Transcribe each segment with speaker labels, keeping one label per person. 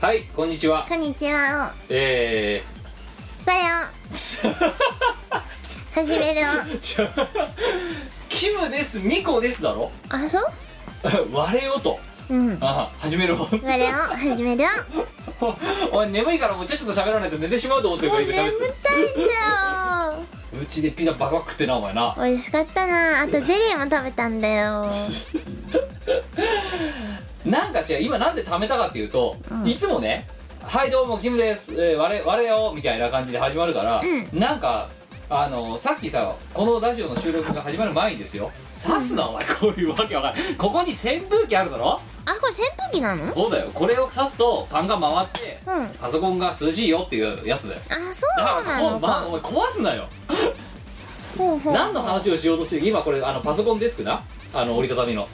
Speaker 1: はいこんにちは
Speaker 2: こんにちは
Speaker 1: え
Speaker 2: おバレを始める
Speaker 1: ー、ちょキムですミコですだろ
Speaker 2: おあそう
Speaker 1: 割れよと
Speaker 2: うん
Speaker 1: あ始めるわ
Speaker 2: バレを始めるよ
Speaker 1: おい眠いからもうちょっと喋らないと寝てしまうと思ってる
Speaker 2: も
Speaker 1: か
Speaker 2: う
Speaker 1: ら
Speaker 2: 眠
Speaker 1: 今
Speaker 2: たい
Speaker 1: 喋って
Speaker 2: んだよ
Speaker 1: うちでピザバカ食ってなお前な
Speaker 2: 美味しかったなあとゼリーも食べたんだよ
Speaker 1: なんか違う今なんで貯めたかっていうと、
Speaker 2: うん
Speaker 1: いつもね「はいどうもキムです、えー、我我よ」みたいな感じで始まるから、
Speaker 2: う
Speaker 1: なんかあのさっきさこのラジオの収録が始まる前にですよ刺すなお前こういうわけわかんないここに扇風機あるだろ
Speaker 2: あこれ扇風機なのうん
Speaker 1: そうだよこれを刺すとパンが回って
Speaker 2: あ
Speaker 1: パソコンが涼しいよっていうやつだよ
Speaker 2: そう
Speaker 1: だか
Speaker 2: な
Speaker 1: らこ
Speaker 2: の
Speaker 1: う、まあ、お
Speaker 2: か
Speaker 1: 前壊すなよ
Speaker 2: ほうほう
Speaker 1: 何の話をしようとして今これあのパソコンデスクなあの折りたたみのこ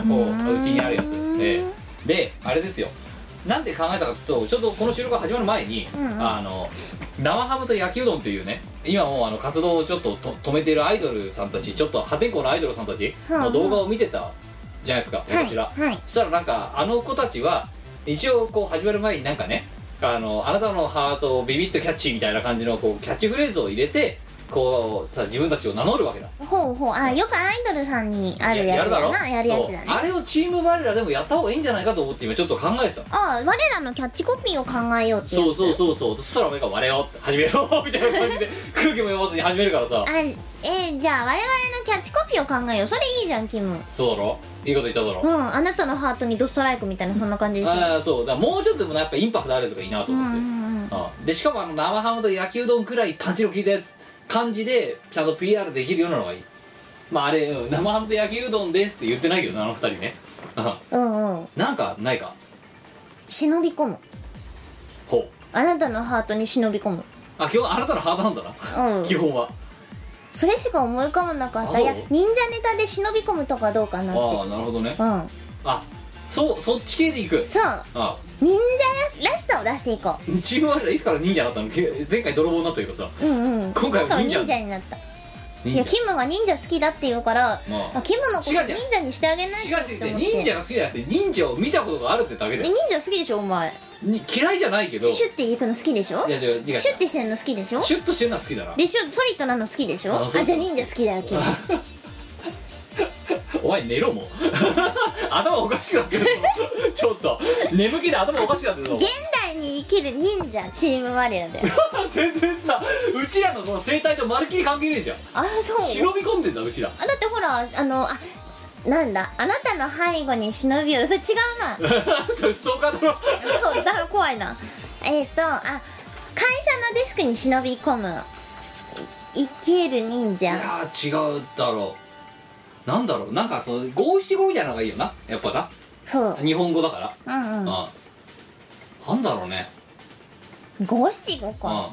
Speaker 2: う
Speaker 1: う
Speaker 2: ーん
Speaker 1: うちにあるやつ、ええであれですよなんで考えたかというとちょうどこの収録が始まる前に、
Speaker 2: うんうん
Speaker 1: あの生ハムと焼きうどんというね今もうあの活動をちょっとと止めているアイドルさんたちちょっと破天荒なアイドルさんたちの動画を見てたじゃないですか、
Speaker 2: はい
Speaker 1: 私ら、
Speaker 2: はい
Speaker 1: そしたらなんかあの子たちは一応こう始まる前になんかねあのあなたのハートをビビッとキャッチみたいな感じのこうキャッチフレーズを入れてこうさ自分たちを名乗るわけだ
Speaker 2: ほうほうあよくアイドルさんにある
Speaker 1: や
Speaker 2: や
Speaker 1: る
Speaker 2: つ
Speaker 1: だ
Speaker 2: だ
Speaker 1: ろ
Speaker 2: なやるやつだ
Speaker 1: そうあ
Speaker 2: ね
Speaker 1: れをチーム我らでもやった方がいいんじゃないかと思って今ちょっと考えてたの
Speaker 2: あ我らのキャッチコピーを考えようってい
Speaker 1: そううそうそうそうそしたらお前が「我よ」って始めろみたいな感じ で空気も読まずに始めるからさ
Speaker 2: あえー、じゃあ我々のキャッチコピーを考えようそれいいじゃんキム
Speaker 1: そうだろいいこと言っただろ
Speaker 2: うんあなたのハートにドストライクみたいなそんな感じですよ
Speaker 1: ああそうだからもうちょっとでもやっぱインパクトあるやつがいいなと
Speaker 2: うんう
Speaker 1: 思って、
Speaker 2: んうん
Speaker 1: あでしかもあの生ハムと焼きうどんくらいパンチの効いたやつ感じでちゃんと PR できるようなのがいいまああれ、うん生ハムと焼きうどんですって言ってないけどなあの二人ねあ
Speaker 2: うんうん
Speaker 1: なんかないか
Speaker 2: 忍び込む
Speaker 1: ほう
Speaker 2: あなたのハートに忍び込む
Speaker 1: あ今日あなたのハートなんだな、
Speaker 2: うん
Speaker 1: 基本は
Speaker 2: それしか思い浮かばなかっ
Speaker 1: あ
Speaker 2: た
Speaker 1: そう
Speaker 2: いや忍者ネタで忍び込むとかどうかなって
Speaker 1: ああなるほどね
Speaker 2: うん
Speaker 1: あそうそっち系でいく
Speaker 2: そう
Speaker 1: あ
Speaker 2: 忍者ららしさを出していこ
Speaker 1: チーム我らいつから忍者だったのけ前回泥棒になったけどさ
Speaker 2: ううんうん
Speaker 1: 今回は忍者
Speaker 2: 今回はになったい
Speaker 1: 忍
Speaker 2: や
Speaker 1: 者
Speaker 2: キムが忍者好きだって言うから、
Speaker 1: まあ
Speaker 2: あ、キムのこと
Speaker 1: 違う違う
Speaker 2: 忍者にしてあげない
Speaker 1: 違う違う
Speaker 2: と思って
Speaker 1: 忍者が好きじゃなくて忍者を見たことがあるってだけ
Speaker 2: え
Speaker 1: で
Speaker 2: 忍者好きでしょお前
Speaker 1: 嫌いじゃないけどい
Speaker 2: シュッて行くの好きでしょ
Speaker 1: やいや違う違う
Speaker 2: シュッてしてるの好きでしょ
Speaker 1: シュッとしてるのは好きだな
Speaker 2: でしょソリッドなの好きでしょ
Speaker 1: あ
Speaker 2: あ
Speaker 1: そう
Speaker 2: じゃあ忍者好きだよ 君
Speaker 1: お前寝ろもう 頭おかしくなってる ぞちょっと眠気で頭おかしくなってるぞ
Speaker 2: 現代に生きる忍者チーム我らだよ
Speaker 1: 全然さうちらのその生態とまるっきり関係ねえじゃん
Speaker 2: あそう
Speaker 1: 忍び込んでんだうちら
Speaker 2: あだってほらあのあなんだあなたの背後に忍び寄るそれ違うな
Speaker 1: それストーカーだろ
Speaker 2: そうだから怖いなえっ、とあ会社のデスクに忍び込む生きる忍
Speaker 1: い
Speaker 2: 者
Speaker 1: やー違うだろうなんだろうなんかその五七五みたいなのがいいよなやっぱな
Speaker 2: そう
Speaker 1: 日本語だから、
Speaker 2: うんうん
Speaker 1: うん、なんだろうね、
Speaker 2: 五七五
Speaker 1: うん
Speaker 2: か、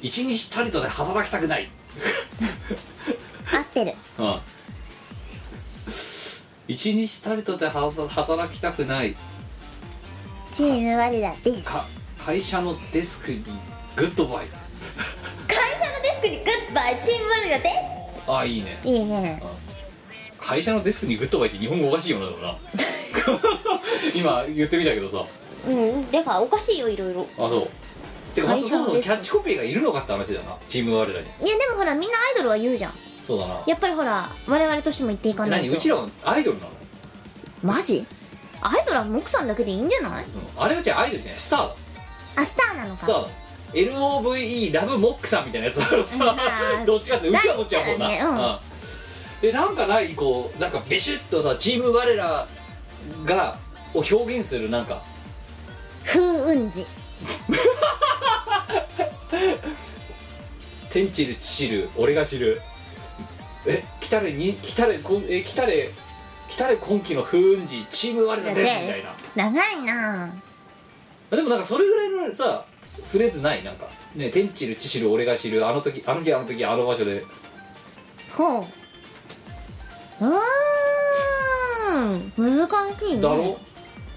Speaker 1: 一日たりとで働きたくない、
Speaker 2: 合ってる
Speaker 1: うん、一日たりとではた働きたくない
Speaker 2: チーム我らです
Speaker 1: か会社のデスクにグッドバイ
Speaker 2: 会社のデスクにグッバイチーム我らで
Speaker 1: ああいいね
Speaker 2: すいいね
Speaker 1: 会社のデスクにグッドバイって日本語おかしいよなでもな 今言ってみたけどさ
Speaker 2: うんだからおかしいよいろいろ
Speaker 1: あそうてか
Speaker 2: 会
Speaker 1: そ
Speaker 2: 社の
Speaker 1: もそも
Speaker 2: デスク
Speaker 1: キャッチコピーがいるのかって話だよなチーム我らに
Speaker 2: いやでもほらみんなアイドルは言うじゃん
Speaker 1: そうだな
Speaker 2: やっぱりほら我々としても言っていかない
Speaker 1: 何う
Speaker 2: と
Speaker 1: ちらはアイドルなの、
Speaker 2: マジアイドルはモクさんだけでいいんじゃない
Speaker 1: うんあれはじゃあアイドルじゃないスターだ
Speaker 2: あスターなの
Speaker 1: スター
Speaker 2: か
Speaker 1: だ LOVE ラブモックさんみたいなやつだろさ
Speaker 2: うん
Speaker 1: どっちかってうちはどっちやもんな、
Speaker 2: 大好きだねうん
Speaker 1: うんえなんかないこうなんかビシッとさチーム我らがを表現するなんか
Speaker 2: 風雲児
Speaker 1: 天知る地知る俺が知るえ来たれに来たれこんえ来たれ来たれ今期の風雲児チーム我らですみたいな
Speaker 2: 長いな
Speaker 1: でもなんかそれぐらいのさフレーズないなんかね天知る地知る俺が知るあの時あの日あの時あの場所で
Speaker 2: ほううーん難しいね
Speaker 1: だろ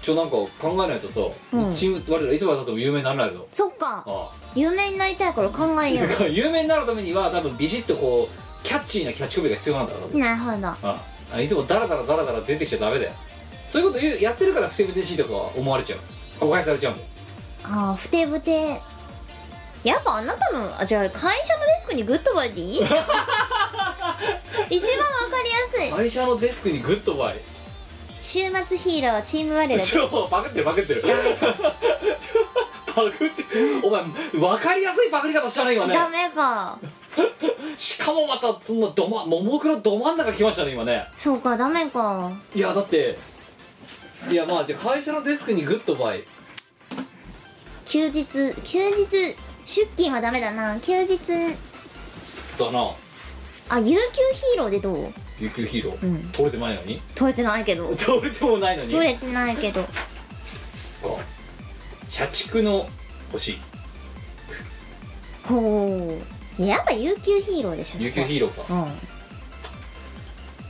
Speaker 1: ちょなんか考えないとさ、
Speaker 2: うん
Speaker 1: チーム我らいつまでたっても有名にならないぞ
Speaker 2: そっか
Speaker 1: あ
Speaker 2: 有名になりたいから考えよ
Speaker 1: あ 有名になるためには多分ビシッとこうキャッチーなキャッチコピーが必要なんだろう多 分
Speaker 2: うなるほど
Speaker 1: ああいつもダラダラダラダラ出てきちゃダメだよそういうこと言うやってるからふてぶてしいとか思われちゃう誤解されちゃうもん
Speaker 2: あーふてぶてやっぱあなたのあじゃあ会社のデスクにグッドバイでい い一番わかりやすい
Speaker 1: 会社のデスクにグッドバイ
Speaker 2: 週末ヒーローチーム我らで
Speaker 1: ちょパクってるパクってるパクってお前分かりやすいパクり方したね今ね
Speaker 2: ダメか
Speaker 1: しかもまたそんなどまももクロど真ん中来ましたね今ね
Speaker 2: そうかダメか
Speaker 1: いやだっていやまあじゃあ会社のデスクにグッドバイ
Speaker 2: 休日休日出勤はダメだな休日
Speaker 1: だな
Speaker 2: あ有給ヒーローでどう
Speaker 1: 有給ヒーロー、
Speaker 2: うん
Speaker 1: 取れてないのに
Speaker 2: 取れてないけど
Speaker 1: 取れてもないのに
Speaker 2: 取れてないけど
Speaker 1: こう社畜の星
Speaker 2: ほうやっぱ有給ヒーローでしょ
Speaker 1: 有給ヒ
Speaker 2: ー
Speaker 1: ーローか
Speaker 2: ロー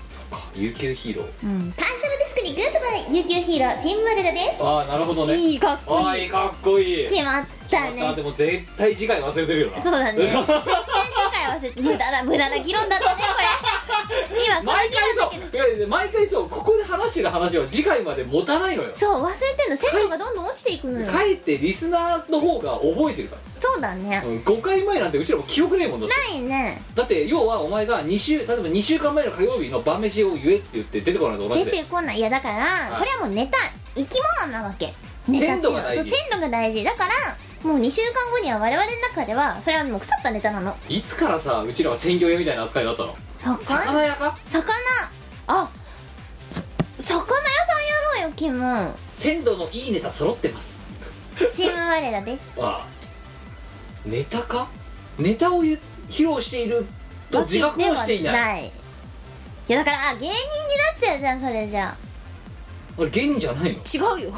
Speaker 1: そっか有給ヒーロー
Speaker 2: うん、うん、会社のデスクにグッドバイ有給ヒーローチーム我らです
Speaker 1: ああなるほどね
Speaker 2: いいかっこいい
Speaker 1: ああいいかっこいい
Speaker 2: 決まった
Speaker 1: また
Speaker 2: ね
Speaker 1: でも絶対次回忘れてるよな
Speaker 2: そうだね絶対次回忘れて無駄な無駄な議論だったねこ れ今これ
Speaker 1: 毎
Speaker 2: 議論
Speaker 1: 回
Speaker 2: だ
Speaker 1: そ
Speaker 2: けど
Speaker 1: ういやいや毎回そうここで話してる話は次回まで持たないのよ
Speaker 2: そう忘れてんの鮮度がどんどん落ちていくのよ
Speaker 1: かえってリスナーの方が覚えてるか
Speaker 2: そうだね
Speaker 1: ら、うん、5回前なんてうちらも記憶ねえもんだって
Speaker 2: ないね
Speaker 1: だって要はお前が2週例えば2週間前の火曜日の晩飯を言えって言って出てこないのと同じ
Speaker 2: 出
Speaker 1: で
Speaker 2: てこないいやだから、
Speaker 1: い
Speaker 2: これはもうネタ生き物なわけネタっていうのは
Speaker 1: 鮮度が大事
Speaker 2: そう鮮度が大事だからもう2週間後には我々の中ではそれはもう腐ったネタなの
Speaker 1: いつからさうちらは鮮魚屋みたいな扱いだったの
Speaker 2: 魚魚
Speaker 1: 魚屋か
Speaker 2: あ魚屋さんやろうよキム
Speaker 1: 鮮度のいいネタ揃ってます
Speaker 2: チーム我らです
Speaker 1: ああネタかネタを言う披露していると自覚をしていない
Speaker 2: わけではないいやだからあ芸人になっちゃうじゃんそれじゃ
Speaker 1: あれ芸人じゃないの
Speaker 2: あ違うよ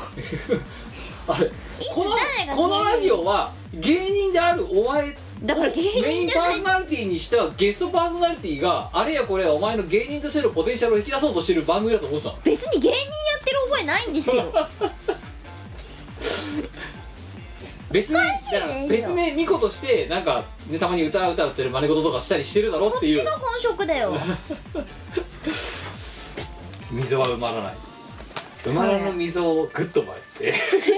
Speaker 1: あれこの
Speaker 2: 誰が
Speaker 1: この
Speaker 2: 芸人
Speaker 1: ラジオは芸人であるお前を
Speaker 2: だから芸人
Speaker 1: メイン
Speaker 2: じゃ
Speaker 1: パ
Speaker 2: な
Speaker 1: ー
Speaker 2: い
Speaker 1: ソナリティにしたゲストパーソナリティがあれやこれやお前の芸人としてのポテンシャルを引き出そうとしてる番組だと思ってたの
Speaker 2: 別に芸人やってる覚えないんで すけど
Speaker 1: 別名
Speaker 2: しいですよ
Speaker 1: だから別名巫女としてなんか、ね、たまに歌歌ってる真似事とかしたりしてるだろ
Speaker 2: そ
Speaker 1: っ
Speaker 2: って
Speaker 1: い
Speaker 2: ち
Speaker 1: う
Speaker 2: が本職だよ
Speaker 1: 溝は埋まらない埋まらぬ溝をグッドバイって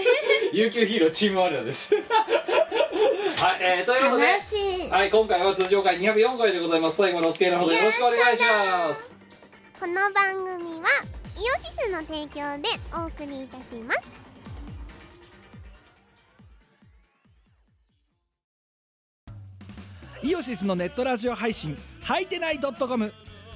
Speaker 1: 有給ヒーローチームワールドですはい、えー、ということで
Speaker 2: 悲しい
Speaker 1: はい、今回は通常回204回でございます。最後のお付き合いのほどよろしくお願いします。
Speaker 3: この番組はイオシスの提供でお送りいたします
Speaker 4: イオシスのネットラジオ配信「はいてない .com」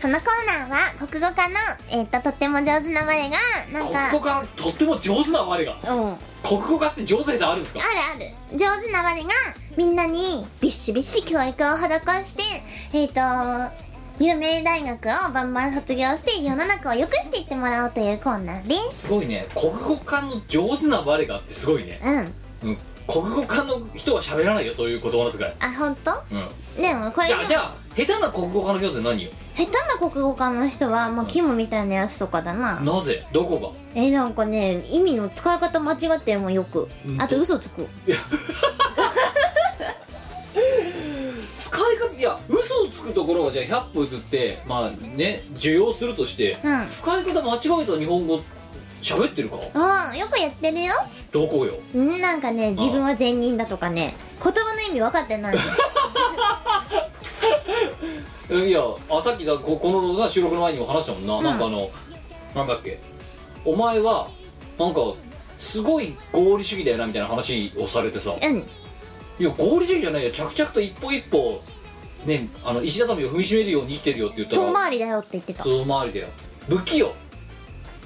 Speaker 3: このコーナーは国語科の、えっととっても上手な我がなんか
Speaker 1: 国語科とっても上手な我が。
Speaker 3: うんある
Speaker 1: 国語科って上手であるんですか
Speaker 3: ある上手な我がみんなにビッシビシ教育を施してえっ、と有名大学をバンバン卒業して世の中を良くしていってもらおうというコーナーです
Speaker 1: すごいね。国語科の上手な我がってすごいね。
Speaker 3: うん
Speaker 1: うん。国語科の人は喋らないよ、そういう言葉遣い。
Speaker 3: あ本当
Speaker 1: うん。
Speaker 3: でもこれ
Speaker 1: じ
Speaker 3: で
Speaker 1: ゃ
Speaker 3: も
Speaker 1: あ、じゃあ、下手な国語科の人って何よ
Speaker 2: 下手な国語科の人は、まあ、キムみたいなやつとかだな
Speaker 1: なぜどこが
Speaker 2: えーなんかね意味の使い方間違ってもんよく
Speaker 1: うん
Speaker 2: あと嘘つく
Speaker 1: 使い方、いや、嘘をつくところはじゃあ100歩譲って、まあね、受容するとして、
Speaker 2: うん
Speaker 1: 使い方間違えた日本語喋ってるか
Speaker 2: ああよくやってるよ
Speaker 1: どこよ
Speaker 2: うんなんかね自分は善人だとかね言葉の意味分かっ てない
Speaker 1: えいやあさっきだここのな収録の前にも話したもんな、
Speaker 2: ん
Speaker 1: なんかあのなんだっけお前はなんかすごい合理主義だよなみたいな話をされてさ
Speaker 2: うん
Speaker 1: いや合理主義じゃないよ着々と一歩一歩ねあの石畳を踏みしめるように生きてるよって言ったら
Speaker 2: 遠回りだよって言ってた
Speaker 1: 遠回りだよ不器用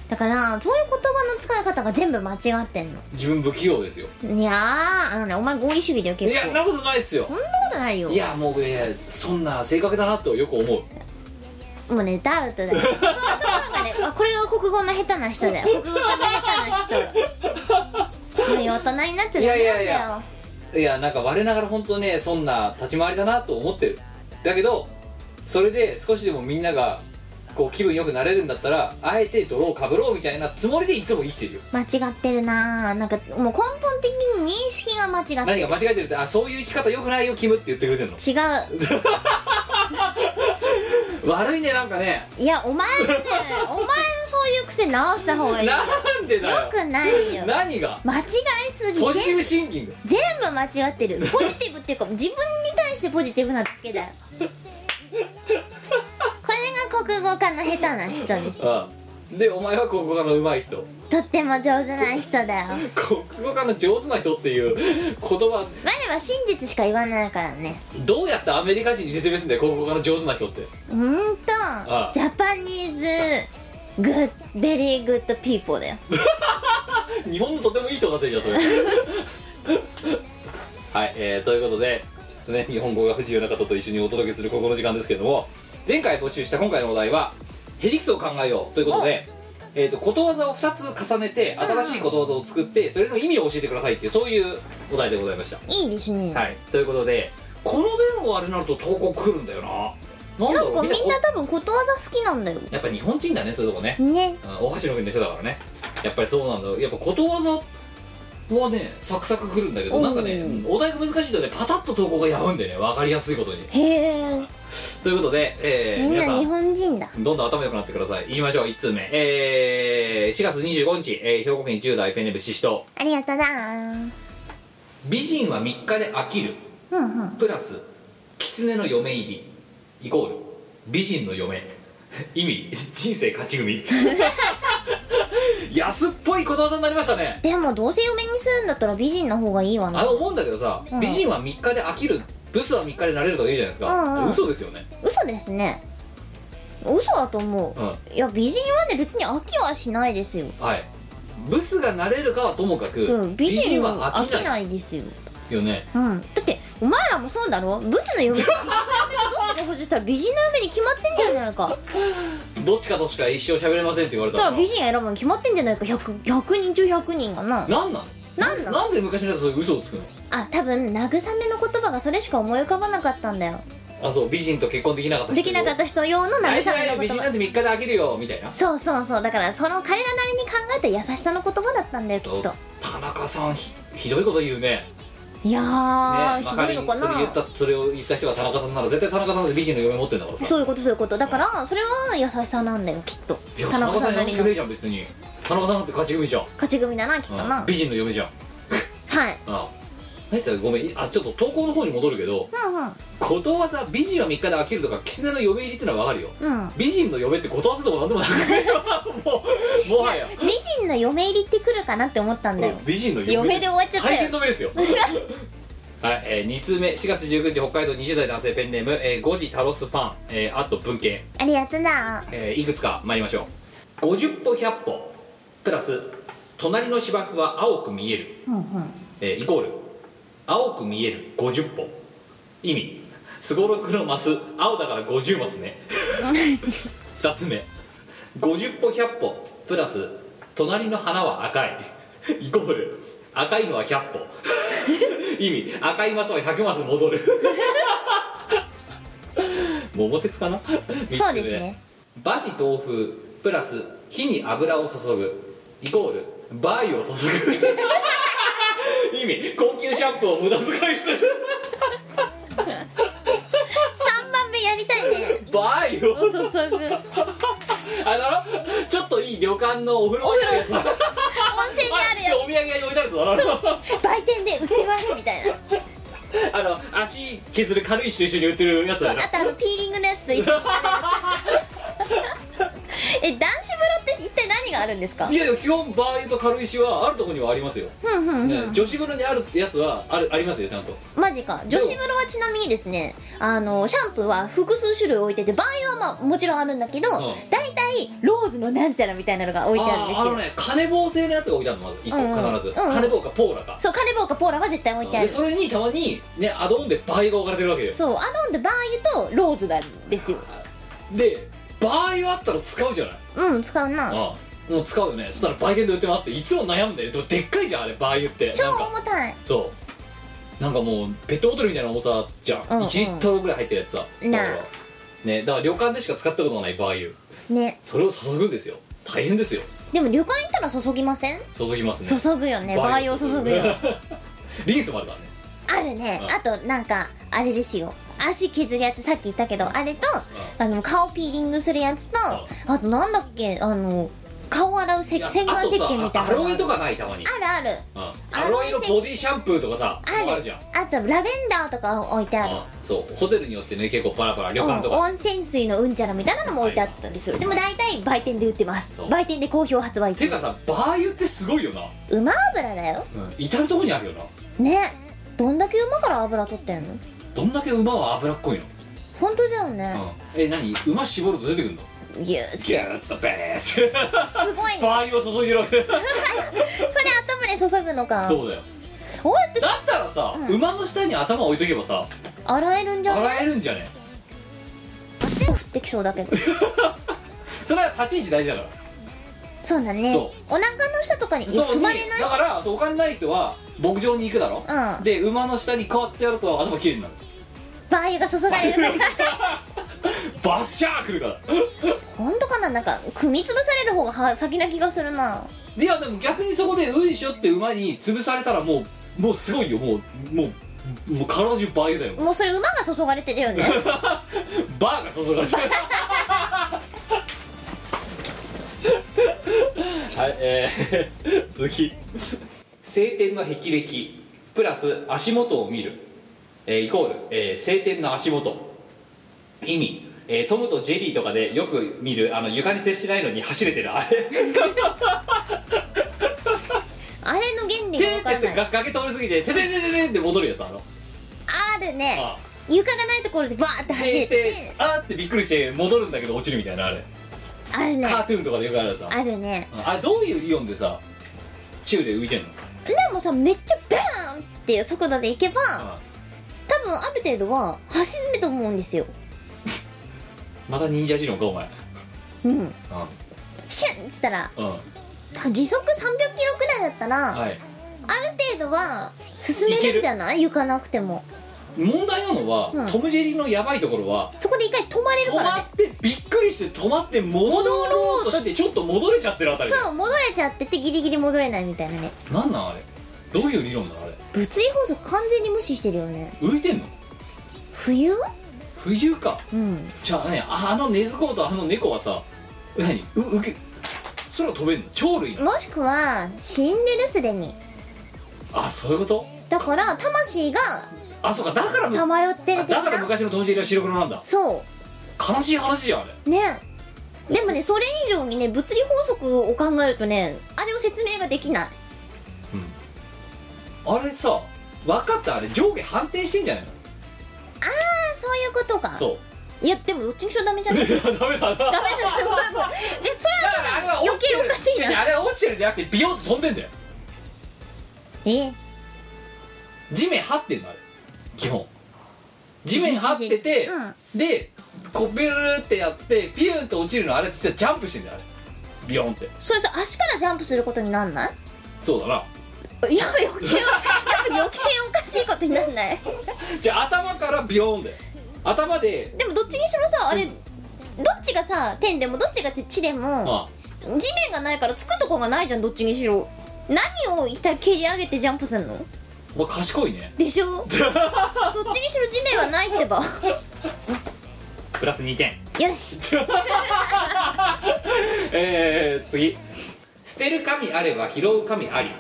Speaker 2: だからそういう言葉の使い方が全部間違ってんの
Speaker 1: 自分不器用ですよ
Speaker 2: いやーあのねお前合理主義だよ
Speaker 1: い
Speaker 2: 結構
Speaker 1: やそんなことないですよ
Speaker 2: そんなことないよ
Speaker 1: いやもういやそんな性格だなとよく思う
Speaker 2: もうねダウトだ よそういうところがねあこれが国語の下手な人だよ国語科の下手な人こういう大人になっちゃダメなんだよ
Speaker 1: いやいやいやいやなんか我ながら本当ねそんな立ち回りだなと思ってるだけどそれで少しでもみんながこう気分良くなれるんだったらあえて泥をかぶろうみたいなつもりでいつも生きてるよ
Speaker 2: 間違ってるなぁなんかもう根本的に認識が間違って
Speaker 1: 何
Speaker 2: る
Speaker 1: か間違えてるってあそういう生き方良くないよキムって言ってくれてるの
Speaker 2: 違う
Speaker 1: 悪いねなんかね
Speaker 2: いやお前のねお前のそういう癖直した方がいいよ
Speaker 1: なんでだよ
Speaker 2: くないよ
Speaker 1: 何が
Speaker 2: 間違いすぎ
Speaker 1: ポジティ
Speaker 2: 全
Speaker 1: ブシンキング
Speaker 2: 全部間違っ てるポジティブっていうか自分に対してポジティブなだけだよこれが国語科の下手な人です
Speaker 1: うんでお前は国語科の上手い人
Speaker 2: とっても上手な人だよ
Speaker 1: 国語科の上手な人っていう言葉
Speaker 2: 我は真実しか言わないからね
Speaker 1: どうやってアメリカ人に説明すんだよ国語科の上手な人って
Speaker 2: うーんと
Speaker 1: あ
Speaker 2: ジャパニーズグッベリーグッドピーポーだよ
Speaker 1: 日本のとてもいい人だったじゃんそれ はい、えーということでちょっとね日本語が不自由な方と一緒にお届けするここの時間ですけれども前回募集した今回のお題は「へりくとを考えよう」ということで、えー、とことわざを2つ重ねて新しいことわざを作ってそれの意味を教えてくださいっていうそういうお題でございました、
Speaker 2: いいですね、
Speaker 1: はいということでこの電話あれになると投稿来るんだよななんだ
Speaker 2: な
Speaker 1: ろ
Speaker 2: ん
Speaker 1: う
Speaker 2: かみん
Speaker 1: みんな
Speaker 2: な多分ことわざ好きなんだよ
Speaker 1: やっぱ日本人だねそういうとこね
Speaker 2: ね
Speaker 1: うんお箸の上の人だからねやっぱりそうなんだやっぱことわざはねサクサクくるんだけどなんかね
Speaker 2: うん
Speaker 1: お題が難しいとねパタッと投稿がやむんでね分かりやすいことに
Speaker 2: へえ
Speaker 1: ということで、えー
Speaker 2: みん
Speaker 1: 皆
Speaker 2: な
Speaker 1: さ
Speaker 2: 日
Speaker 1: ん
Speaker 2: 本人だ
Speaker 1: どんどん頭良くなってくださいいきましょう1通目えー4月25日、えー兵庫県10代ペンネームししと
Speaker 3: ありがとうだー
Speaker 1: う美人は3日で飽きる
Speaker 2: うんうん
Speaker 1: プラス狐の嫁入りイコール美人の嫁意味人生勝ち組 安っぽいことわざになりましたね
Speaker 2: でもどうせ嫁にするんだったら美人の方がいいわ
Speaker 1: あ
Speaker 2: な
Speaker 1: れ思うんだけどさ、
Speaker 2: ん
Speaker 1: 美人は3日で飽きるブスは3日でなれるとか言うじゃないですか、
Speaker 2: うんうん
Speaker 1: 嘘ですよね
Speaker 2: 嘘ですね嘘だと思
Speaker 1: うん
Speaker 2: ういや美人はね別に飽きはしないですよ
Speaker 1: はいブスがなれるかはともかく、
Speaker 2: うん美人は
Speaker 1: は
Speaker 2: 飽
Speaker 1: 飽
Speaker 2: き
Speaker 1: き
Speaker 2: ない
Speaker 1: ない
Speaker 2: ですよ
Speaker 1: よね
Speaker 2: うんだってお前らもそうだろブスの嫁と美人の嫁とどっちが欲しいしたら美人の嫁に決まってんじゃな いか
Speaker 1: どっちかとしか一生喋れませんって言われ
Speaker 2: だ
Speaker 1: た
Speaker 2: からら美人選ぶの決まってんじゃないか 100, 100人中100人が
Speaker 1: な
Speaker 2: な
Speaker 1: んなの
Speaker 2: なんなの
Speaker 1: んで昔のやつそういう嘘をつくの
Speaker 2: あ多分慰めの言葉がそれしか思い浮かばなかったんだよ
Speaker 1: あそう美人と結婚できなかった人
Speaker 2: できなかった人用の
Speaker 1: あいつ
Speaker 2: 慰
Speaker 1: ら
Speaker 2: め
Speaker 1: よ
Speaker 2: の
Speaker 1: 美
Speaker 2: 言
Speaker 1: 人なん
Speaker 2: 葉
Speaker 1: て3日で飽きるよみたいな
Speaker 2: そうそうそうだからその彼らなりに考えた優しさの言葉だったんだよきっと
Speaker 1: 田中さんひひどいこと言うね
Speaker 2: いやー、
Speaker 1: ね
Speaker 2: ひどいのかな
Speaker 1: まりにそれ言ったそれを言った人が田中さんなら絶対田中さんだって美人の嫁持ってんだからさ
Speaker 2: そういうことそういうことだからそれは優しさなんだよきっと
Speaker 1: いや
Speaker 2: 田
Speaker 1: 田
Speaker 2: 中
Speaker 1: 中
Speaker 2: さ
Speaker 1: さ
Speaker 2: ん
Speaker 1: ん
Speaker 2: な
Speaker 1: 優
Speaker 2: り
Speaker 1: し
Speaker 2: の
Speaker 1: くねえ
Speaker 2: 勝
Speaker 1: じゃん別に田中さんだって勝ち組じゃん
Speaker 2: ち組だなきっとな、
Speaker 1: うん美人の嫁じゃん
Speaker 2: はい
Speaker 1: あ何ですかごめんあちょっと投稿の方に戻るけど
Speaker 2: うんうん
Speaker 1: ことわざ美人は3日で飽きるとか狐の嫁入りってのはわかるよ
Speaker 2: うん
Speaker 1: 美人の嫁ってことわざでもなんでもなくて もうもはや
Speaker 2: 美人の嫁入りってくるかなって思ったんだよ
Speaker 1: 美人の嫁
Speaker 2: 嫁で終わっちゃった
Speaker 1: 大
Speaker 2: よ
Speaker 1: 変止めです よはい、えー、2通目4月19日北海道20代男性ペンネーム、えー、5時タロスファン、えー、あと文献
Speaker 3: ありがとうだ
Speaker 1: えーいくつか参りましょう50歩100歩プラス隣の芝生は青く見える、えーイコール青く見える50歩意味すごろくのマス青だから50マスね 2つ目50歩100歩プラス隣の花は赤いイコール赤いのは100歩 意味赤いマスは100マス戻る 桃鉄かな
Speaker 2: そうですね
Speaker 1: バジ豆腐プラス火に油を注ぐイコールバイを注ぐ 意味高級シャンプーを無駄遣いする
Speaker 2: 3番目やりたいね
Speaker 1: バイを
Speaker 2: お注ぐ温
Speaker 1: あれだろちょっといい旅館のお風呂場にあるや
Speaker 2: 泉にあるや
Speaker 1: つお土産屋に置いてあるやつだろ
Speaker 2: つ売店で売ってますみたいな
Speaker 1: あの足削る軽石と一緒に売ってるやつだろ
Speaker 2: あとあのピ ーリングのやつと一緒にやるやつえ男子風呂って一体何が
Speaker 5: あるんですか
Speaker 1: いやいや基本バー油と軽石はあるところにはありますよ、
Speaker 5: ふんふんふん
Speaker 1: ね女子風呂にあるやつはあるありますよちゃんと
Speaker 5: マジか女子風呂はちなみにですねあのシャンプーは複数種類置いてて場合はまあもちろんあるんだけど、
Speaker 1: ん
Speaker 5: 大体ローズのなんちゃらみたいなのが置いてあるん
Speaker 1: あ
Speaker 5: です
Speaker 1: ーあの
Speaker 5: よ、
Speaker 1: ね金棒製のやつが置いてあるのまず1
Speaker 5: うんうん
Speaker 1: 個必ず、
Speaker 5: うんうん
Speaker 1: 金棒かポーラか、
Speaker 5: そうカネボウかポーラは絶対置いてあ
Speaker 1: で
Speaker 5: る
Speaker 1: それにたまにねアドオンで倍が置かれてるわけよ
Speaker 5: そうアドオンでバー油とローズなんですよ
Speaker 1: で倍はあったら使うじゃない、
Speaker 2: うん使うな
Speaker 1: ああもう使うよねそしたら売店で売ってますっていつも悩んででもでっかいじゃんあれ倍って
Speaker 2: 超
Speaker 1: なんか
Speaker 2: 重たい
Speaker 1: そうなんかもうペットボトルみたいな重さじゃん、
Speaker 5: うんうん
Speaker 1: 1リットルぐらい入ってるやつさ
Speaker 2: なあ
Speaker 1: あれはねだから旅館でしか使ったことがないバー油
Speaker 2: ね
Speaker 1: それを注ぐんですよ大変ですよ
Speaker 5: でも旅館行ったら注ぎません
Speaker 1: 注ぎますね
Speaker 5: 注ぐよねバー油を注ぐよ
Speaker 1: リンスもあるからね
Speaker 2: あるね
Speaker 1: うん
Speaker 2: あとなんかあれですよ足削るやつさっき言ったけどあれとあの顔ピーリングするやつとあとなんだっけあの顔洗うせ
Speaker 1: いや
Speaker 2: 洗顔石鹸み
Speaker 1: あと
Speaker 2: た
Speaker 1: さア
Speaker 2: いなの
Speaker 1: ロエとかないたまに
Speaker 2: あるある
Speaker 1: うん
Speaker 2: ア
Speaker 1: ア
Speaker 2: ロ
Speaker 1: ロ
Speaker 2: エ
Speaker 1: エ
Speaker 2: 石
Speaker 1: のボディシャンプーとかさ
Speaker 2: ある
Speaker 1: じゃん
Speaker 2: あとラベンダーとか置いてある
Speaker 1: あそうホテルによってね結構パラパラ旅
Speaker 2: うん
Speaker 1: 館とか
Speaker 2: 温泉水のうんちゃらみたいなのも置いてあったりするでも大体売店で売ってます
Speaker 1: そう
Speaker 2: 売店で好評発売
Speaker 1: てい
Speaker 2: 中
Speaker 1: うかさバー油ってすごいよな、
Speaker 2: うま油だよ
Speaker 1: 至る所にあるよな
Speaker 2: ねどんだけ馬から油取ってんの
Speaker 1: どんだけ馬は脂っこいの、
Speaker 2: 本当だよね
Speaker 1: うん、え何馬絞ると出てくるの
Speaker 2: ギューってす
Speaker 1: ギューッつったベーって
Speaker 2: ごいね
Speaker 1: バー油を注いでるわけだよ
Speaker 2: それ頭で注ぐのか
Speaker 1: そうだよ
Speaker 2: そうやって
Speaker 1: だったらさ、馬の下に頭置いとけばさ
Speaker 2: 洗えるんじゃない
Speaker 1: 洗えるんじゃね
Speaker 2: 手振ってきそうだけど
Speaker 1: それは立ち位置大事だから
Speaker 2: そうだね
Speaker 1: そ
Speaker 2: お腹の下とかに
Speaker 1: そう
Speaker 2: 踏まれない
Speaker 1: だからそうお金ない人は牧場に行くだろ、
Speaker 2: うん
Speaker 1: で馬の下に変わってやると頭きれいになる
Speaker 2: バー油が注がれるから
Speaker 1: バッシャーくるから
Speaker 2: 本当かななんか組み潰される方がは先な気がするない
Speaker 1: やでも逆にそこで「うんしょ」って馬に潰されたらもうもうすごいよもうもうもう体中バー油だよ
Speaker 2: もうそれ馬が注がれてる よね
Speaker 1: バーが注がれてる はいえー、 次晴天の霹靂プラス足元を見る、えーイコール、えー晴天の足元意味、えートムとジェリーとかでよく見るあの床に接しないのに走れてるあ れ
Speaker 2: あれの原理
Speaker 1: てーっ
Speaker 2: が分か
Speaker 1: てっ
Speaker 2: ら
Speaker 1: て
Speaker 2: ない
Speaker 1: が崖通り過ぎててててててって戻るやつあの
Speaker 2: あるね
Speaker 1: あ
Speaker 2: 床がないところでバーって
Speaker 1: あ
Speaker 2: 走
Speaker 1: て
Speaker 2: れ
Speaker 1: ーって
Speaker 2: て
Speaker 1: あーってびっくりして戻るんだけど落ちるみたいなあれ
Speaker 2: あるね
Speaker 1: カートゥーンとかでよくあるやつあ
Speaker 2: あるね
Speaker 1: あどういう理論でさ宙で浮いてんの
Speaker 2: でもさめっちゃバーンっていう速度で行けば
Speaker 1: あ
Speaker 2: 多分ある程度は走ると思うんですよ
Speaker 1: また忍者理論かお前
Speaker 2: うんシュンっつったら
Speaker 1: うんうん
Speaker 2: 時速300キロくらいだったら、
Speaker 1: はい
Speaker 2: ある程度は進めるんじゃない行かなくても
Speaker 1: 問題なのは、
Speaker 2: うん
Speaker 1: トム・ジェリーのやばいところは
Speaker 2: そこで一回止まれる
Speaker 1: 止
Speaker 2: から
Speaker 1: ま
Speaker 2: ね
Speaker 1: ってびっくりして止まって戻ろうとしてちょっと戻れちゃってるあたりで
Speaker 2: そう戻れちゃっててギリギリ戻れないみたいなね
Speaker 1: なんなんあれどういう理論なのあれ
Speaker 2: 物理法則完全に無視してるよね
Speaker 1: 浮いてんの
Speaker 2: 冬
Speaker 1: 冬か
Speaker 2: うん
Speaker 1: じゃあ何ああのネズコとあの猫はさ何ううけ空飛べんの鳥類なの
Speaker 2: もしくは死んでるすでに
Speaker 1: あそういうこと
Speaker 2: だから魂が
Speaker 1: あそうかだからむ
Speaker 2: さまよってる的
Speaker 1: だから
Speaker 2: な
Speaker 1: 昔のトム・ジェリーは白黒なんだ
Speaker 2: そ
Speaker 1: 悲しい話じゃんあれ
Speaker 2: うねでもねそれ以上にね物理法則を考えるとねあれを説明ができない
Speaker 1: あれさ分かったあれ上下反転してんじゃないの
Speaker 2: あそういうことか
Speaker 1: そう
Speaker 2: いやでもどっちにしろダメじゃないダメ
Speaker 1: いやダメだな
Speaker 2: だよごめんごめんじゃあそれ
Speaker 1: だ
Speaker 2: は
Speaker 1: からあれは
Speaker 2: 余
Speaker 1: 落ちて
Speaker 2: 計
Speaker 1: る
Speaker 2: おかしい
Speaker 1: 違う違う
Speaker 2: な
Speaker 1: あれは落ちてるんじゃなくてビヨンと飛んでんだよ
Speaker 2: え
Speaker 1: 地面張ってんのあれ基本地面張ってて、
Speaker 2: うん
Speaker 1: でこうビュルルってやってピューンと落ちるのあれってジャンプしてんだよあれビヨンって
Speaker 2: それさ足からジャンプすることになんない
Speaker 1: そうだない
Speaker 2: や余計やっぱ余計おかしいことになんない
Speaker 1: じゃあ頭からビヨンだよ頭で
Speaker 2: でもどっちにしろさあれどっちがさ天でもどっちが地でも
Speaker 1: まあ
Speaker 2: 地面がないからつくとこがないじゃんどっちにしろ何を一体蹴り上げてジャンプすんの
Speaker 1: お前賢いね
Speaker 2: でしょどっちにしろ地面はないってば
Speaker 1: プラス2点
Speaker 2: よし
Speaker 1: えー、次捨てる神あれば拾う神あり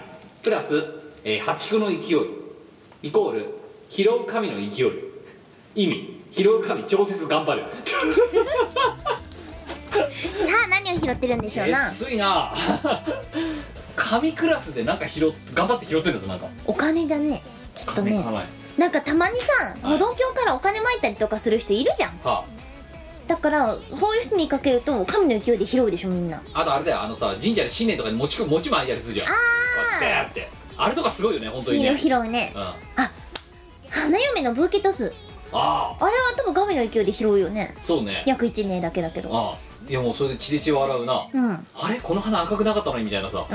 Speaker 1: プラス、えー、破竹の勢いイコール拾う神の勢い意味拾う神超絶頑張る
Speaker 2: さあ何を拾
Speaker 3: 拾ってるんでしょう
Speaker 1: えっ
Speaker 3: な
Speaker 1: すいな 神クラスでなんか拾っ頑張って拾ってるんですよなんか
Speaker 3: お金だねきっと
Speaker 1: 金
Speaker 3: ね
Speaker 1: かない
Speaker 3: なんかたまにさ歩道橋からお金まいたりとかする人いるじゃん
Speaker 1: は
Speaker 3: だからそういう人にかけると神の勢いで拾うでしょみんな
Speaker 1: あ、あとあれだよあのさ神社で新年とかに餅く餅巻いたりするじゃんああってあれとかすごいよね本当に
Speaker 3: ヒー
Speaker 1: ね
Speaker 3: ロー拾うね
Speaker 1: うんあ
Speaker 3: 花嫁のブーケトス
Speaker 1: あ
Speaker 3: あれは多分神の勢いで拾うよね
Speaker 1: そうね
Speaker 3: 約1名だけだけど
Speaker 1: ああいやもうそれで血で血を洗うな、
Speaker 3: うんうん
Speaker 1: あれこの花赤くなかったのにみたいなさ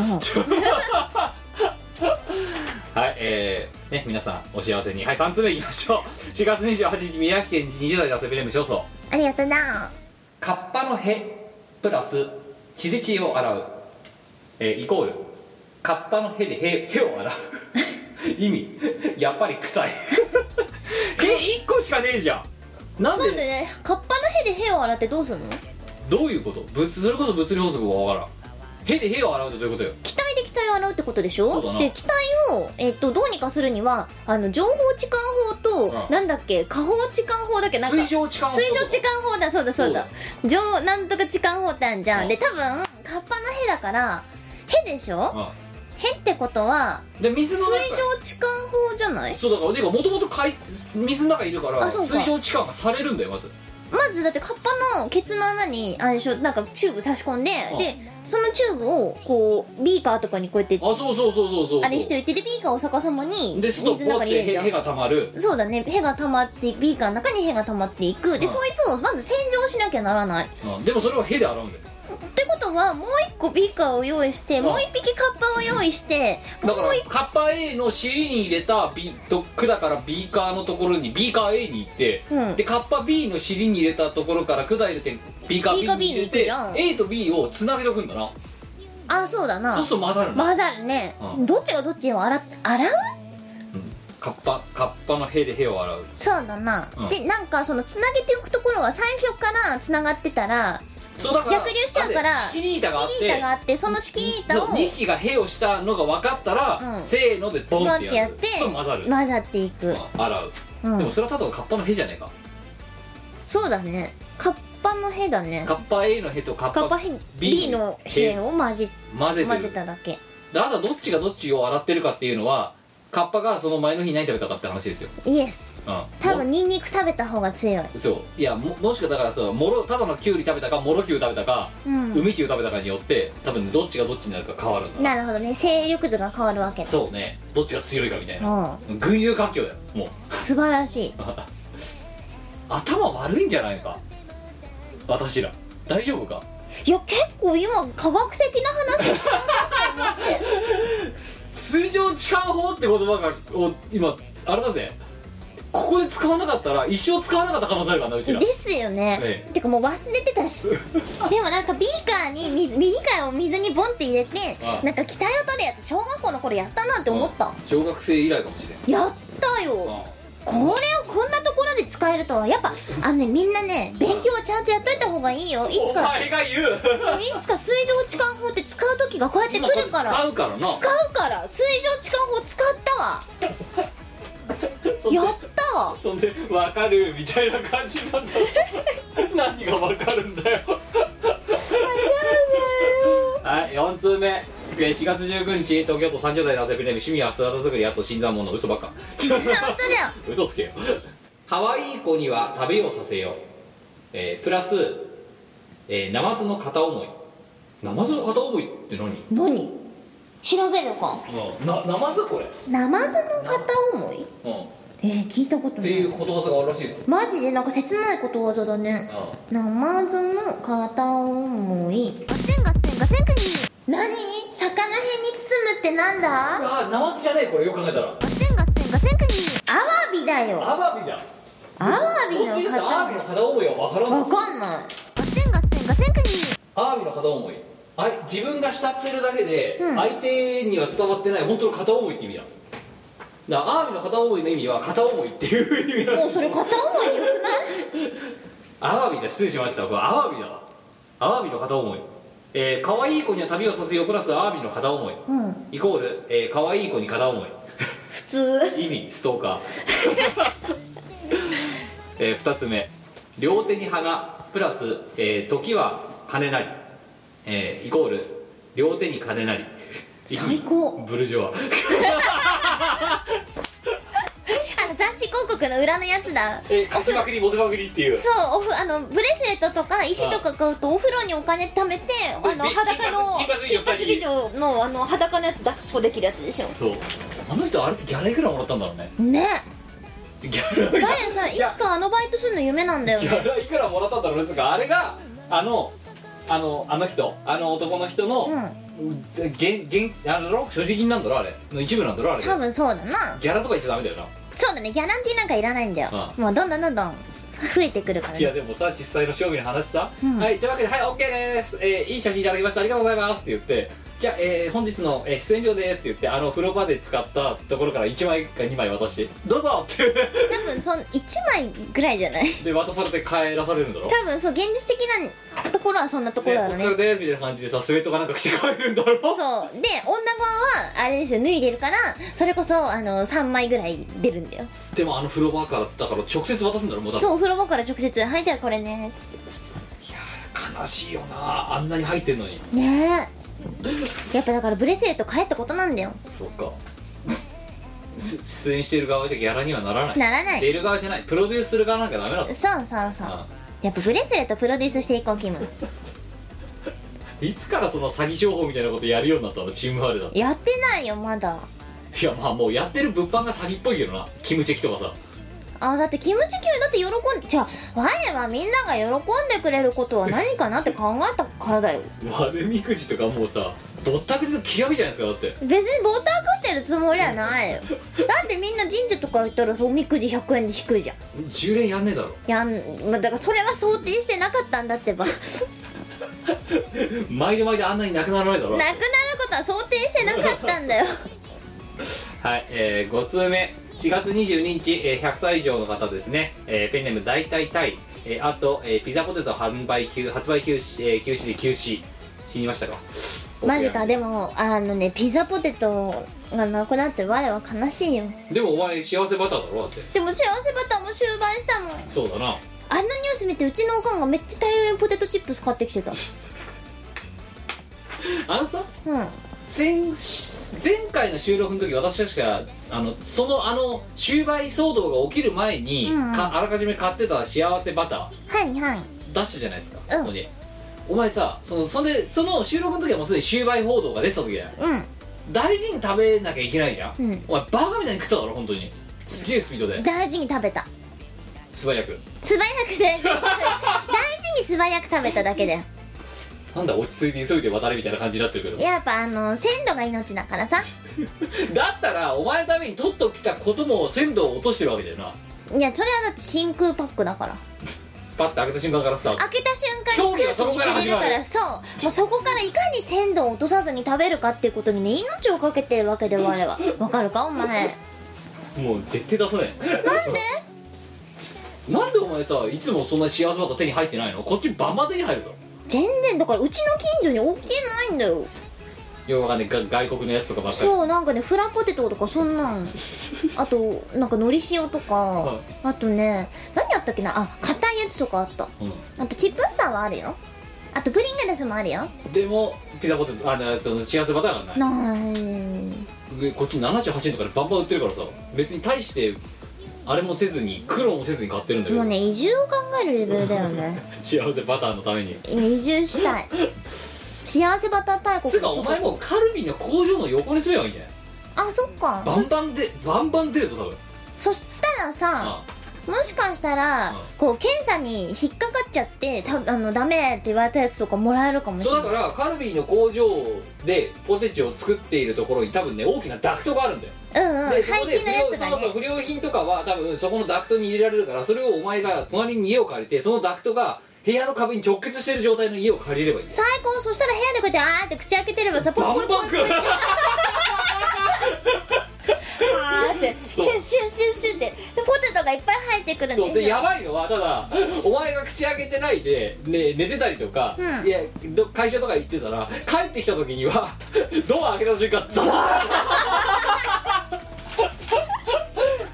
Speaker 1: はいえー、ね皆さんお幸せにはい3つ目いきましょう 4月28日宮城県20代脱ベレム少々
Speaker 3: ありがとうな
Speaker 1: カッパのへプラス血で血を洗う、えーイコールカッパのへでへへを洗う 意味やっぱり臭い へ1個しかねえじゃんなん
Speaker 2: そうだ
Speaker 1: で
Speaker 2: ねカッパのヘでヘを洗ってどうすんの
Speaker 1: どういうこと物それこそ物理法則がわからんへでへを洗うってどういうことよ
Speaker 2: 機体で機体を洗うってことでし
Speaker 1: そうだ
Speaker 2: ょ
Speaker 1: な
Speaker 2: で機体を、えっとどうにかするにはあの情報置換法と、
Speaker 1: うん
Speaker 2: なんだっけ下方置換法だっけなんか
Speaker 1: 水上痴漢
Speaker 2: 水上置換法だそうだそうだ上なんとか置換法ってあんじゃ
Speaker 1: うん
Speaker 2: んで多分カッパのヘだからヘでしょ
Speaker 1: 漢
Speaker 2: ヘってことは
Speaker 1: うんで水
Speaker 2: 水
Speaker 1: の
Speaker 2: 上
Speaker 1: 中
Speaker 2: 置換法じゃない
Speaker 1: そうだからてかもともと海水の中にいるから
Speaker 2: あそうか
Speaker 1: 水上痴漢がされるんだよまず
Speaker 2: まずだってカッパのケツの穴にあれでしょなんかチューブ差し込んで
Speaker 1: うん
Speaker 2: でそのチューブをこうビーカーとかにこうやって
Speaker 1: あそうそうそうそうそう
Speaker 2: あれしておいてでビーカーを逆さまに
Speaker 1: で
Speaker 2: 水
Speaker 1: す
Speaker 2: の
Speaker 1: とこうや
Speaker 2: 中
Speaker 1: っ
Speaker 2: に入れ
Speaker 1: て
Speaker 2: るじ
Speaker 1: へ
Speaker 2: ゃん
Speaker 1: へがたまる
Speaker 2: そうだねヘが溜まってビーカーの中にヘが溜まっていくで、
Speaker 1: うん
Speaker 2: そいつをまず洗浄しなきゃならないっ
Speaker 1: うんでもそれはへで洗うんだよ
Speaker 2: てことはもう一個ビーカーを用意して
Speaker 1: うん
Speaker 2: もう一匹カッパを用意しても
Speaker 1: だ
Speaker 2: う
Speaker 1: からカッパ A の尻に入れたビと管からビーカーのところにビーカー A に行って、
Speaker 2: うん
Speaker 1: でカッパ B の尻に入れたところから管入れてビーカー B
Speaker 2: ビーカー B
Speaker 1: に入れ
Speaker 2: に行く
Speaker 1: て
Speaker 2: じゃん
Speaker 1: A と B をつなげとくんだな
Speaker 2: あそうだな
Speaker 1: そうすると混ざるんだ、
Speaker 2: 混ざるね、
Speaker 1: うん
Speaker 2: どっちがどっちを洗っ洗う
Speaker 1: うんカッパカッパのへでへを洗う
Speaker 2: そうだな、
Speaker 1: うん
Speaker 2: でなんかそのつなげておくところは最初からつながってたら
Speaker 1: そうだから
Speaker 2: 逆流しちゃうから
Speaker 1: あれ仕切り板があって
Speaker 2: 仕切り板があってその仕切り板を
Speaker 1: そう2匹がへをしたのが分かったら、
Speaker 2: うん
Speaker 1: せーのでボン
Speaker 2: ボン
Speaker 1: っ
Speaker 2: ってて
Speaker 1: や
Speaker 2: や
Speaker 1: る
Speaker 2: って
Speaker 1: そう混ざる、
Speaker 2: 混ざっていく、
Speaker 1: うん洗う、
Speaker 2: うん
Speaker 1: でもそれはただのカッパのへじゃねえか
Speaker 2: そうだねカッパのヘだね
Speaker 1: カッパ A のへとカッ
Speaker 2: カッ
Speaker 1: パ
Speaker 2: パヘ
Speaker 1: B
Speaker 2: B のヘを混じ
Speaker 1: 混ぜて
Speaker 2: 混
Speaker 1: る
Speaker 2: ぜただけ
Speaker 1: であとはどっちがどっちを洗ってるかっていうのはカッパがその前の日に何食べたかって話ですよ、
Speaker 2: イエス
Speaker 1: うん、
Speaker 2: 多分
Speaker 1: も
Speaker 2: ニンニク食べた方が強い
Speaker 1: そういやももしかだからそうもろただのキュウリ食べたかもろキュウ食べたか、
Speaker 2: うん
Speaker 1: 海キュウ食べたかによって多分ねどっちがどっちになるか変わるんだ
Speaker 2: なるほどね勢力図が変わるわけだ
Speaker 1: そうねどっちが強いかみたいな
Speaker 2: う
Speaker 1: 群雄割拠だよもうん
Speaker 2: 素晴らしい
Speaker 1: 頭悪いんじゃないか私ら大丈夫か
Speaker 2: いや結構今科学的な話した
Speaker 1: 水上痴漢法って言葉がを今あれだぜここで使わなかったら一生使わなかった可能性あるからなうち ら
Speaker 2: ですよね、
Speaker 1: ええ
Speaker 2: てかもう忘れて たしでもなんかビーカーに水ビーカーを水にボンって入れて
Speaker 1: ああ
Speaker 2: なんか機体を取るやつ小学校の頃やったなって思った、
Speaker 1: 小学生以来かもしれん
Speaker 2: やったよ、
Speaker 1: うん
Speaker 2: これをこんなところで使えるとはやっぱあのねみんなね勉強はちゃんとやっといた方がいいよい
Speaker 1: お
Speaker 2: つか
Speaker 1: 前が言う
Speaker 2: いつか水上置換法って使う時がこうやってく
Speaker 1: 今これ
Speaker 2: るから
Speaker 1: 使うからな
Speaker 2: 使うから水上置換法使ったわ
Speaker 1: そんで
Speaker 2: やったわ
Speaker 1: そんで分かるみたいな感じなんだ何が分かるんだよはい4通目えー4月19日東京都30代の汗びね趣味は姿作りあと新参者嘘ばっか
Speaker 2: 本当だよ
Speaker 1: 嘘つけよ可愛い子には食べようさせよう、えープラス、えー、ナマズの片思いナマズの片思いって何
Speaker 2: 何調べるか
Speaker 1: なナマズこれ、
Speaker 2: ナマズの片思い
Speaker 1: うん、っ
Speaker 2: えー、聞いたことな
Speaker 1: てい
Speaker 2: いう
Speaker 1: ことわざがあるらしいぞ、
Speaker 2: マジでなんか切ないことわざだね
Speaker 1: うん
Speaker 2: ナマズの片思い
Speaker 3: ガッセンガッセンガッセンクニー
Speaker 2: 何魚へんに包むってなんだ
Speaker 1: あナマズじゃねえこれよく考えたら
Speaker 3: ガッセンガッセンガッセンクニー
Speaker 2: アワビだよ
Speaker 1: アワビだ
Speaker 2: アワビ
Speaker 1: ど
Speaker 2: の
Speaker 1: っちに
Speaker 2: 片
Speaker 1: アワ
Speaker 2: 思
Speaker 1: ビ
Speaker 2: い
Speaker 1: の片思いは分からん
Speaker 2: わ
Speaker 1: ぞ
Speaker 2: かんない
Speaker 3: ガッセンガッセンガッセンクニー
Speaker 1: アワビの片思いあい自分が慕ってるだけで、相手には伝わってない本当の片思いって意味だだからアワビの片思いの意味は片思いっていう意味らしい
Speaker 2: もうそれ片思いでよくない
Speaker 1: アワビだ失礼しましたこれアワビだわアワビの片思いえー、可愛い子には旅をさせようプラスアワビの片思い、
Speaker 2: うん
Speaker 1: イコール、えー、可愛い子に片思い
Speaker 2: 普通
Speaker 1: 意味ストーカー、えー、2つ目両手に花プラス、えー時は金なりえーイコール両手に金なり
Speaker 2: 最高
Speaker 1: ブルジョワ
Speaker 2: あの雑誌広告の裏のやつだ
Speaker 1: え勝ちまくりモテまくりっていう
Speaker 2: そうおふあのブレスレットとか石とか買うとお風呂にお金貯めてあの
Speaker 1: で
Speaker 2: 裸の
Speaker 1: 金髪
Speaker 2: 金髪美
Speaker 1: 金
Speaker 2: 女のあの裸のやつ抱っこできるやつでしょ
Speaker 1: そうあの人あれってギャラいくらもらったんだろうね
Speaker 2: ね
Speaker 1: ギャラい
Speaker 2: ダイアンさんいつかあのバイトするの夢なんだよ
Speaker 1: ギ
Speaker 2: ね
Speaker 1: ャラいくらもらったんだろうねつうかあれがあのあのあの人あの男の人の、現現あれだろ所持金なんだろあれの一部なんだろあれ
Speaker 2: 多分そうだな
Speaker 1: ギャラとか言っちゃダメだよな
Speaker 2: そうだねギャランティーなんかいらないんだよ
Speaker 1: あ
Speaker 2: もうどんどんどんどん 増えてくるから
Speaker 1: いや
Speaker 2: ね
Speaker 1: でもさ実際の勝負の話さ、
Speaker 2: ん
Speaker 1: はいというわけで「はい OK です、えーいい写真いただきましたありがとうございます」って言って「じゃあ、えー本日のえー出演料です」って言ってあの風呂場で使ったところから1枚か2枚渡して「どうぞ!」って
Speaker 2: 多分その1枚ぐらいじゃない
Speaker 1: で渡されて帰らされるんだろ
Speaker 2: 多分そう現実的なところはそんなとこ
Speaker 1: で
Speaker 2: ろ
Speaker 1: 「お
Speaker 2: だろうね
Speaker 1: 疲れです」みたいな感じでさスウェットかなんか着て帰るんだろ
Speaker 2: そうで女側はあれですよ脱いでるからそれこそあの3枚ぐらい出るんだよ
Speaker 1: でもあの風呂場からだから直接渡すんだろもうだ
Speaker 2: そうお風呂場から直接「はいじゃあこれね」つっ
Speaker 1: 悲しいよなあんなに入ってんのに
Speaker 2: てねえやっぱだからブレスレット買えってことなんだよ
Speaker 1: そうか す出演してる側じゃギャラにはならない
Speaker 2: ならない
Speaker 1: 出る側じゃないプロデュースする側なんかダメだ
Speaker 2: そうそうそう
Speaker 1: あ
Speaker 2: やっぱブレスレットプロデュースしていこうキム
Speaker 1: いつからその詐欺商法みたいなことやるようになったのチームワールド
Speaker 2: やってないよまだ
Speaker 1: いやまあもうやってる物販が詐欺っぽいけどなキムチェキとかさ
Speaker 2: あだってキムチ級だって喜んでじゃあ我はみんなが喜んでくれることは何かなって考えたからだよ
Speaker 1: 悪みくじとかもうさぼったくりの極みじゃないですかだって
Speaker 2: 別にボタン食ってるつもりはないよだってみんな神社とか行ったらそうおみくじ100円で引くじゃん
Speaker 1: 10連やんねえだろ
Speaker 2: やんまあだからそれは想定してなかったんだってばな
Speaker 1: 毎度毎度あんなになくならないだろ
Speaker 2: くなることは想定してなかったんだよ
Speaker 1: はい、えー、5通目4月22日、えー100歳以上の方ですね、えーペンネーム大体タイ、えーあと、えーピザポテト販売休発売休止、えー休止で休止死にましたか
Speaker 2: マジかでもあのねピザポテトがなくなって我は悲しいよ
Speaker 1: でもお前幸せバターだろだって
Speaker 2: でも幸せバターも終盤したもん
Speaker 1: そうだな
Speaker 2: あのニュース見てうちのおかんがめっちゃ大量にポテトチップス買ってきてた
Speaker 1: あのさ
Speaker 2: うん
Speaker 1: 前前回の収録の時私確かあのそのあの終売騒動が起きる前に、
Speaker 2: うんうん
Speaker 1: かあらかじめ買ってた幸せバター
Speaker 2: はいはい
Speaker 1: 出したじゃないですか、
Speaker 2: うん
Speaker 1: ここにお前さそのそんでその収録の時はもうすでに終売報道が出てた時だよ
Speaker 2: う
Speaker 1: 大事に食べなきゃいけないじゃん、
Speaker 2: うん
Speaker 1: お前バカみたいに食っただろ本当にすげえスピードで
Speaker 2: ん大事に食べた
Speaker 1: 素早く
Speaker 2: 素早く大事に食べ た大事に素早く食べただけだよ
Speaker 1: なんだ落ち着いて急いで渡れみたいな感じになってるけど
Speaker 2: やっぱあの鮮度が命だからさ
Speaker 1: だったらお前のために取っときたことも鮮度を落としてるわけだよない
Speaker 2: やそれはだって真空パックだから
Speaker 1: パッて開けた瞬間からスタート
Speaker 2: 開けた瞬間に
Speaker 1: 表現は
Speaker 2: 空気
Speaker 1: そこ
Speaker 2: に
Speaker 1: から
Speaker 2: 触れ
Speaker 1: 始
Speaker 2: る
Speaker 1: まる
Speaker 2: からそうもうそこからいかに鮮度を落とさずに食べるかっていうことにね命をかけてるわけで我はわかるかお前
Speaker 1: もう絶対出さないなんでなんでお前さいつもそんな幸せバター手に入ってないのこっちバンバン手に入るぞ
Speaker 2: 全然だからうちの近所に置いてないんだよ
Speaker 1: よくわかんないが外国のやつとかばっかり
Speaker 2: そうなんかねフラポテトとかそん なんあとなんかのり塩と
Speaker 1: は
Speaker 2: かあとね何やったっけなあ硬いやつとかあった
Speaker 1: うん
Speaker 2: あとチップスターはあるよあとプリングルスもあるよ
Speaker 1: でもピザポテトあのその幸せバターがない
Speaker 2: ない
Speaker 1: 上こっち78円とかでバンバン売ってるからさ別に大してあれもせずに苦労もせずに買ってるんだけ
Speaker 2: も
Speaker 1: ど、
Speaker 2: うね移住を考えるレベルだ よね
Speaker 1: 幸せバターのために
Speaker 2: 移住したい幸せバター大国
Speaker 1: つうかお前もうカルビの工場の横に住めばいいんじゃない
Speaker 2: あそっか
Speaker 1: バンバンでバンバン出るぞ多分
Speaker 2: そしたらさ
Speaker 1: あ
Speaker 2: もしかしたら
Speaker 1: うん
Speaker 2: こう検査に引っかかっちゃってたあのダメって言われたやつとかもらえるかもし
Speaker 1: そうだ
Speaker 2: れない
Speaker 1: からカルビーの工場でポテチを作っているところに多分ね大きなダクトがあるんだよ、
Speaker 2: うんうん
Speaker 1: で
Speaker 2: 廃
Speaker 1: そこで
Speaker 2: 棄のや
Speaker 1: 不良
Speaker 2: つが
Speaker 1: そうそう
Speaker 2: ね
Speaker 1: 不良品とかは多分そこのダクトに入れられるからそれをお前が隣に家を借りてそのダクトが部屋の壁に直結してる状態の家を借りればいい
Speaker 2: 最高そしたら部屋でこうやってあーって口開けてればさポ
Speaker 1: バ
Speaker 2: ンポン
Speaker 1: ン
Speaker 2: ポン
Speaker 1: バ
Speaker 2: ポ
Speaker 1: ン
Speaker 2: ン
Speaker 1: 食う
Speaker 2: あーってシュンシュンシュンシュンってでポテトがいっぱい生えてくるん
Speaker 1: そう
Speaker 2: で
Speaker 1: でやばいのはただお前が口開けてないで、ね、寝てたりとか、
Speaker 2: うん
Speaker 1: いやど会社とか行ってたら帰ってきた時には ドア開けた瞬間ザザーン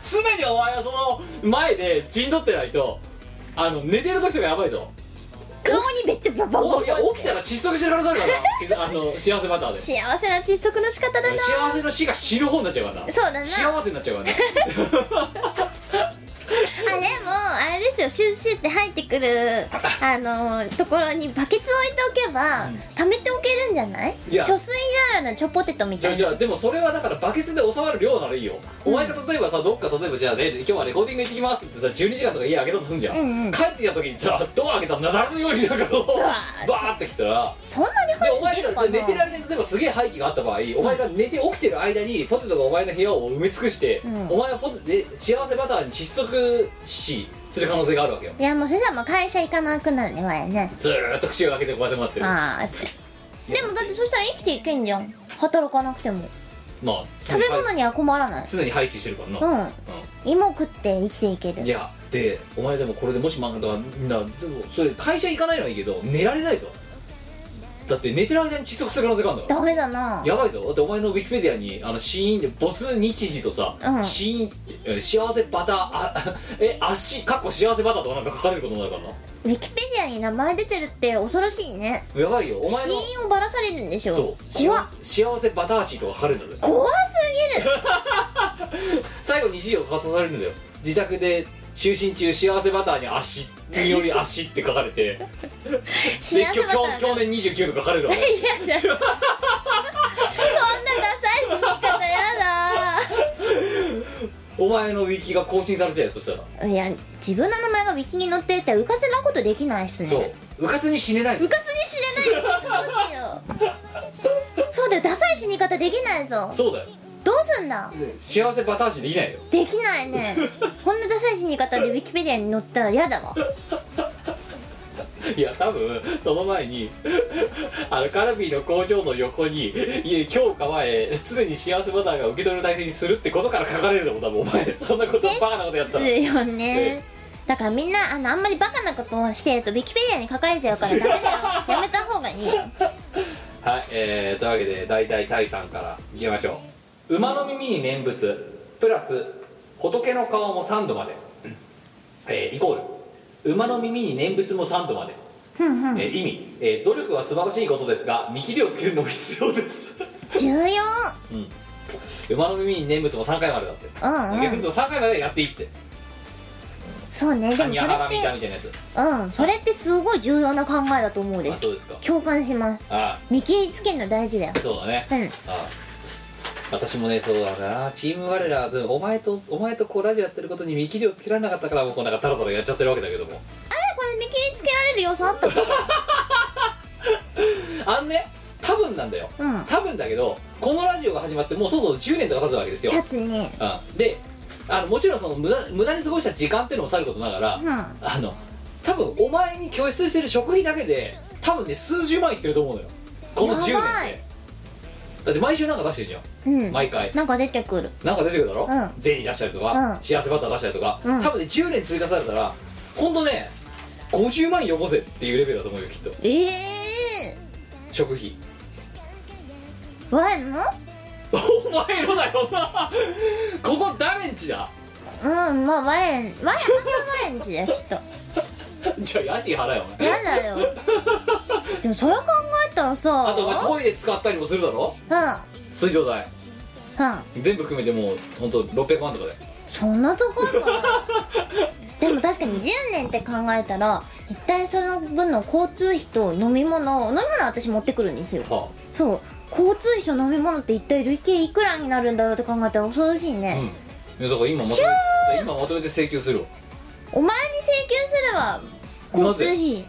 Speaker 1: 常にお前はその前で陣取ってないとあの寝てる時とかやばいぞ
Speaker 2: 顔にめっちゃババババ
Speaker 1: おいや起きたら窒息してる可能性あるからな あの幸せバターで
Speaker 2: 幸せな窒息の仕方だな
Speaker 1: 幸せの死が死ぬ方になっちゃうからな
Speaker 2: そうだな
Speaker 1: 幸せになっちゃうからな
Speaker 2: あでもあれですよシュッシュって入ってくるあのところにバケツ置いておけば、溜めておけるんじゃない
Speaker 1: いや
Speaker 2: 貯水やらのチョポテトみ
Speaker 1: じ
Speaker 2: た
Speaker 1: ゃあ
Speaker 2: い
Speaker 1: じ
Speaker 2: な
Speaker 1: ゃあでもそれはだからバケツで収まる量ならいいよ、お前が例えばさどっか例えばじゃあね今日はレコーディング行ってきますってさ12時間とか家開けたとすんじゃん、
Speaker 2: うんうん
Speaker 1: 帰ってきた時にさドア開けたらなだらのようになんかこう
Speaker 2: うわ
Speaker 1: バーってきたら
Speaker 2: そんなに
Speaker 1: でお
Speaker 2: 入っ
Speaker 1: 前が
Speaker 2: て出る
Speaker 1: さ
Speaker 2: か
Speaker 1: 寝てる
Speaker 2: な
Speaker 1: 間に例えばすげえ排気があった場合、お前が寝て起きてる間にポテトがお前の部屋を埋め尽くして、
Speaker 2: ん
Speaker 1: お前はポテトで幸せバターに窒息死する可能性があるわけよ
Speaker 2: いやもうそしたらもう会社行かなくなるね前ね
Speaker 1: ずーっと口を開けてこうやって待ってる
Speaker 2: ああしでもだってそしたら生きていけんじゃん働かなくても
Speaker 1: まあ常に
Speaker 2: 食べ物には困らない
Speaker 1: 常に廃棄してるからな、
Speaker 2: うん芋食って生きていける
Speaker 1: いやでお前でもこれでもし漫画とかなでもそれ会社行かないのはいいけど寝られないぞだって寝てる間に窒息する可能性があるんだから
Speaker 2: ダメだな
Speaker 1: やばいぞだってお前のウィキペディアにあの死因で没日時とさ、
Speaker 2: うん
Speaker 1: 死因え幸せバターあえ足かっこ幸せバターとかなんか書かれることになるからな
Speaker 2: ウィキペディアに名前出てるって恐ろしいね
Speaker 1: やばいよお前
Speaker 2: 死
Speaker 1: の
Speaker 2: 因をばらされるんでしょ
Speaker 1: そう
Speaker 2: 怖
Speaker 1: 幸せ幸せバター足とか書かれるんだぜ
Speaker 2: 怖すぎる
Speaker 1: 最後に字をかさされるんだよ自宅で就寝中幸せバターに足により足って書かれて
Speaker 2: 幸
Speaker 1: で
Speaker 2: せ
Speaker 1: 今
Speaker 2: バ
Speaker 1: 日
Speaker 2: ターが
Speaker 1: 去年29とか書かれるわけ
Speaker 2: いやだそんなダサい死に方
Speaker 1: お前のウィキが更新されちゃうよそしたら、
Speaker 2: やだいや自分の名前がウィキに載っててうかつなことできないっすね
Speaker 1: そううかつに死ねないぞ
Speaker 2: うかつに死 ねないってどうしようそうだよダサい死に方できないぞ
Speaker 1: そうだよ
Speaker 2: どうすんだ
Speaker 1: で幸せバター足できないよ
Speaker 2: できな いねこんなダサい死に方でウィキペディアに載ったら嫌だわ
Speaker 1: いや多分その前にあのカルビーの工場の横にいえ強化前常に幸せバターが受け取る体制にするってことから書かれるのも多分お 前そんなことバカなことやったら
Speaker 2: ですよねだからみんなあのあんまりバカなことをしてるとウィキペディアに書かれちゃうからダメ だよやめた方がいいよ
Speaker 1: はい、えー、というわけで大体タイさんからいきましょう馬の耳に念仏プラス仏の顔も3度まで、えーイコール馬の耳に念仏も3度まで、えー意味、えー努力は素晴らしいことですが見切りをつけるのも必要です
Speaker 2: 重要
Speaker 1: 馬の耳に念仏も3回までだって、
Speaker 2: うん
Speaker 1: 逆
Speaker 2: う
Speaker 1: に
Speaker 2: ん
Speaker 1: 言うと3回までやっていいって
Speaker 2: そうねでも
Speaker 1: 谷
Speaker 2: それ
Speaker 1: 原
Speaker 2: っ
Speaker 1: みたみた
Speaker 2: て
Speaker 1: いなやつ
Speaker 2: うんそれってすごい重要な考えだと思うで
Speaker 1: あそう
Speaker 2: す
Speaker 1: ですか
Speaker 2: 共感します
Speaker 1: あ
Speaker 2: 見切りつけるの大事だよ
Speaker 1: あそうだね
Speaker 2: うん
Speaker 1: ああ私もねそうだなチーム我らでもお前とお前とこうラジオやってることに見切りをつけられなかったからもうこうなんかタラタラやっちゃってるわけだけども
Speaker 2: これ見切りつけられる要素あったっけ
Speaker 1: あんね多分なんだよ、
Speaker 2: うん
Speaker 1: 多分だけどこのラジオが始まってもうそろそろ10年とか経つわけですよ、
Speaker 2: 立つね
Speaker 1: うん、であのもちろんその無駄無駄に過ごした時間っていうのもさることながら、
Speaker 2: うん
Speaker 1: あの多分お前に拠出してる食費だけで多分ね数十万いってると思うのよこの10年
Speaker 2: やばい
Speaker 1: でだって毎週なんか出してるじゃん、
Speaker 2: うん
Speaker 1: 毎回
Speaker 2: なんか出てくる
Speaker 1: なんか出てくるだろ、
Speaker 2: うん
Speaker 1: ゼリー出したりとか、
Speaker 2: うん
Speaker 1: 幸せバター出したりとか、
Speaker 2: うん
Speaker 1: 多分ね10年追加されたらほんとね50万よこせっていうレベルだと思うよきっと
Speaker 2: ええ
Speaker 1: 食費
Speaker 2: ー、わいの
Speaker 1: お前のだよなここ誰んちだ
Speaker 2: うんまあ我ん我は我んちだよきっ と
Speaker 1: じゃあ家賃払えよお前
Speaker 2: やだよでもそれ考えたらさ
Speaker 1: あとお前トイレ使ったりもするだろ
Speaker 2: う
Speaker 1: 水道代
Speaker 2: んうん
Speaker 1: 全部含めてもうほんと600万とかで
Speaker 2: そんなと こかなでも確かに10年って考えたら一体その分の交通費と飲み物を飲み物は私持ってくるんですよ
Speaker 1: は
Speaker 2: そう交通費と飲み物って一体累計いくらになるんだろうって考えたら恐ろしい
Speaker 1: あうん
Speaker 2: ね、
Speaker 1: いやだから今まとめ今まとめて請求するわ
Speaker 2: お前に請求すれば交通費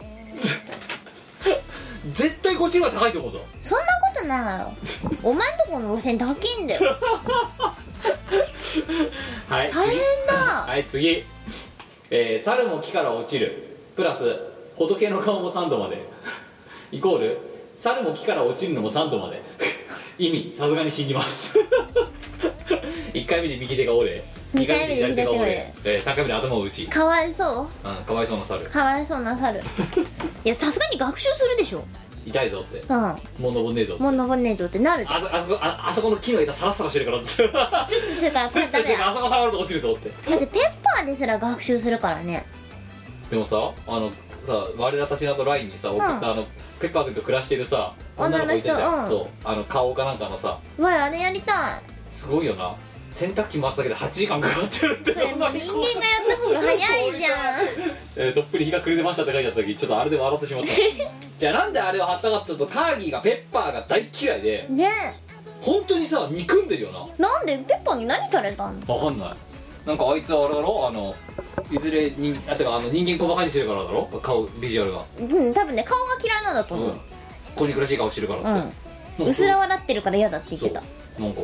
Speaker 1: 絶対こっちの方が高いと思うぞ
Speaker 2: そんなことないよお前んとこの路線高い んだよ
Speaker 1: はい
Speaker 2: 大変だ
Speaker 1: はい次、えー猿も木から落ちるプラス仏の顔も3度までイコール猿も木から落ちるのも3度まで 意味さすがに死にます 1回目で右手が折れ
Speaker 2: 二回目で左手が折れ
Speaker 1: え3回目で頭を打ち、
Speaker 2: かわいそ
Speaker 1: うん、かわいそうな猿
Speaker 2: うかわいそう な猿いやさすがに学習するでしょ
Speaker 1: 痛いぞって
Speaker 2: うん
Speaker 1: もう登んねえぞ
Speaker 2: もう登んねえぞってなるじゃん
Speaker 1: あそあそこああそこの木の枝サラサラしてるからって ツ
Speaker 2: ツッとするからこれ
Speaker 1: ッ
Speaker 2: ダ
Speaker 1: と
Speaker 2: メ
Speaker 1: して
Speaker 2: だ
Speaker 1: るからあそこ触ると落ちるぞって
Speaker 2: だってペッパーですら学習するからね
Speaker 1: でもさあのさ我らたちなど LINE にさ送った、あのペッパー君と暮らしてるさ
Speaker 2: 女の人
Speaker 1: いたじゃん、
Speaker 2: うん
Speaker 1: そうあの顔かなんかのさ
Speaker 2: わいあれやりたい
Speaker 1: すごいよな洗濯機回すだけで8時間かかってるって
Speaker 2: それもう 人
Speaker 1: 怖い
Speaker 2: 間がやった方が早いじゃん
Speaker 1: えー、どっぷり日が暮れてましたって書いてあった時ちょっとあれで笑ってしまったじゃあなんであれを貼ったかっていうとカーギーがペッパーが大嫌いで
Speaker 2: ね
Speaker 1: 本当にさ憎んでるよな
Speaker 2: えなんでペッパーに何されたの
Speaker 1: わかんないなんかあいつはあれだろあのいずれ人あてかあの人間小バカにしてるからだろ顔ビジュアルが、
Speaker 2: うん多分ね顔が嫌いなんだと
Speaker 1: うん
Speaker 2: 思う
Speaker 1: 子憎らしい顔してるからって、なんか
Speaker 2: うんうすら笑ってるから嫌だって言ってた
Speaker 1: そうなんか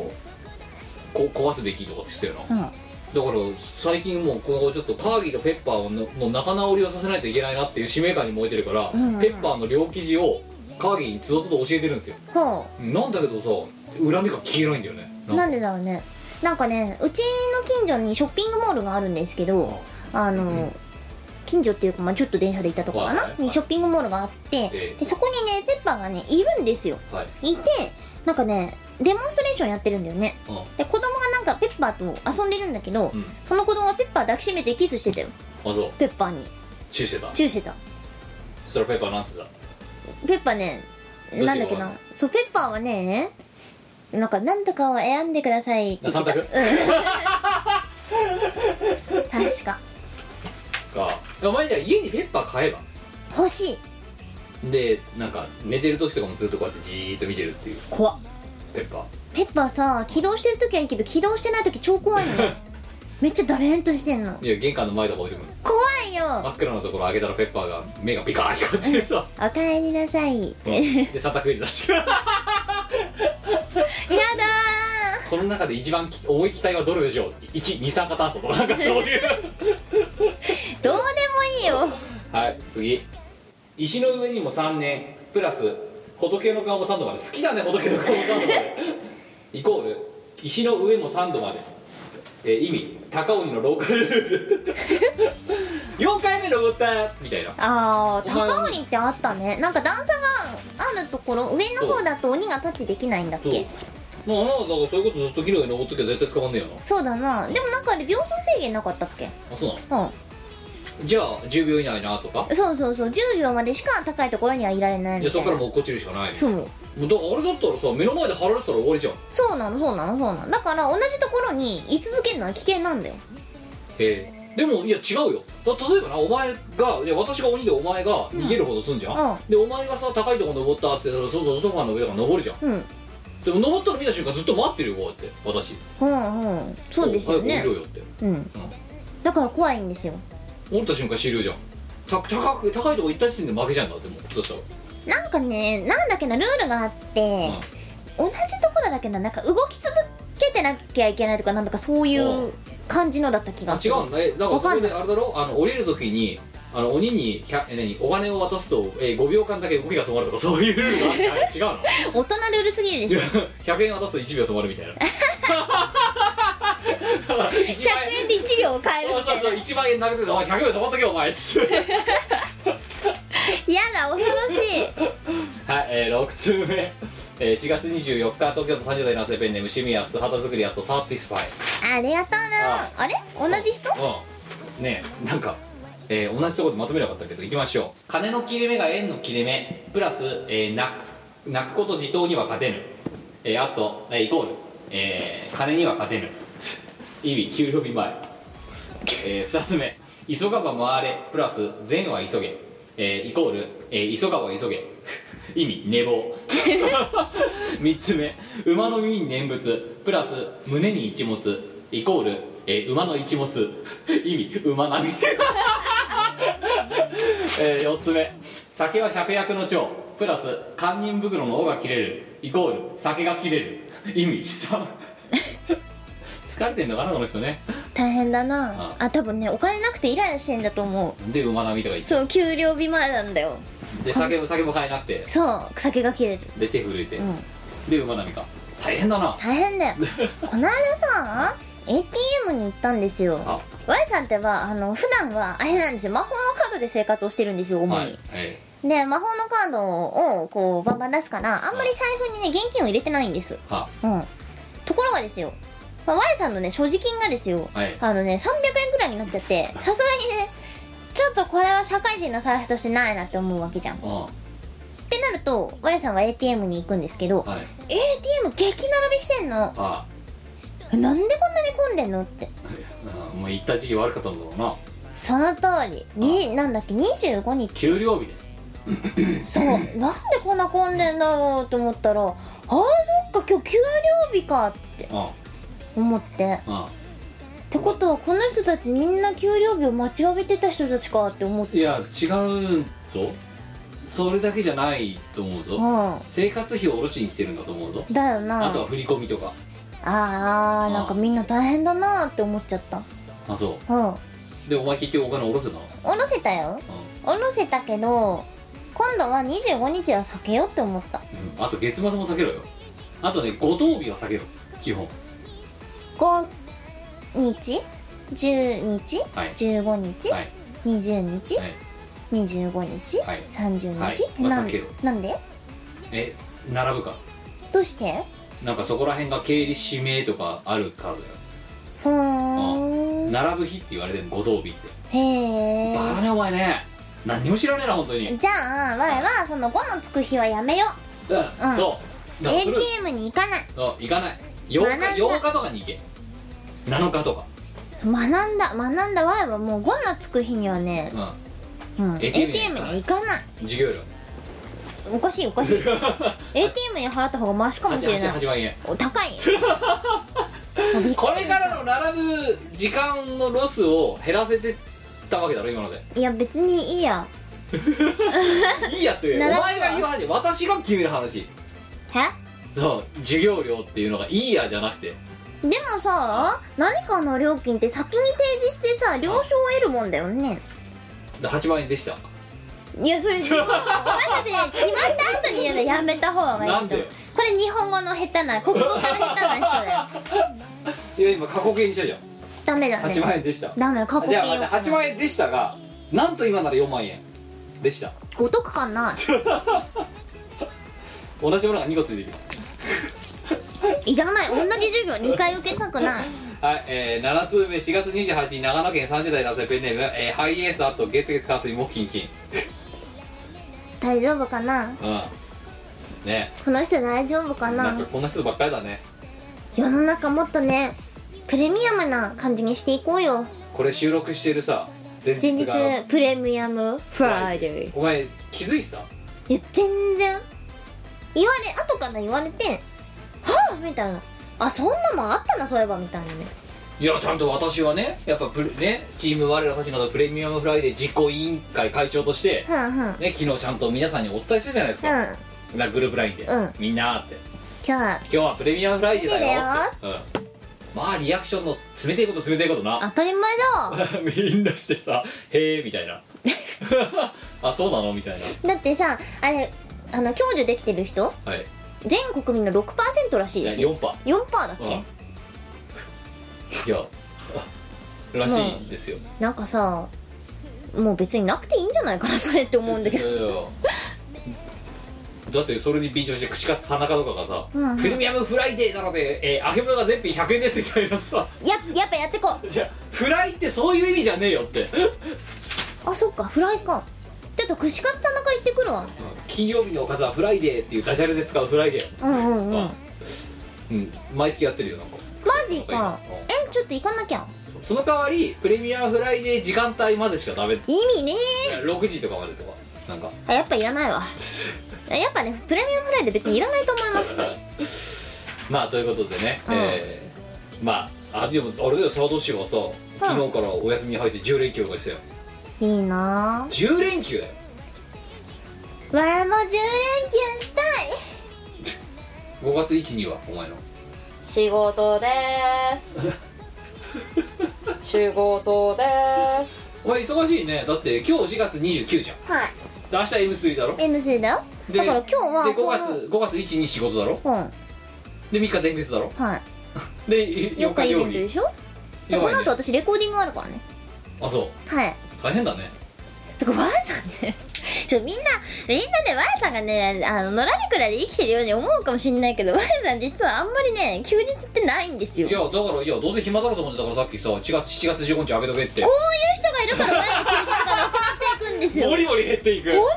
Speaker 1: こ壊すべきとかってしてるな、
Speaker 2: うん
Speaker 1: だから最近もうこうちょっとカーギーとペッパーをのの仲直りをさせないといけないなっていう使命感に燃えてるから、
Speaker 2: んうん
Speaker 1: ペッパーの両生地をカーギーにつどつど教えてるんですよ
Speaker 2: ほ
Speaker 1: なんだけどさ恨みが消えないんだよね
Speaker 2: うなんでだろうねなんかねうちの近所にショッピングモールがあるんですけどあの、近所っていうか、まあ、ちょっと電車で行ったとこか
Speaker 1: はい
Speaker 2: な
Speaker 1: はい
Speaker 2: にショッピングモールがあって
Speaker 1: ええ
Speaker 2: でそこにねペッパーがねいるんですよ
Speaker 1: はい、
Speaker 2: いてなんかねデモンストレーションやってるんだよね
Speaker 1: うん
Speaker 2: で子供がなんかペッパーと遊んでるんだけど、
Speaker 1: うん
Speaker 2: その子供がペッパー抱きしめてキスしてたよ
Speaker 1: あそう
Speaker 2: ペッパーに
Speaker 1: チューしてた
Speaker 2: チューしてた
Speaker 1: そしたらペッパーなんつってた
Speaker 2: ペッパーね
Speaker 1: どうしよう
Speaker 2: なんだっけなそうペッパーはねなんかなんとかを選んでくださいって言ってた
Speaker 1: あ三
Speaker 2: うん確か
Speaker 1: かお前じゃあ家にペッパー買えば
Speaker 2: 欲しい
Speaker 1: でなんか寝てる時とかもずっとこうやってじーっと見てるっていう
Speaker 2: 怖っ
Speaker 1: ペッパー
Speaker 2: ペッパーさ起動してる時はいいけど起動してない時超怖いの ねめっちゃだれんとしてんの
Speaker 1: いや玄関の前とか置いてくる
Speaker 2: 怖いよ
Speaker 1: 真っ暗なところ開けたらペッパーが目がピカー光ってさ
Speaker 2: おかえりなさいってや
Speaker 1: でサンタクイズ出して くる
Speaker 2: だ
Speaker 1: この中で一番き重い機体はどれでしょう1二酸化炭素とかなんかそういう
Speaker 2: ーどうでもいいよ
Speaker 1: はい次石の上にも3年プラス仏の顔も3度まで好きだね仏の顔も3度までイコール石の上も3度まで、えー意味高鬼のローカルルール4回目登ったみたいな
Speaker 2: あー
Speaker 1: 他に
Speaker 2: 高鬼ってあったねなんか段差があるところ上の方だと鬼がタッチできないんだっ
Speaker 1: そう
Speaker 2: け
Speaker 1: まあなんかそういうことずっと昨日に登っときゃ絶対捕まんねえよな
Speaker 2: そうだなでもなんかあれ秒数制限なかったっけ
Speaker 1: あそうなの
Speaker 2: う
Speaker 1: じゃあ10秒以内なとか
Speaker 2: んそうそうそう10秒までしか高いところにはいられない
Speaker 1: で
Speaker 2: み
Speaker 1: そ
Speaker 2: た
Speaker 1: っ
Speaker 2: い
Speaker 1: か
Speaker 2: な
Speaker 1: らもう落っこちるしかない
Speaker 2: そうそう
Speaker 1: もうだからあれだったらさ目の前で貼られてたら終わりじゃんへ
Speaker 2: なのそうなのそうなのだから同じところに居続けるのは危険なんだよ
Speaker 1: えでもいや違うよだ例えばなお前がで私が鬼でお前が逃げるほどすんじゃん、
Speaker 2: うん
Speaker 1: でお前がさ高いとこ登ったっつってそうそうソファーの上だから登るじゃん
Speaker 2: うん
Speaker 1: でも登ったの見た瞬間ずっと待ってるよこうやって私
Speaker 2: うんうんそうですよね
Speaker 1: 早く降りろよって
Speaker 2: うんだから怖いんですよ
Speaker 1: 降りた瞬間終了じゃんた高く高いとこ行った時点で負けじゃんだってもうそしたら
Speaker 2: なんかねなんだっけなルールがあって同じところだけどなんか動き続けてなきゃいけないとかなんだかそういう感じのだった気が
Speaker 1: あ
Speaker 2: す
Speaker 1: 違
Speaker 2: る
Speaker 1: うんだえだから
Speaker 2: わ
Speaker 1: そ
Speaker 2: か
Speaker 1: こ
Speaker 2: んな
Speaker 1: で
Speaker 2: い
Speaker 1: あれだろあの降りるときにあの鬼にひゃえ何お金を渡すと、えー、5秒間だけ動きが止まるとかそういうルールがあってあれ違う の
Speaker 2: 大人ルールすぎるで
Speaker 1: い
Speaker 2: し
Speaker 1: や
Speaker 2: ょ
Speaker 1: 100円渡すと1秒止まるみたいなだから1万
Speaker 2: 100
Speaker 1: 円
Speaker 2: 円で1秒を変える
Speaker 1: そう
Speaker 2: みた
Speaker 1: そう
Speaker 2: いな
Speaker 1: そう1万円投げてて「おい100秒止まっとけ お前」っつって
Speaker 2: 嫌だ恐ろしい
Speaker 1: はい、えー、6通目、えー、4月24日東京都30代男性ペンネーム趣味は素肌作りあとサーティスファイ
Speaker 2: ありがとう
Speaker 1: あ
Speaker 2: なあれ同じ人
Speaker 1: うんねえなんか、えー同じところでまとめなかったけどいきましょう金の切れ目が円の切れ目プラス、えー泣く泣くこと自頭には勝てぬ、えーあと、えーイコール、えー金には勝てぬ 意味給料日前、え2つ目急がば回れプラス善は急げ、えーイコール、えー急がば急げ 意味寝坊 3つ目馬の耳に念仏プラス胸に一物イコール、えー馬の一物 意味馬並み、 え4つ目酒は百薬の長プラス堪忍袋の尾が切れるイコール酒が切れる意味悲惨 疲れてんのかなこの人ね
Speaker 2: 大変だな
Speaker 1: あ
Speaker 2: あ多分ねお金なくてイライラしてんだと思
Speaker 1: で馬並みとか
Speaker 2: う
Speaker 1: 言って
Speaker 2: そう給料日前なんだよ
Speaker 1: で酒も酒も買えなくて
Speaker 2: そう酒が切れてる
Speaker 1: で手震えて、
Speaker 2: うん
Speaker 1: で馬並みか大変だな
Speaker 2: 大 変だよこの間さ ATM に行ったんですよ
Speaker 1: あ
Speaker 2: Y さんってはあの普段はあれなんですよ魔法のカードで生活をしてるんですよ主に、
Speaker 1: はい、え
Speaker 2: で魔法のカードをこうバンバン出すからあんまり財布にね現金を入れてないんです
Speaker 1: ーは
Speaker 2: うんところがですよ、まあ、Y さんのね所持金がですよ、
Speaker 1: はい
Speaker 2: あのね300円くらいになっちゃってさすがにねちょっとこれは社会人の財布としてないなって思うわけじゃんっ
Speaker 1: あ
Speaker 2: てなると我さんは ATM に行くんですけど
Speaker 1: あはい
Speaker 2: ATM 激並びしてんの
Speaker 1: あ
Speaker 2: えなんでこんなに混んでんのって
Speaker 1: あうんもう行った時期悪かったんだろうな
Speaker 2: その通りになんだっけ25日
Speaker 1: 給料日で
Speaker 2: そうなんでこんな混んでんだろうと思ったらあーそっか今日給料日かって
Speaker 1: あ
Speaker 2: 思って
Speaker 1: あああ
Speaker 2: ってことはこの人たちみんな給料日を待ちわびてた人たちかって思って
Speaker 1: いや違うぞそれだけじゃないと思うぞ、
Speaker 2: う
Speaker 1: 生活費を下ろしに来てるんだと思うぞ、
Speaker 2: んだよ
Speaker 1: あ
Speaker 2: な
Speaker 1: とは振り込みとか
Speaker 2: あーなんかみんな大変だなーって思っちゃった
Speaker 1: あそ
Speaker 2: うん
Speaker 1: うでお前結局お金下ろせたの
Speaker 2: 下ろせたよ下ろせたけど今度は25日は避けようって思った
Speaker 1: うん、あと月末も避けろよあとね五等日は避けろ基本
Speaker 2: 5日10日、
Speaker 1: はい
Speaker 2: 15日、
Speaker 1: はい
Speaker 2: 20日、
Speaker 1: はい
Speaker 2: 25日、
Speaker 1: はい
Speaker 2: 30日、
Speaker 1: はい
Speaker 2: えな
Speaker 1: まあ避けろ
Speaker 2: なんで
Speaker 1: え並ぶから
Speaker 2: どうして
Speaker 1: なんかそこら辺が経理指名とかあるからだよ
Speaker 2: ふーん
Speaker 1: 並ぶ日って言われてる五等日って
Speaker 2: へ
Speaker 1: バカだねお前ね何にも知らねえな本当に、
Speaker 2: えじゃあわいはその5のつく日はやめよ
Speaker 1: うん
Speaker 2: うん
Speaker 1: そうだからそれ
Speaker 2: ATM に行かない
Speaker 1: そう行かない8日
Speaker 2: 学んだ
Speaker 1: 8日とかに行け7日とか
Speaker 2: 学んだ学んだわいはもう5のつく日にはね、
Speaker 1: う
Speaker 2: うん、
Speaker 1: ATM に
Speaker 2: ATM には行かない
Speaker 1: ん授業料
Speaker 2: おかしいお かしい ATM に払った方がマシかもしれない
Speaker 1: 88万円
Speaker 2: お高いよもうびっくり
Speaker 1: これからの並ぶ時間のロスを減らせてったわけだろ今ので
Speaker 2: いや別にいいや
Speaker 1: いいやというお
Speaker 2: 並ぶわ
Speaker 1: 前が言う話私が決める話
Speaker 2: え
Speaker 1: そう授業料っていうのがいいやじゃなくて
Speaker 2: でもさ何かの料金って先に提示してさ了承を得るもんだよね
Speaker 1: で8万円でした
Speaker 2: いやそれ自分お前さて決まった後にやるやめた方がいいと
Speaker 1: なん
Speaker 2: 思
Speaker 1: で
Speaker 2: う
Speaker 1: よ
Speaker 2: これ日本語の下手な国語から下手な人 だよ
Speaker 1: いや今過去形にしたじゃん
Speaker 2: ダメだね
Speaker 1: 8万円でした
Speaker 2: ダメだ過去
Speaker 1: じ
Speaker 2: 形
Speaker 1: ゃあ待って8万円でしたがなんと今なら4万円でした
Speaker 2: お得感ない
Speaker 1: 同じものが2個ついてきる
Speaker 2: いらない同じ授業2回受けたくない
Speaker 1: はい、えー、7通目4月28日長野県30代男性ペンネーム、えーハイエースあと月月関水もキンキン
Speaker 2: 大丈夫かな
Speaker 1: うんね
Speaker 2: この人大丈夫か
Speaker 1: なん
Speaker 2: な
Speaker 1: かこんな人ばっかりだね
Speaker 2: 世の中もっとねプレミアムな感じにしていこうよ
Speaker 1: これ収録してるさ前
Speaker 2: 前
Speaker 1: 日
Speaker 2: 日
Speaker 1: が
Speaker 2: プレミアムフライデー
Speaker 1: お前気づいてた
Speaker 2: いや全然言われ後から言われて「はあ!」みたいな「あそんなもんあったなそういえば」みたいなね
Speaker 1: いやちゃんと私はねやっぱプレねチーム我らたちなどプレミアムフライデー実行委員会会長として、
Speaker 2: ふんふんうん
Speaker 1: ね、昨日ちゃんと皆さんにお伝えしたじゃないですか、
Speaker 2: 今
Speaker 1: なグループラインで、
Speaker 2: うん
Speaker 1: みんなーって
Speaker 2: 日は
Speaker 1: 今日はプレミアムフライデーだよ
Speaker 2: そ
Speaker 1: ってうん、まあリアクションの冷ていこと冷ていことな
Speaker 2: 当たり前だわ
Speaker 1: みんなしてさ「へえ」みたいな 「あそうなの?」みたい
Speaker 2: だってさあれあの享受できてる人
Speaker 1: なはい
Speaker 2: 全国民の6%らしい
Speaker 1: い
Speaker 2: で
Speaker 1: や
Speaker 2: すよ
Speaker 1: 4波
Speaker 2: 4%だっけ、
Speaker 1: いやあらしいんですよ、
Speaker 2: なんかさもう別になくていいんじゃないか なそれって思うんだけど
Speaker 1: いやいやいやだってそれに便乗して串カツ田中とかがさ「
Speaker 2: うんうん
Speaker 1: プレミアムフライデーなので、えー揚げ物が全品100円です」みたいなさ
Speaker 2: ややっぱやってこう
Speaker 1: じゃフライってそういう意味じゃねえよって
Speaker 2: あそっかフライかちょっと串カツ田中行ってくるわ
Speaker 1: 金曜日のおかずはフライデーっていうダジャレで使うフライデー、
Speaker 2: うんうんうん
Speaker 1: あうん、毎月やってるよなんか
Speaker 2: マジかえちょっと行かなきゃ
Speaker 1: その代わりプレミアムフライデー時間帯までしかダメ
Speaker 2: 意味ね
Speaker 1: 6時とかまでとかなんか
Speaker 2: ーあやっぱいらないわ やっぱねプレミアムフライで別にいらないと思います
Speaker 1: まあということでね、
Speaker 2: うん
Speaker 1: えーまああでもあれだよ佐渡市はさ昨日からお休みに入って10連休とかしてよ
Speaker 2: いいな
Speaker 1: 10連休だよ
Speaker 2: ぁわあもう10連休したい
Speaker 1: 5月1日はお前の
Speaker 6: 仕事でー す仕事でーす
Speaker 1: お前忙しいねだって今日4月29じゃん
Speaker 2: はい
Speaker 1: で明日 M3 だろ
Speaker 2: MC だよ
Speaker 1: で
Speaker 2: だから今日は
Speaker 1: で
Speaker 2: この
Speaker 1: 5月5月1日仕事だろ
Speaker 2: うん
Speaker 1: で3日電別だろ
Speaker 2: はい
Speaker 1: で
Speaker 2: 4
Speaker 1: 4
Speaker 2: 日
Speaker 1: 日
Speaker 2: イ
Speaker 1: 料
Speaker 2: ベント
Speaker 1: 理
Speaker 2: でしょでこ
Speaker 1: 弱い
Speaker 2: の
Speaker 1: ね
Speaker 2: 後私レコーディングあるからね
Speaker 1: あそう
Speaker 2: はい
Speaker 1: 大変だね
Speaker 2: だからワイさんね ちょみんなみんなねワイさんがねあののらりくらいで生きてるように思うかもしれないけどワイさん実はあんまりね休日ってないんですよ
Speaker 1: いやだからいやどうせ暇だろうと思ってたからさっきさ4月7月15日あげとけって
Speaker 2: こういう人がいるから前に休日がなですよ
Speaker 1: モリモリ減っていく
Speaker 2: 本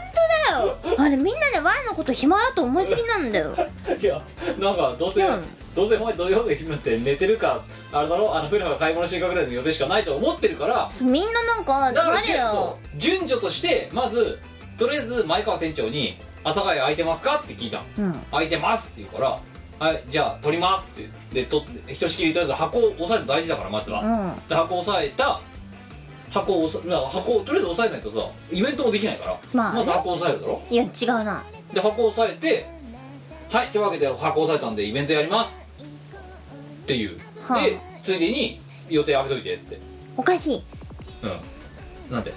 Speaker 2: 当だよあれみんなでワンのこと暇だと思いすぎなんだよ
Speaker 1: いやなんかどうせ
Speaker 2: そう
Speaker 1: どうせお前土曜日になって寝てるかあれだろあの船が買い物していくぐらいの予定しかないと思ってるから
Speaker 2: そうみんななんか
Speaker 1: だから
Speaker 2: 誰
Speaker 1: じゅ
Speaker 2: だよ
Speaker 1: そう順序としてまずとりあえず前川店長に「朝会空いてますか?」って聞いたの
Speaker 2: うん
Speaker 1: 空いてますって言うから「はいじゃあ取ります」ってでとひとしきりとりあえず箱を押さえるの大事だからまずは、
Speaker 2: うん
Speaker 1: で箱を押さえた箱を押さだから箱をとりあえず押さえないとさイベントもできないから、
Speaker 2: まあね
Speaker 1: ず箱を押さえるだろ
Speaker 2: いや違うな
Speaker 1: で箱を押さえて「はいというわけで箱を押さえたんでイベントやります」っていう、
Speaker 2: はあ
Speaker 1: でついでに予定開けといてって
Speaker 2: おかしい
Speaker 1: うんなんで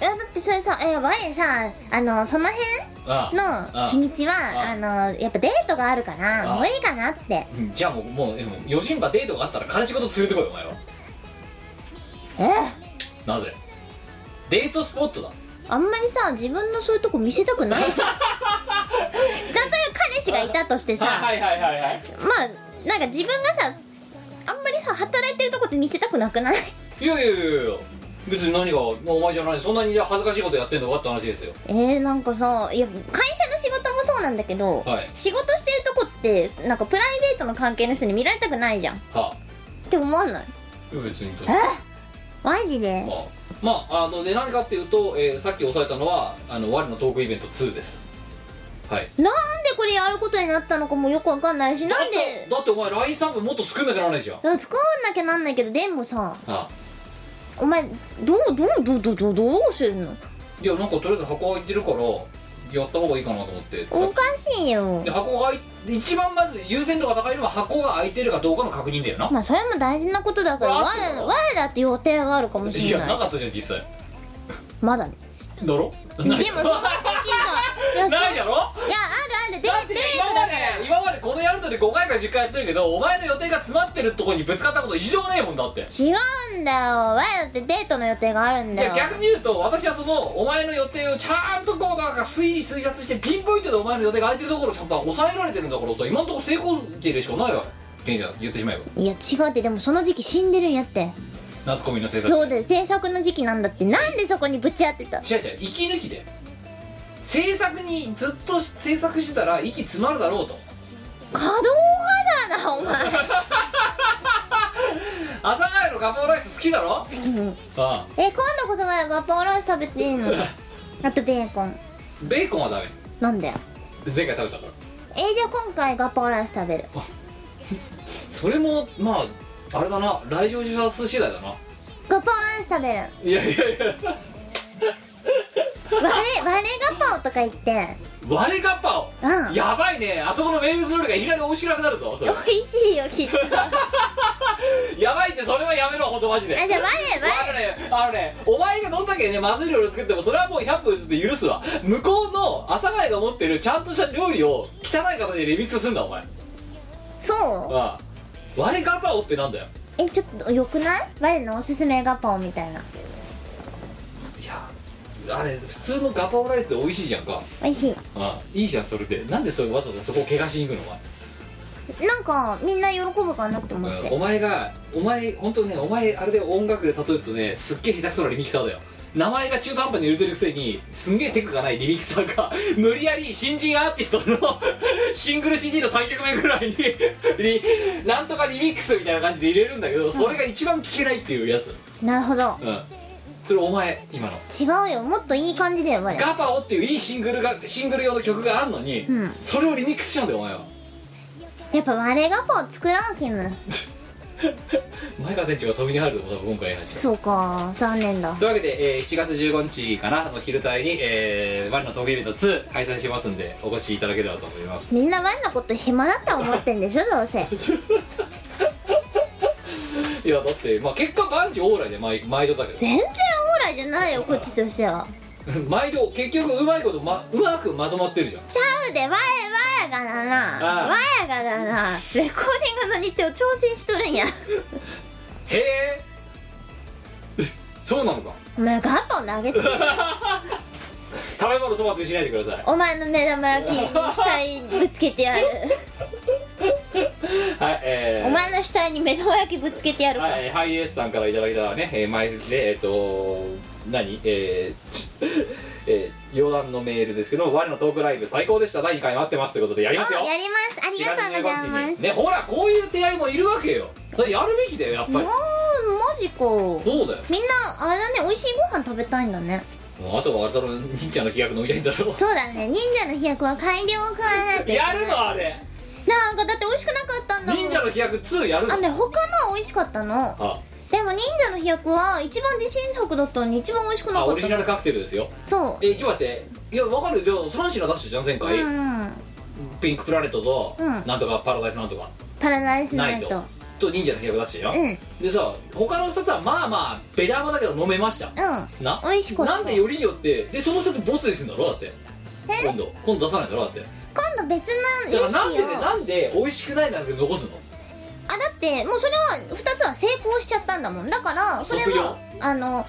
Speaker 2: いやだってそれさえ我さあのその辺
Speaker 1: ああ
Speaker 2: の日にちは
Speaker 1: あ
Speaker 2: あのやっぱデートがあるから
Speaker 1: あ
Speaker 2: もういいかなって
Speaker 1: うんじゃあもうもうでも余人場デートがあったら彼氏ごと連れてこいお前は
Speaker 2: え
Speaker 1: なぜデートスポットだ
Speaker 2: あんまりさ自分のそういうとこ見せたくない じゃんたとえ彼氏がいたとしてさ、
Speaker 1: いはいはいはい
Speaker 2: まあなんか自分がさあんまりさ働いてるとこって見せたくなくない
Speaker 1: いやいやいやいや別に何がお前じゃないそんなに恥ずかしいことやってんのかって話ですよ
Speaker 2: えー、なんかさいや会社の仕事もそうなんだけど、
Speaker 1: はい
Speaker 2: 仕事してるとこってなんかプライベートの関係の人に見られたくないじゃんっ
Speaker 1: はあ
Speaker 2: て思わない
Speaker 1: いや別にと
Speaker 2: マジで
Speaker 1: まあまあ、あので何かっていうと、えーさっき押さえたのはあの我のトークイベント2ですはい
Speaker 2: なんでこれやることになったのかもよくわかんないしなん
Speaker 1: だって
Speaker 2: で
Speaker 1: だってお前ラインサンプもっと作んなきゃならないじゃん
Speaker 2: うん作んなきゃなんないけどでもさ
Speaker 1: ああ
Speaker 2: お前どうどうどうどうどうどうするの
Speaker 1: いやなんかとりあえず箱開いてるからやった方がいいかなと思って
Speaker 2: おかしいよ
Speaker 1: で箱が開い一番まず優先度が高いのは箱が開いてるかどうかの確認だよな
Speaker 2: まあそれも大事なことだから
Speaker 1: こ
Speaker 2: 我
Speaker 1: れ合ってるの
Speaker 2: 我だって予定があるかも
Speaker 1: い
Speaker 2: しれ
Speaker 1: や
Speaker 2: な
Speaker 1: ないかったじゃん実際
Speaker 2: まだね
Speaker 1: だろで
Speaker 2: で
Speaker 1: も
Speaker 2: もそんな時さいやそ
Speaker 1: ないだろ
Speaker 2: いやあるあるで
Speaker 1: だって
Speaker 2: デ
Speaker 1: ね
Speaker 2: ー
Speaker 1: 今
Speaker 2: ト
Speaker 1: ま
Speaker 2: だ
Speaker 1: で今までこのやるとで5回か10回やってるけどお前の予定が詰まってるとこにぶつかったこと異常ねえもんだって
Speaker 2: 違うんだよ我だってデートの予定があるん
Speaker 1: い
Speaker 2: だよ
Speaker 1: や逆に言うと私はそのお前の予定をちゃんとこうなんか推理推察してピンポイントでお前の予定が空いてるところをちゃんと抑えられてるんだからさ今のところ成功事例しかないわけじゃん言ってしまえば
Speaker 2: いや違うってでもその時期死んでるんやって
Speaker 1: 夏コミの制作
Speaker 2: そうだよ制作の時期なんだってなんでそこにぶち当てた
Speaker 1: 違う違う息抜きで制作にずっと制作してたら息詰まるだろうと
Speaker 2: 稼働肌だ お前
Speaker 1: 朝ヶ谷のガパオライス好きだろ好きああ
Speaker 2: え今度こそはガパオライス食べていい のあとベーコン
Speaker 1: ベーコンはダメ
Speaker 2: なんだよ
Speaker 1: 前回食べたから
Speaker 2: えーじゃあ今回ガパオライス食べる
Speaker 1: それもまああれだな来場者数次第だな
Speaker 2: ガパオライス食べる
Speaker 1: いやいやいや
Speaker 2: 割れ割れガパオとか言って
Speaker 1: 割れガパオ、
Speaker 2: うん
Speaker 1: やばいねあそこの名物料理がいきなり美味しくなくなるぞそれ
Speaker 2: 美味しいよきっとあ
Speaker 1: やばいってそれはやめろ本当マジで
Speaker 2: じゃあ我我
Speaker 1: あのねあのねお前がどんだけねまずい料理を作ってもそれはもう100分ずって許すわ向こうの朝ヶ谷が持ってるちゃんとした料理を汚い形でリミックスすんだお前
Speaker 2: そう
Speaker 1: ああ割れガパオってなんだよ
Speaker 2: えちょっとよくない我のおすすめガパオみたいない
Speaker 1: やあれ普通のガパオライスで美味しいじゃんか
Speaker 2: 美味しい
Speaker 1: ああいいじゃんそれでなんでそれわざわざそこを怪我しに行くのお前
Speaker 2: なんかみんな喜ぶかなって思って
Speaker 1: お前がお前本当ねお前あれで音楽で例えるとねすっげえ下手くそなリミキサーだよ名前が中途半端に売れてるくせにすんげえテクがないリミキサーが 無理やり新人アーティストの シングル CD の3曲目ぐらいに リなんとかリミックスみたいな感じで入れるんだけどそれが一番聴けないっていうやつ
Speaker 2: なるほど
Speaker 1: うんそれお前今の
Speaker 2: 違うよもっといい感じだよ我
Speaker 1: ガパオっていういいシングルがシングル用の曲があるのに、
Speaker 2: うん
Speaker 1: それをリミックスしちゃうんだよお前は
Speaker 2: やっぱ我ガパオ作らんキム
Speaker 1: 前川店長が飛びに入ると思う多分今回の話
Speaker 2: そうか残念だ
Speaker 1: というわけで、えー7月15日かなの昼帯に、えー、ワンのトークイベント2開催しますんでお越しいただければと思います
Speaker 2: みんな我のこと暇だって思ってんでしょどうせ
Speaker 1: いやだって、まあ、結果万事オーライで毎毎度だけ
Speaker 2: 全然オーライじゃないよこっちとしては
Speaker 1: ど 毎度結局うまいこと、ま、うまくまとまってるじゃん
Speaker 2: ちゃうで我我がだ
Speaker 1: あ
Speaker 2: な
Speaker 1: あ
Speaker 2: 我がだなレコーディングの日程を挑戦しとるんや
Speaker 1: へえ そうなのか
Speaker 2: お前ガパオ投げつけ る
Speaker 1: 食べ物粗末にしないでください
Speaker 2: お前の目玉焼きに額ぶつけてやる
Speaker 1: はいえー
Speaker 2: お前の額に目玉焼きぶつけてやるか
Speaker 1: はい、ハイエースさんからいただいたね、えー、前で、えっ、と、何えー ちえー余談のメールですけども我のトークライブ最高でした第2回待ってますということでやりますよ
Speaker 2: おやりますありがとうござ
Speaker 1: 4
Speaker 2: い
Speaker 1: 月15
Speaker 2: ま
Speaker 1: 日に
Speaker 2: す
Speaker 1: ねほらこういう手合いもいるわけよそれやるべきだよやっぱ
Speaker 2: も
Speaker 1: り
Speaker 2: うマジか
Speaker 1: そうだよ
Speaker 2: みんなあれだね美味しいご飯食べたいんだね
Speaker 1: もうあとはあれだろ忍者の規約飲みたいんだろ
Speaker 2: そうだね忍者の飛躍は改良を加えないといけな
Speaker 1: や
Speaker 2: い
Speaker 1: るのあれ
Speaker 2: なんかだって美味しくなかったんだもん
Speaker 1: 忍者の規約2やるの
Speaker 2: あね他のは美味しかったの
Speaker 1: あ
Speaker 2: でも忍者の飛躍は一番自信作だったのに一番美味しくな
Speaker 1: あ
Speaker 2: か
Speaker 1: オ
Speaker 2: っ
Speaker 1: リ
Speaker 2: た
Speaker 1: ジナルカクテルですよ
Speaker 2: そ
Speaker 1: えちょっと待っていやわかるよ3品出したじゃん前
Speaker 2: う、
Speaker 1: 回、
Speaker 2: うん
Speaker 1: ピンクプラネットと、
Speaker 2: うん
Speaker 1: なんとかパラダイスなんとか
Speaker 2: パラダイス
Speaker 1: ナ
Speaker 2: ナ
Speaker 1: イ
Speaker 2: イ
Speaker 1: ト
Speaker 2: ト
Speaker 1: と忍者の規約出したよ、
Speaker 2: うんうん
Speaker 1: でさ他の2つはまあまあベラーマだけど飲めましたな
Speaker 2: 美味しかった
Speaker 1: なんでよりによってでその2つボツにするんだろだって今度今度出さないんだろだって
Speaker 2: 今度別
Speaker 1: だ
Speaker 2: の
Speaker 1: か
Speaker 2: レ
Speaker 1: ら
Speaker 2: シピ
Speaker 1: な
Speaker 2: を
Speaker 1: んでねなんで美味しくないなんて残すの
Speaker 2: あだってもうそれは2つは成功しちゃったんだもんだからそれ
Speaker 1: 卒業
Speaker 2: はあの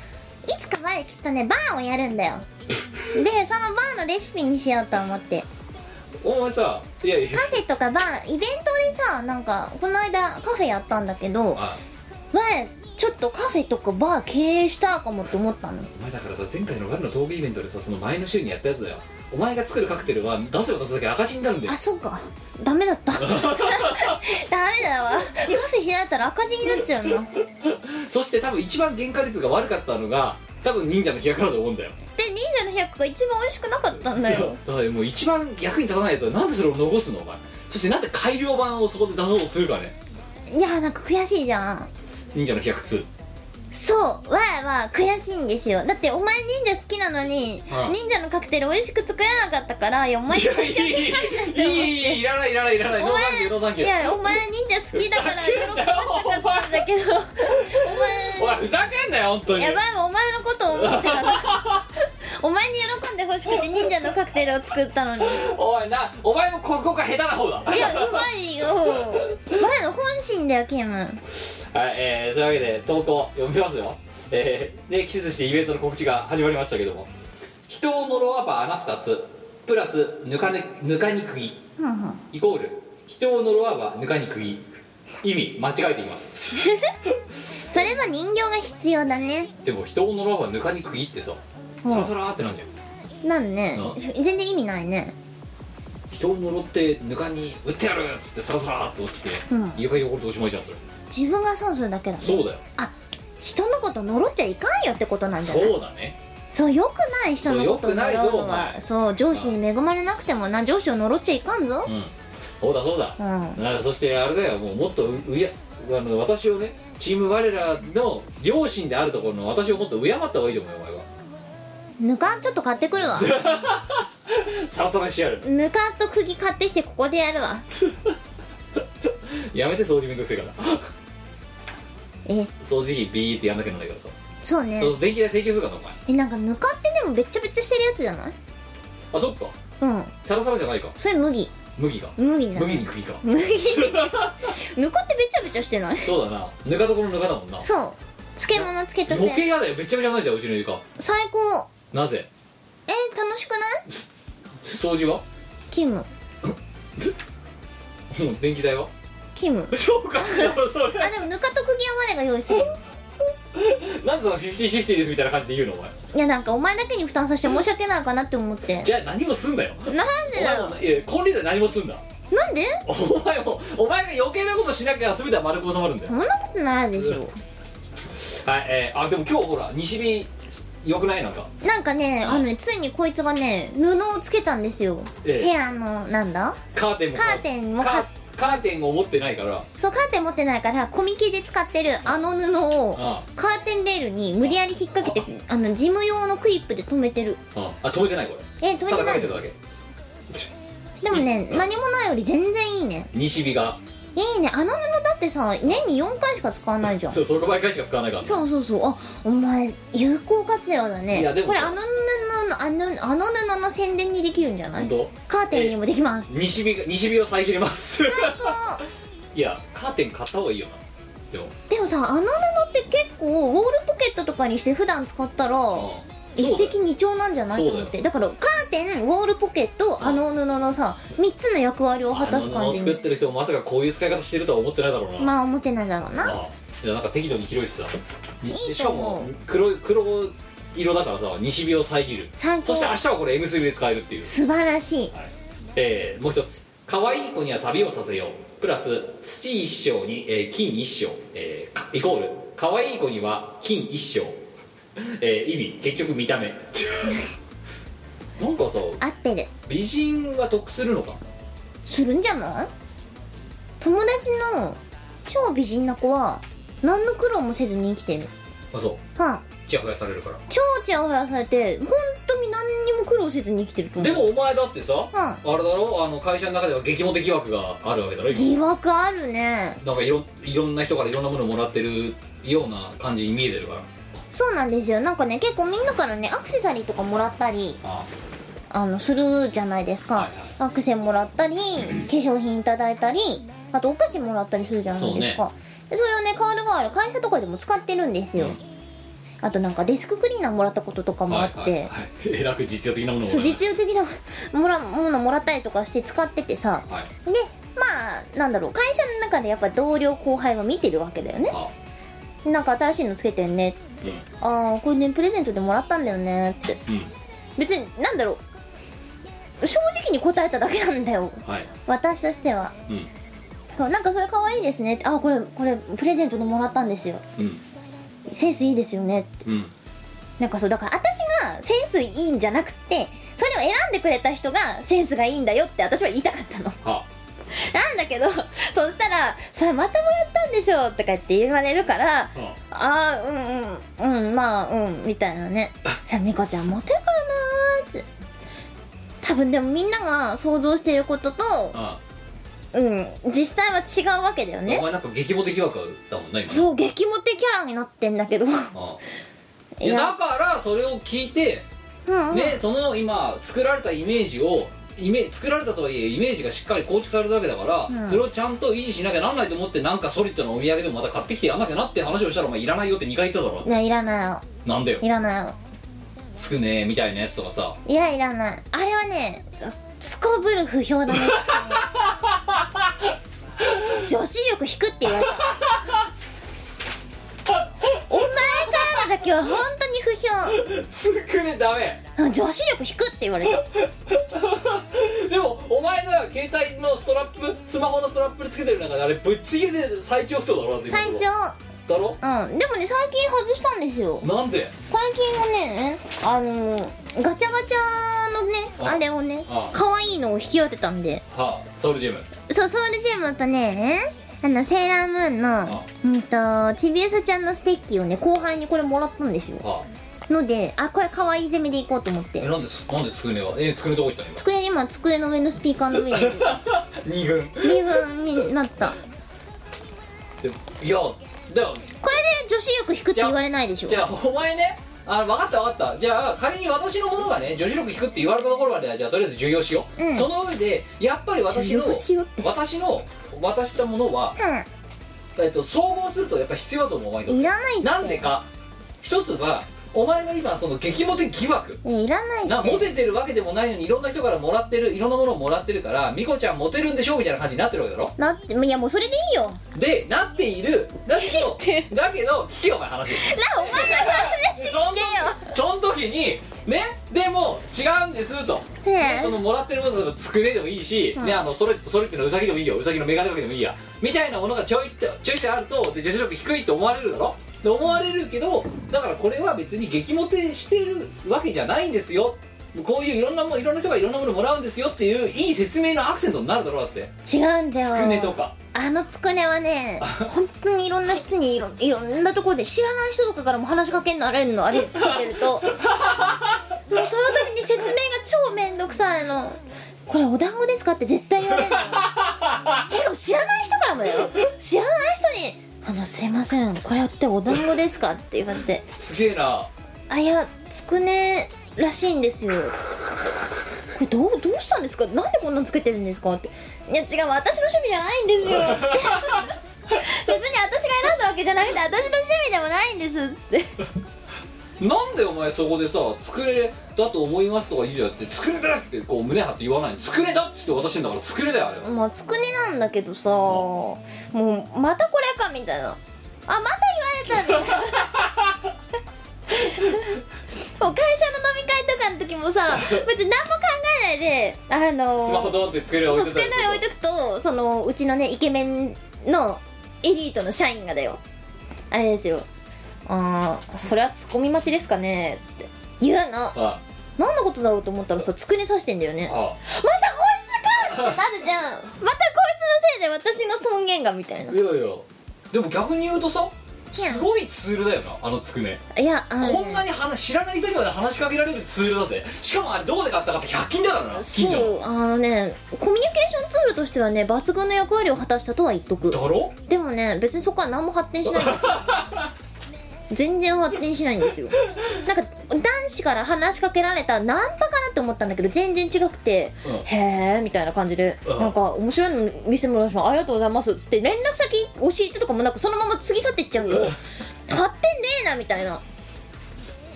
Speaker 2: いつか前きっとねバーをやるんだ よでそのバーのレシピにしようと思って
Speaker 1: お前さいやいや
Speaker 2: カフェとかバーイベントでさなんかこの間カフェやったんだけど
Speaker 1: あ
Speaker 2: 前ちょっとカフェとかバー経営したかもって思ったの
Speaker 1: お前だからさ前回の我のトークイベントでさその前の週にやったやつだよお前が作るカクテルは出せば出すだけ赤字になるんだよ
Speaker 2: あそっかダメだった ダメだわカフェ開いたら赤字になっちゃうので
Speaker 1: そして多分一番原価率が悪かったのが多分忍者の日焼だと思うんだよ
Speaker 2: 忍者の100が一番美味しくなかったんだよ
Speaker 1: だからもう一番役に立たないやつはなんでそれを残すのお前そしてなんで改良版をそこで出そうとするかね
Speaker 2: いやなんか悔しいじゃん
Speaker 1: 忍者の日焼2
Speaker 2: そうわーは悔しいんですよだってお前忍者好きなのに、
Speaker 1: はい
Speaker 2: 忍者のカクテル美味しく作れなかったからいやお前
Speaker 1: い
Speaker 2: に申
Speaker 1: やい
Speaker 2: し訳ないなっ
Speaker 1: い
Speaker 2: て
Speaker 1: いい
Speaker 2: 思って
Speaker 1: いいらないいらないいらない
Speaker 2: お
Speaker 1: ノーサンキューノーサン
Speaker 2: 前
Speaker 1: キュ
Speaker 2: い
Speaker 1: ー
Speaker 2: やお前忍者好きだから喜ばしたかったんだけどお前
Speaker 1: おいふざけんなよ本当に
Speaker 2: やばいわお前のことを思ってたのお前に喜んでほしくて忍者のカクテルを作ったのにい
Speaker 1: おいなお前もここが下手な方だ
Speaker 2: やうまいよ前の本心だよキム
Speaker 1: はい、えー、というわけで投稿読みますよ、えー、で季節してイベントの告知が始まりましたけども人を呪わば穴二つプラスぬか,、ね、ぬかに釘イコール人を呪わばぬかに釘意味間違えています
Speaker 2: それは人形が必要だね
Speaker 1: でも人を呪わばぬかに釘ってさサラサラーってなんじゃん
Speaker 2: なんね
Speaker 1: あ
Speaker 2: 全然意味ないね
Speaker 1: 人を呪ってぬかに打ってやるっつってサラサラーって落ちて、
Speaker 2: うん
Speaker 1: 家が汚れておしまいじゃんそれ
Speaker 2: 自分が損するだけだね
Speaker 1: そうだよ
Speaker 2: 人のこと呪っちゃいかんよってことなんじゃない
Speaker 1: そうだね
Speaker 2: そうよくない人のことを
Speaker 1: そう良くないぞ
Speaker 2: 呪うの
Speaker 1: お
Speaker 2: は
Speaker 1: 前
Speaker 2: そう上司に恵まれなくてもな上司を呪っちゃいかんぞ
Speaker 1: うんそうだそうだ、
Speaker 2: うん
Speaker 1: なそしてあれだよもうもっとううやあの私をねチーム我らの両親であるところの私をもっと敬った方がいいと思うよお前は
Speaker 2: ぬかちょっと買って くるわ
Speaker 1: さらさらにしてやる
Speaker 2: ぬかと釘買ってきてここでやるわ
Speaker 1: やめて掃除めんどくせえから
Speaker 2: え
Speaker 1: 掃除機ビーってやんなきゃなんだけどさ、
Speaker 2: そうね
Speaker 1: そう電気代請求するからなお前
Speaker 2: えなんかぬかってでもべっちゃべっちゃしてるやつじゃない
Speaker 1: あそっか
Speaker 2: うん
Speaker 1: さらさらじゃないか
Speaker 2: それ麦
Speaker 1: 麦が
Speaker 2: 麦だ
Speaker 1: 麦に釘か
Speaker 2: 麦ぬかってべっちゃべちゃしてない
Speaker 1: そうだなぬか床のぬかだもんな
Speaker 2: そう漬物つけとく
Speaker 1: 余計やだよめちゃめちゃないじゃんうちの床
Speaker 2: 最高
Speaker 1: なぜ
Speaker 2: え楽しくない
Speaker 1: 掃除は
Speaker 2: キム
Speaker 1: もう電気代は
Speaker 2: キム
Speaker 1: そうかしらそれ
Speaker 2: あでもぬかと釘は我が用意する
Speaker 1: なんでその50-50ですみたいな感じで言うのお前
Speaker 2: いやなんかお前だけに負担させて申し訳ないかなって思って
Speaker 1: じゃあ何もすんなよ
Speaker 2: なんでだ
Speaker 1: お
Speaker 2: よ
Speaker 1: 前もいや金輪際何もすんだ
Speaker 2: なんで
Speaker 1: お前もお前が余計なことしなきゃ全ては丸く収まるんだよ
Speaker 2: そんなことないでしょ
Speaker 1: はいえー、あでも今日ほら西日よくないなんか
Speaker 2: なんかねあのねついにこいつがね布をつけたんですよ部
Speaker 1: ええ
Speaker 2: 屋のなんだ
Speaker 1: カーテンも買う
Speaker 2: カーテンも
Speaker 1: カ
Speaker 2: 買
Speaker 1: ー
Speaker 2: っ
Speaker 1: カーテンを持ってないから
Speaker 2: そうカーテン持ってないからコミケで使ってるあの布を
Speaker 1: あ
Speaker 2: カーテンレールに無理やり引っ掛けてあの事務用のクリップで止めてる
Speaker 1: ああ止めてないこれ
Speaker 2: え止め
Speaker 1: た
Speaker 2: て
Speaker 1: だ
Speaker 2: な
Speaker 1: 書
Speaker 2: い
Speaker 1: いてるだけ
Speaker 2: でもね
Speaker 1: うん
Speaker 2: 何もないより全然いいね
Speaker 1: 西日が
Speaker 2: いいねあの布だってさ年に4回しか使わないじゃん
Speaker 1: そうその倍回しか使わないから
Speaker 2: そうそうそうあお前有効活用だね
Speaker 1: いやでも
Speaker 2: これあの布のあのあの布の宣伝にできるんじゃない
Speaker 1: 本当
Speaker 2: カーテンにもできます
Speaker 1: 西日が西日を遮ります
Speaker 2: こ
Speaker 1: いやカーテン買った方がいいよなでも
Speaker 2: うでもさあの布って結構ウォールポケットとかにして普段使ったら
Speaker 1: うん
Speaker 2: 一
Speaker 1: そうだよ
Speaker 2: 石二鳥なんじゃな
Speaker 1: そう
Speaker 2: いと
Speaker 1: だよ
Speaker 2: 思ってだからカーテンウォールポケット
Speaker 1: ん
Speaker 2: あの布のさ3つの役割を果たす
Speaker 1: あ
Speaker 2: 感
Speaker 1: の
Speaker 2: じ
Speaker 1: 作っ
Speaker 2: に
Speaker 1: てる人もまさかこういう使い方してるとは思ってないだろうな
Speaker 2: まあ思ってないだろうな
Speaker 1: ああいやなんか適度に広いしさい
Speaker 2: い
Speaker 1: し
Speaker 2: と
Speaker 1: か
Speaker 2: 思う
Speaker 1: も黒い黒色だからさ西日を遮る
Speaker 2: 最
Speaker 1: そ
Speaker 2: 高
Speaker 1: して明日はこれ M3 で使えるっていう
Speaker 2: 素晴らしい
Speaker 1: えーもう一つ可愛い子には旅をさせようプラス土一升に、えー金一升、えーかイコール可愛い子には金一升、えー意味結局見た目 なんかさ
Speaker 2: 合ってる
Speaker 1: 美人が得するのか
Speaker 2: するんじゃない友達の超美人な子は何の苦労もせずに生きてる
Speaker 1: あそう
Speaker 2: はあ
Speaker 1: チヤホヤされるから
Speaker 2: 超チヤホヤされて本当に何にも苦労せずに生きてると思う
Speaker 1: でもお前だってさ、
Speaker 2: ん
Speaker 1: あれだろあの会社の中では激モテ疑惑があるわけだろ今
Speaker 2: 疑惑あるね
Speaker 1: なんかいろいろんな人からいろんなものをもらってるような感じに見えてるから
Speaker 2: そうなんですよなんかね結構みんなからねアクセサリーとかもらったり
Speaker 1: あ
Speaker 2: あのするじゃないです
Speaker 1: はい
Speaker 2: か
Speaker 1: はい
Speaker 2: アクセもらったり化粧品いただいたりあとお菓子もらったりするじゃないですかでそれをねカールガール会社とかでも使ってるんですよ、
Speaker 1: うん
Speaker 2: あとなんかデスククリーナーもらったこととかもあって、
Speaker 1: はいはいはい、えらく実用的なものをもらえ
Speaker 2: そう
Speaker 1: た
Speaker 2: 実用的なもらものもらったりとかして使っててさ
Speaker 1: はい
Speaker 2: でまあなんだろう会社の中でやっぱ同僚後輩は見てるわけだよね
Speaker 1: あ
Speaker 2: なんか新しいのつけてんね
Speaker 1: うん
Speaker 2: ああこれねプレゼントでもらったんだよねって
Speaker 1: うん
Speaker 2: 別になんだろう正直に答えただけなんだよ
Speaker 1: はい
Speaker 2: 私としては
Speaker 1: うん
Speaker 2: そうなんかそれ可愛いですねってあこれこれプレゼントでもらったんですよ
Speaker 1: うん
Speaker 2: センスいいですよねって
Speaker 1: うん
Speaker 2: なんかそうだから私がセンスいいんじゃなくてそれを選んでくれた人がセンスがいいんだよって私は言いたかったの
Speaker 1: は
Speaker 2: なんだけど そしたら「それまたもらったんでしょ」とか言って言われるから
Speaker 1: あは
Speaker 2: あーうんうんうんまあうんみたいな ねさあみこちゃんモテるかなーって多分でもみんなが想像していることと
Speaker 1: あ
Speaker 2: うん実際は違うわけだよ
Speaker 1: あお
Speaker 2: ね
Speaker 1: 前なんか激モテ疑惑だもんな今う
Speaker 2: そう激モテキャラになってんだけど
Speaker 1: ああい
Speaker 2: い
Speaker 1: や
Speaker 2: や
Speaker 1: だからそれを聞いて
Speaker 2: うんうん
Speaker 1: ねその今作られたイメージをイメ作られたとはいえイメージがしっかり構築されたわけだから、
Speaker 2: うん
Speaker 1: それをちゃんと維持しなきゃなんないと思ってなんかソリッドなお土産でもまた買ってきてやんなきゃなって話をしたらお前いらないよって2回言っただろ
Speaker 2: ねいらないよ
Speaker 1: なんだよ
Speaker 2: いらないよ
Speaker 1: つくねーみたいなやつとかさ
Speaker 2: いやいらないあれはねすこぶる不評 だね女子力低って言われたお前からだけは本当に不評
Speaker 1: つくねダメ
Speaker 2: 女子力低って言われ た
Speaker 1: でもお前の携帯のストラップスマホのストラップつけてる中であれぶっちぎりで最長不当だろだって今の
Speaker 2: 最
Speaker 1: とこ
Speaker 2: 長
Speaker 1: だろ
Speaker 2: うんでもね最近外したんですよ
Speaker 1: なんで
Speaker 2: 最近はねあのーガチャガチャのね
Speaker 1: あ
Speaker 2: あれをね
Speaker 1: あ
Speaker 2: 可愛いのを引き当てたんで
Speaker 1: はあ、ソウルジム
Speaker 2: そうソウルジェムとねあのセーラームーンの
Speaker 1: あ
Speaker 2: うんとちびうさちゃんのステッキをね後輩にこれもらったんですよ
Speaker 1: はあ、
Speaker 2: のであこれ可愛い攻めでいこうと思っ
Speaker 1: え
Speaker 2: て
Speaker 1: なんですなんでつくねはえつくねどこ行ったの今
Speaker 2: 机今机の上のスピーカー の上に
Speaker 1: 二軍
Speaker 2: リ分になった
Speaker 1: でいやでも
Speaker 2: これで女子力低って言われないでしょ
Speaker 1: じゃあお前ねあ分かった分かったじゃあ仮に私のものがね女子力低くって言われたところまではじゃあとりあえず重要しよう、
Speaker 2: うん
Speaker 1: その上でやっぱり私の
Speaker 2: 重要しようって
Speaker 1: 私の渡したものは、えっと、総合するとやっぱ必要だと思うお前にとっ
Speaker 2: い
Speaker 1: て
Speaker 2: らないって
Speaker 1: なんでか一つはお前が今その激モテ疑惑
Speaker 2: えいらない
Speaker 1: な
Speaker 2: って
Speaker 1: モテてるわけでもないのにいろんな人からもらってるいろんなものをもらってるからミコちゃんモテるんでしょみたいな感じになってるわけだろ
Speaker 2: なっていやもうそれでい いよ
Speaker 1: でなっているだけ どだけど聞けよお前話
Speaker 2: なお前の話
Speaker 1: そんその時にねでも違うんですと、
Speaker 2: ねえ
Speaker 1: でそのもらってるものつくねでもいいし、ね、あのそれそれってのはウサギでもいいよウサギのメガネかけでもいいやみたいなものがちょいってちょいってあるとで女子力低いと思われるだろで思われるけどだからこれは別に激モテしてるわけじゃないんですよこういういろんなもんいろんな人がいろんなものもらうんですよっていういい説明のアクセントになるだろうだって
Speaker 2: 違うんだよ
Speaker 1: つくねとか
Speaker 2: あのつくねは ね本当にいろんな人にいろいろんなところで知らない人とかからも話しかけんのあれのあれつけて るともうその度に説明が超めんどくさいのこれお団子ですかって絶対言われるの よしかも知らない人からもだよ知らない人に「あのすいませんこれってお団子ですか?」って言われて
Speaker 1: すげえな
Speaker 2: あいやつくねらしいんですよこれどうどうしたんですかなんでこんなのつけてるんですかっていや違う私の趣味じゃないんですよって 別に私が選んだわけじゃなくて私の趣味でもないんですつって
Speaker 1: なんでお前そこでさ「作れだと思います」とか言うじゃんって「作れです!」ってこう胸張って言わないの「作れだ!」っつって渡してんだから作れだよあれは
Speaker 2: まあつくねなんだけどさもうまたこれか みたいなあまた言われたみたいもう会社の飲み会とかの時もさ別に何も考えないであの
Speaker 1: スマホドーンって机の上
Speaker 2: そ
Speaker 1: に
Speaker 2: う
Speaker 1: 置いて
Speaker 2: 机
Speaker 1: た
Speaker 2: の上に置いとくとそのうちのねイケメンのエリートの社員がだよあれですよああそれはツッコミ待ちですかねって言うの
Speaker 1: あ
Speaker 2: 何のことだろうと思ったらさ机に刺してんだよね
Speaker 1: あ
Speaker 2: またこいつかってなるじゃんまたこいつのせいで私の尊厳がみたいない
Speaker 1: やいやでも逆に言うとさすごいツールだよなあのつくね
Speaker 2: いやあのね
Speaker 1: こんなに話知らない人にまで話しかけられるツールだぜしかもあれどこで買ったかって100均だからな近所の
Speaker 2: そうあのねコミュニケーションツールとしてはね抜群の役割を果たしたとは言っとく
Speaker 1: だろ
Speaker 2: でもね別にそこは何も発展しないん ですよ全然発展しないんですよなんか男子から話しかけられたナンパかなって思ったんだけど全然違くて、
Speaker 1: うん
Speaker 2: へえみたいな感じで、
Speaker 1: うん
Speaker 2: なんか面白いの見せてもらいましたありがとうございますっつって連絡先教えてとかもなくそのまま過ぎ去ってっちゃうよ発展ねえなみたいな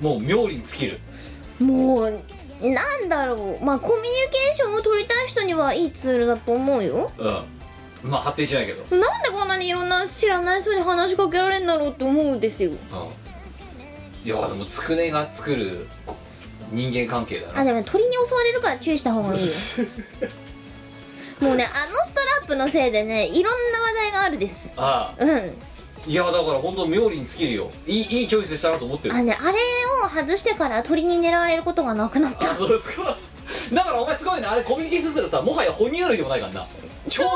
Speaker 1: もう妙に尽きる
Speaker 2: もうなんだろうまあコミュニケーションを取りたい人にはいいツールだと思うよ
Speaker 1: うんまあ発展しないけど、
Speaker 2: なんでこんなにいろんな知らない人に話しかけられるんだろうと思うんですよ
Speaker 1: いやでもつくねが作る人間関係だ
Speaker 2: あ
Speaker 1: な
Speaker 2: でも鳥に襲われるから注意した方がいいよもうねあのストラップのせいでねいろんな話題があるです
Speaker 1: ああ
Speaker 2: うん
Speaker 1: いやだから本当妙に尽きるよいいいいチョイスしたなと思ってる
Speaker 2: あねあれを外してから鳥に狙われることがなくなっ
Speaker 1: あ
Speaker 2: た
Speaker 1: そうですかだからお前すごいねあれコミュニティするさもはや哺乳類でもないからな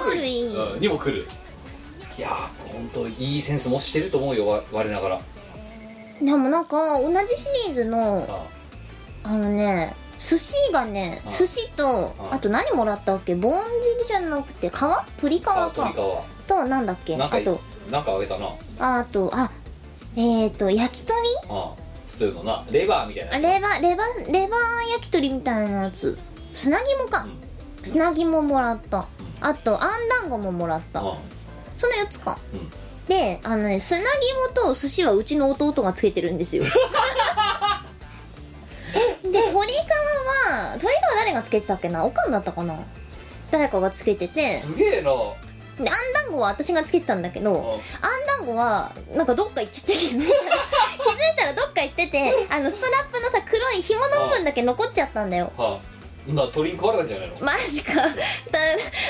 Speaker 2: 鳥類に
Speaker 1: うんにも来るいやー本当いいセンスもしてると思うよわ我ながらあ
Speaker 2: でもなんか同じシリーズの
Speaker 1: あ
Speaker 2: あのね寿司がね寿司と
Speaker 1: あ
Speaker 2: あと何もらったっけボン尻じゃなくて皮プリ皮
Speaker 1: あ
Speaker 2: か
Speaker 1: 鳥川
Speaker 2: となんだっけ
Speaker 1: な
Speaker 2: あ
Speaker 1: んか
Speaker 2: と
Speaker 1: なんかあげたな
Speaker 2: あとあえっ、ー、と焼き鳥
Speaker 1: あ普通のなレバーみたいな
Speaker 2: あレバレバレバー焼き鳥みたいなやつ砂肝か砂肝もらったあとあん団子ももらった
Speaker 1: あ
Speaker 2: その4つか
Speaker 1: うん
Speaker 2: であのね砂肝と寿司はうちの弟がつけてる んですよで鳥皮は鳥皮誰がつけてたっけなおかんだったかな誰かがつけてて
Speaker 1: すげえな
Speaker 2: であん団子は私がつけてたんだけどあん団子はなんかどっか行っちゃって気づいたら気づいたらどっか行っててあのストラップのさ黒い紐の部分だけ残っちゃったんだよ
Speaker 1: はあな鳥に食われたんじゃないの
Speaker 2: マジかだ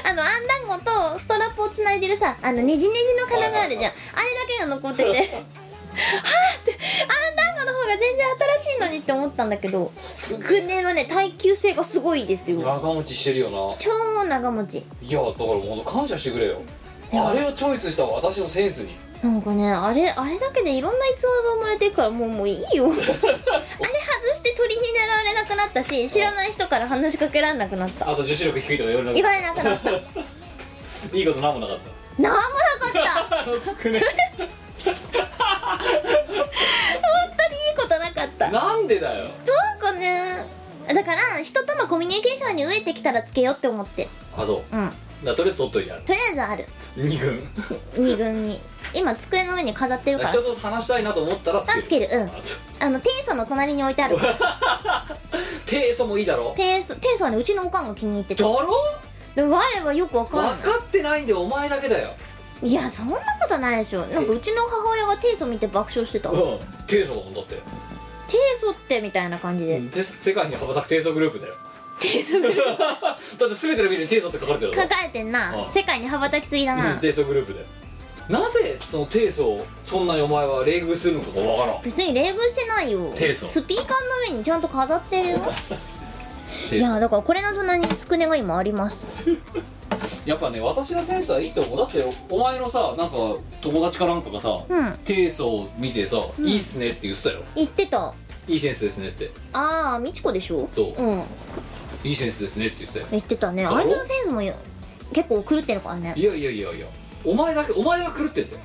Speaker 2: あのあん団子とストラップをつないでるさあのねじねじの金があるじゃんあれだけが残っててはあってあん団子の方が全然新しいのにって思ったんだけどつくねのね耐久性がすごいですよ
Speaker 1: 長持ちしてるよな
Speaker 2: 超長持ち
Speaker 1: いやだからもうほんと感謝してくれよあれをチョイスした私のセンスに
Speaker 2: なんかねあれあれだけでいろんな逸話が生まれてるからもうもういいよあれ外して鳥に狙われなくなったし知らない人から話しかけられなくなった
Speaker 1: あと女子力低いとか言われな
Speaker 2: 言
Speaker 1: か
Speaker 2: われなく なったなんも
Speaker 1: ったいいことなんもなかっ
Speaker 2: なかった
Speaker 1: たあのつ くね
Speaker 2: 本当にいいことなかった
Speaker 1: なんでだよ
Speaker 2: なんかねだから人とのコミュニケーションに飢えてきたらつけようって思って
Speaker 1: あそう
Speaker 2: うん
Speaker 1: だからとりあえず取っといてある
Speaker 2: とりあえずある
Speaker 1: 二軍
Speaker 2: 2軍に今机の上に飾ってるから
Speaker 1: 人と話したいなと思ったらつ
Speaker 2: あつけ
Speaker 1: ける
Speaker 2: るうん
Speaker 1: あそう
Speaker 2: あのテイソの隣に置いてあるから
Speaker 1: 低層もいいだろ
Speaker 2: テイソテイソはねうちのおかんが気に入って
Speaker 1: だ
Speaker 2: た
Speaker 1: ろ
Speaker 2: でも我はよくわ
Speaker 1: 分
Speaker 2: かんない
Speaker 1: かってないんでお前だけだよ
Speaker 2: いやそんなことないでしょなんかうちの母親がテイソ見て爆笑してたテ
Speaker 1: うん低層だもんだって
Speaker 2: イソってみたいな感じで、
Speaker 1: で世界に羽ばたく低層グループだよ
Speaker 2: テイソ が
Speaker 1: だって全てのビルに低層って書かれてるだ
Speaker 2: 書
Speaker 1: ろ
Speaker 2: かれてんな
Speaker 1: あ
Speaker 2: 世界に羽ばたきすぎだ
Speaker 1: うん
Speaker 2: な
Speaker 1: 低層グループだよなぜその低層をそんなにお前は冷遇するのかがわからん
Speaker 2: 別に冷遇してないよ
Speaker 1: テイソ
Speaker 2: スピーカーの上にちゃんと飾ってるよい
Speaker 1: や
Speaker 2: やだからこれの隣につくねが今あります
Speaker 1: やっぱね私のセンスはいいと思うだってお前のさなんか友達かなんかがさ、
Speaker 2: うん
Speaker 1: 低層を見てさ、いいっすねって言ってたよ
Speaker 2: 言ってた
Speaker 1: いいセンスですねって
Speaker 2: ああみちこでしょ
Speaker 1: そう
Speaker 2: うん
Speaker 1: いいセンスですねって言ってたよ
Speaker 2: 言ってたね
Speaker 1: そう
Speaker 2: あいつのセンスもよ結構狂ってるからね
Speaker 1: いやいやいやいやお前だけお前が狂ってんだよ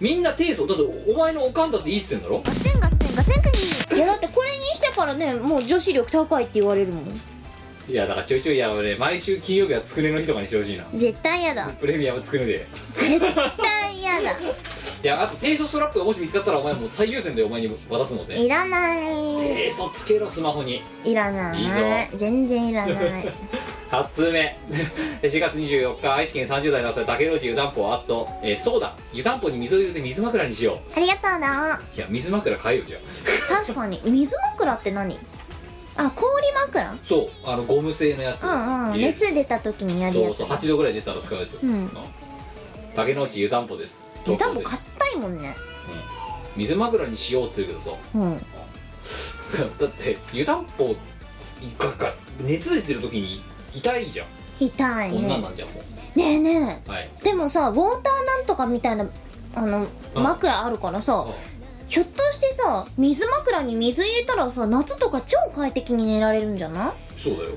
Speaker 1: みんな低層だってお前のおかんだっていいって言ってんだろ
Speaker 2: ガセンガセンガセンクニーいやだってこれにしてからねもう女子力高いって言われるもん
Speaker 1: いやだからちょいちょいいや俺毎週金曜日はつくねの日とかにしてほしいな
Speaker 2: 絶対嫌だ
Speaker 1: プレミアムつくねで
Speaker 2: 絶対嫌だ
Speaker 1: いやあと低層ストラップがもし見つかったらお前もう最優先でお前に渡すので
Speaker 2: いらない
Speaker 1: 低層つけろスマホに
Speaker 2: いらない
Speaker 1: いいぞ
Speaker 2: 全然いらない
Speaker 1: 8通目 4月24日愛知県30代の朝竹野内湯たんぽあっと、えーそうだ湯たんぽに水を入れて水枕にしよ
Speaker 3: ありがとうな
Speaker 1: ういや水枕買えよじゃあ
Speaker 2: 確かに水枕って何あ氷枕
Speaker 1: そうあのゴム製のやつ
Speaker 2: うんうん
Speaker 1: 入れる
Speaker 2: 熱出た時にやる
Speaker 1: そ
Speaker 2: や
Speaker 1: う
Speaker 2: つ
Speaker 1: そう8度ぐらい出たら使うやつ、う
Speaker 2: ん
Speaker 1: ん竹野内湯たんぽです
Speaker 2: 湯たんぽ
Speaker 1: 東京で
Speaker 2: 硬いもんね
Speaker 1: 水枕にしようっつうけどさ
Speaker 2: うん
Speaker 1: だって湯たんぽがが熱出てる時に痛いじゃん
Speaker 2: 痛い
Speaker 1: こんなん
Speaker 2: ね
Speaker 1: なんじゃんもう
Speaker 2: ねえね
Speaker 1: はい
Speaker 2: えでもさウォーターなんとかみたいなあの
Speaker 1: うん
Speaker 2: 枕あるからさ
Speaker 1: うん
Speaker 2: ひょっとしてさ水枕に水入れたらさ夏とか超快適に寝られるんじゃない
Speaker 1: そうだよ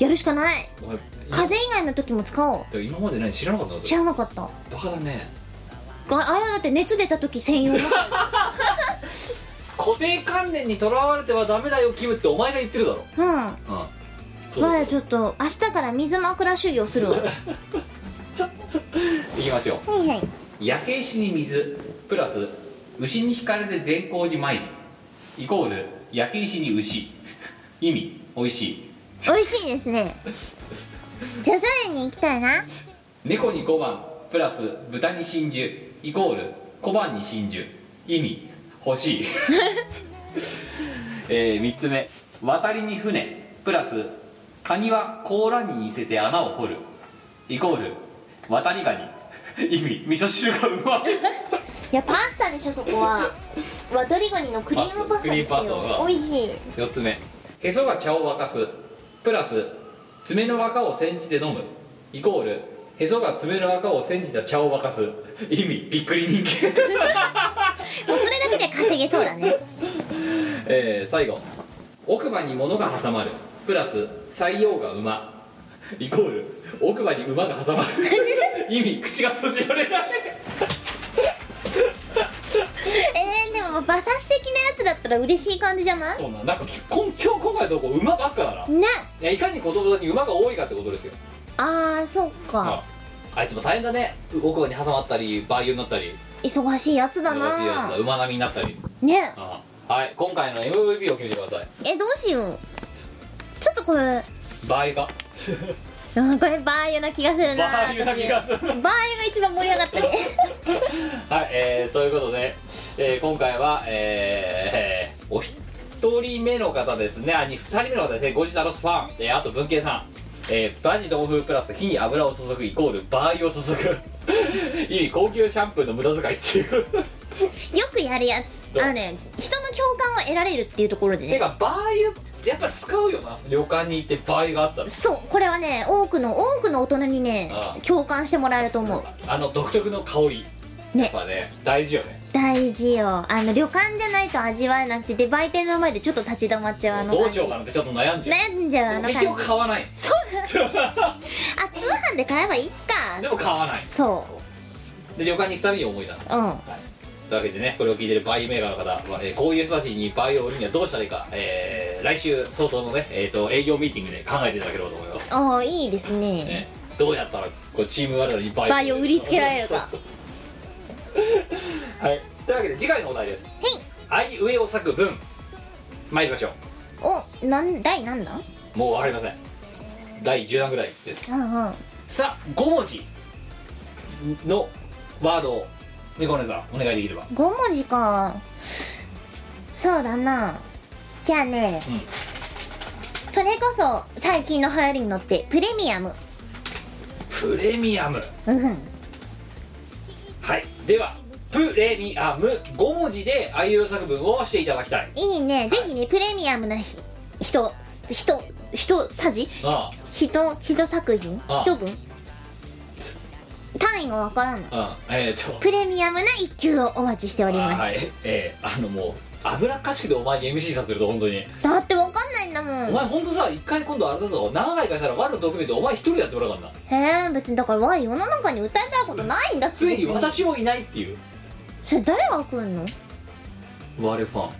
Speaker 2: やるしかない
Speaker 1: お前
Speaker 2: 風邪以外の時も使おう
Speaker 1: い今まで何知らなかったの
Speaker 2: 知らなかった
Speaker 1: バカだね
Speaker 2: があやだって熱出た時 専用枕
Speaker 1: 固定観念にとらわれてはダメだよキムってお前が言ってるだろ
Speaker 2: うん
Speaker 1: うんそう
Speaker 2: ま
Speaker 1: だ
Speaker 2: だちょっと明日から水枕修行するわ
Speaker 1: 行きましょう
Speaker 3: はいはい
Speaker 1: 焼け石に水プラス牛に惹かれて善光寺参りイコール焼け石に牛意味おいしい
Speaker 3: 美味しいですねじゃじゃに行きたいな
Speaker 1: 猫に小判プラス豚に真珠イコール小判に真珠意味欲しい、え3つ目渡りに船プラスカニは甲羅に似せて穴を掘るイコール渡りガニ意味味噌汁がうまい
Speaker 3: いやパスタでしょそこはワトリガニのクリームパスタです
Speaker 1: パスタクリームパスタ
Speaker 3: よ
Speaker 1: が
Speaker 3: 美味しい
Speaker 1: 4つ目へそが茶を沸かすプラス爪の若を煎じて飲むイコールへそが爪の若を煎じた茶を沸かす意味びっくり人間
Speaker 3: もうそれだけで稼げそうだね
Speaker 1: えー最後奥歯に物が挟まるプラス採用が馬イコール奥歯に馬が挟まる 意味口が閉じられない
Speaker 3: えー、でも馬刺し的なやつだったら嬉しい感じじゃない
Speaker 1: そうなんなんかこん今日今回のとこ馬ばっかだない
Speaker 3: ね
Speaker 1: やいかに子供たちに馬が多いかってことですよ
Speaker 2: あーそっか
Speaker 1: ああいつも大変だね奥歯に挟まったりバー油になったり
Speaker 2: 忙しいやつだ
Speaker 1: 忙しいやつだ
Speaker 2: な
Speaker 1: 馬並みになったり
Speaker 2: ね
Speaker 1: あはい今回の MVP を決めてください
Speaker 2: えどうしようちょっとこれ
Speaker 1: バー油が
Speaker 2: あこれバー油な気がするな
Speaker 1: バー油な気がする
Speaker 2: 私バー油が一番盛り上がっ たね
Speaker 1: はい、えー、ということで、えー今回は、えーえーお一人目の方ですね、あ、に二人目の方ですね、ゴジタロスファン、えーあと文系さん、えーバジ豆腐プラス火に油を注ぐイコールバー油を注ぐ、 いい高級シャンプーの無駄遣いっていう。
Speaker 2: よくやるやつ
Speaker 1: どう
Speaker 2: あのね人の共感を得られるっていうところで
Speaker 1: て
Speaker 2: ね
Speaker 1: か、バー油、やっぱ使うよな、旅館に行ってバー油があったら。
Speaker 2: そうこれはね多くの多くの大人にね
Speaker 1: ああ
Speaker 2: 共感してもらえると思う
Speaker 1: あの独特の香り、やっ
Speaker 2: ね
Speaker 1: ぱね、大事よね。
Speaker 2: 大事よあの旅館じゃないと味わえなくてで売店の前でちょっと立ち止まっちゃうあの
Speaker 1: ど
Speaker 2: 感
Speaker 1: うし
Speaker 2: じ
Speaker 1: ようかなってちょっと悩んじゃう。
Speaker 2: 悩んじゃうあの感
Speaker 1: 結
Speaker 2: じ
Speaker 1: 局買わ ない。
Speaker 2: あ通販で買えばいいか
Speaker 1: でも買わない。
Speaker 2: そ
Speaker 1: で、旅館に行くたびに思い出す。
Speaker 2: ううん
Speaker 1: というわけでねこれを聞いてるバイメーカーの方は、えーこういう人たちにバイオを売るにはどうしたらいいか、えー来週早々のね、えー、と営業ミーティングで考えていただければと思います、
Speaker 2: ああいいですね
Speaker 1: ね、どうやったらこうチーム我らにバイ
Speaker 2: バイオを売りつけられるか
Speaker 1: そう そうはいというわけで次回のお題ですはい「あいうえを作文」参りましょ
Speaker 2: おなん第何弾
Speaker 1: うもう分かりません第10弾ぐらいです
Speaker 2: うんうん
Speaker 1: さあ5文字のワードをみこねさんお願いできれば
Speaker 2: 5文字かそうだなじゃあね、それこそ最近の流行りに乗ってプレミアム
Speaker 1: プレミアム
Speaker 2: うん
Speaker 1: はい、ではプレミアム5文字であいうえお作文をしていただきたい
Speaker 2: いいねぜひねプレミアムなひ人人人さじ
Speaker 1: あ
Speaker 2: 人人作品
Speaker 1: あ
Speaker 2: 人文単位がわからんの
Speaker 1: あ、うん、えっ、ー、と
Speaker 2: プレミアムな一級をお待ちしております、
Speaker 1: はいえー、あのもう油っかしくてお前に MC させてると本当に、
Speaker 2: だってわかんないんだも
Speaker 1: お
Speaker 2: ん
Speaker 1: 前本当さ一回今度あれだぞ何回かしたら我の特命でお前一人やってもらうからな
Speaker 2: えー、別にだからわ世の中に歌いたいことないんだって
Speaker 1: ついに
Speaker 2: 別
Speaker 1: 私もいないっていう
Speaker 2: それ誰が来んの
Speaker 1: 我ファンもし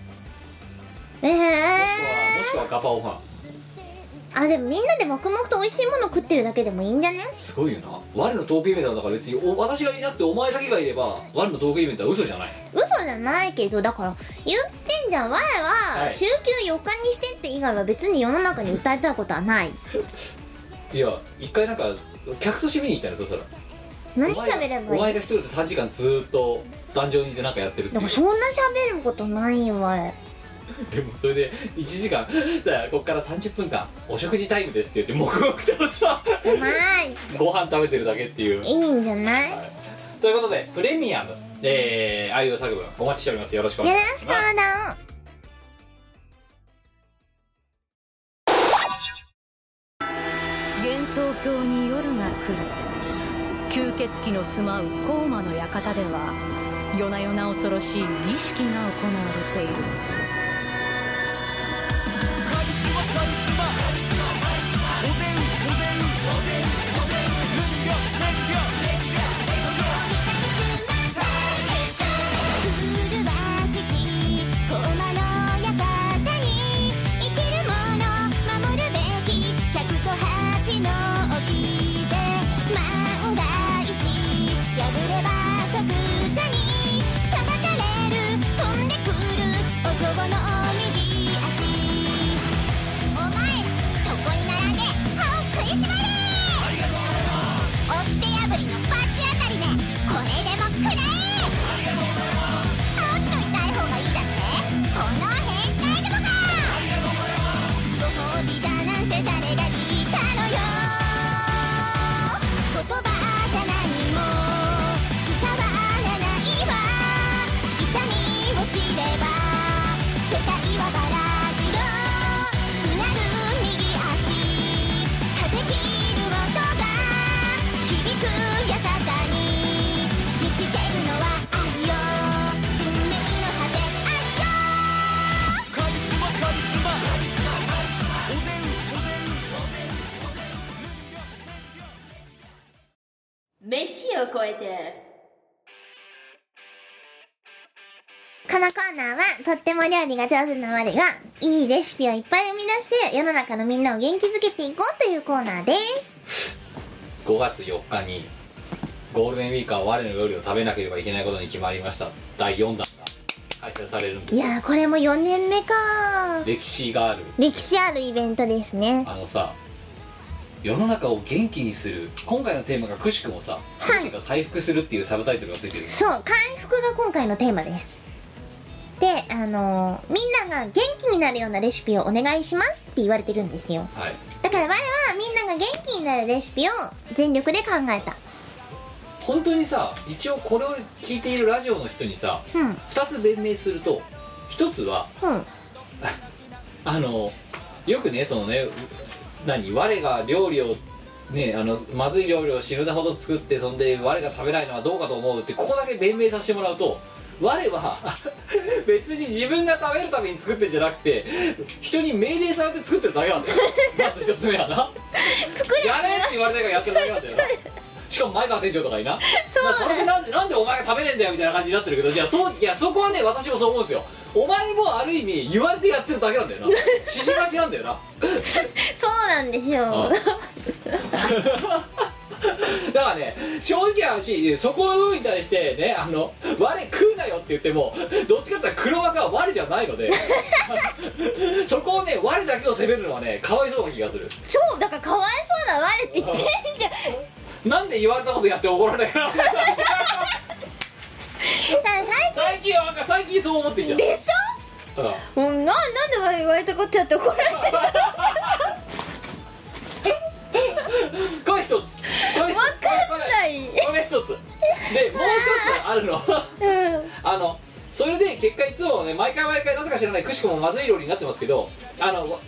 Speaker 2: ええ
Speaker 1: くはもしくはガパオファン
Speaker 2: ー、あでもみんなで黙々と美味しいもの食ってるだけでもいいんじゃね
Speaker 1: すごいよな我のトークイベントだから別にお私がいなくてお前だけがいれば我のトークイベントは嘘じゃない
Speaker 2: 嘘じゃないけどだから言ってんじゃん我
Speaker 1: は
Speaker 2: はい週休4日にしてって以外は別に世の中に歌いたいことはない
Speaker 1: いや一回なんか客として見に来たのそしたら
Speaker 2: 何喋ればい
Speaker 1: お前がお
Speaker 2: い
Speaker 1: 前が一人で3時間ずーっと壇上にいてなんかやってるって
Speaker 2: で
Speaker 1: いう
Speaker 2: もそんな喋ることないよあれ
Speaker 1: でもそれで1時間さあこっから30分間お食事タイムですって言って黙々とさ
Speaker 2: うまい
Speaker 1: ご飯食べてるだけっていう、はい
Speaker 2: いんじゃないよ
Speaker 1: い、ということでプレミアムえー、愛用作文お待ちしておりますよろしくお願
Speaker 2: ろ
Speaker 1: いします
Speaker 2: しくお願い
Speaker 7: 幻想郷に夜が来る吸血鬼の住まう高魔の館では夜な夜な恐ろしい儀式が行われている
Speaker 8: お前そこに並んで歯を食いしばれ掟破りのバチ当たりめこれでも食らえあっと痛い方がいいだってこの変態どもかご褒美だなんて誰が言ったのよ言葉じゃ何も伝わらないわ痛みを知れば世界はバラ色うなる右足風切る音が響くやたたに満ちてるのは愛よ運命の果て愛よ
Speaker 9: 飯を超えて
Speaker 2: このコーナーはとっても料理が上手な我がいいレシピをいっぱい生み出して世の中のみんなを元気づけていこうというコーナーです
Speaker 1: 5月4日にゴールデンウィークは我の料理を食べなければいけないことに決まりました第4弾が開催されるんで
Speaker 2: い
Speaker 1: す
Speaker 2: やーこれも4年目かー
Speaker 1: 歴史がある
Speaker 2: 歴史あるイベントですね
Speaker 1: あのさ世の中を元気にする今回のテーマがくしくもさ「
Speaker 2: い
Speaker 1: 全てが回復する」っていうサブタイトルがついてる
Speaker 2: そう回復が今回のテーマですであのーみんなが元気になるようなレシピをお願いしますって言われてるんですよ
Speaker 1: はい
Speaker 2: だから我はみんなが元気になるレシピを全力で考えた
Speaker 1: 本当にさ一応これを聞いているラジオの人にさ
Speaker 2: うん
Speaker 1: 2つ弁明すると1つは
Speaker 2: うん
Speaker 1: あのよくねそのねう何我が料理をねあのまずい料理を死ぬほど作ってそんで我が食べないのはどうかと思うってここだけ弁明させてもらうと我は 別に自分が食べるために作ってんじゃなくて人に命令されて作ってるだけなんだよまず一つ目はな
Speaker 2: 作れ
Speaker 1: やれって言われたからやってるだけなんだ よなしかも前川店長とかにな
Speaker 2: そう
Speaker 1: まあそれでなんでなんでお前が食べねえんだよみたいな感じになってるけどいやそういやそこはね私もそう思うんですよお前もある意味言われてやってるだけなんだよな指示待ちなんだよな
Speaker 2: そうなんですよ
Speaker 1: あだからね正直な話そこに対してねあの我食うなよって言ってもどっちかっていうと黒幕は我じゃないので そこをね我だけを責めるのはねかわいそうな気がする
Speaker 2: 超だからかわいそうな我って言ってんじゃん
Speaker 1: なんで言われたことやって怒られないかな
Speaker 2: だから
Speaker 1: 最近はなんか最近そう思ってきた
Speaker 2: 最近でし
Speaker 1: うん
Speaker 2: ょもうななんで我言われたことやって怒られてる
Speaker 1: これ一つわ
Speaker 2: わかんない
Speaker 1: これ一つでもう一つあるのあのそれで結果いつもね毎回毎回なぜか知らないくしくもまずい料理になってますけどあの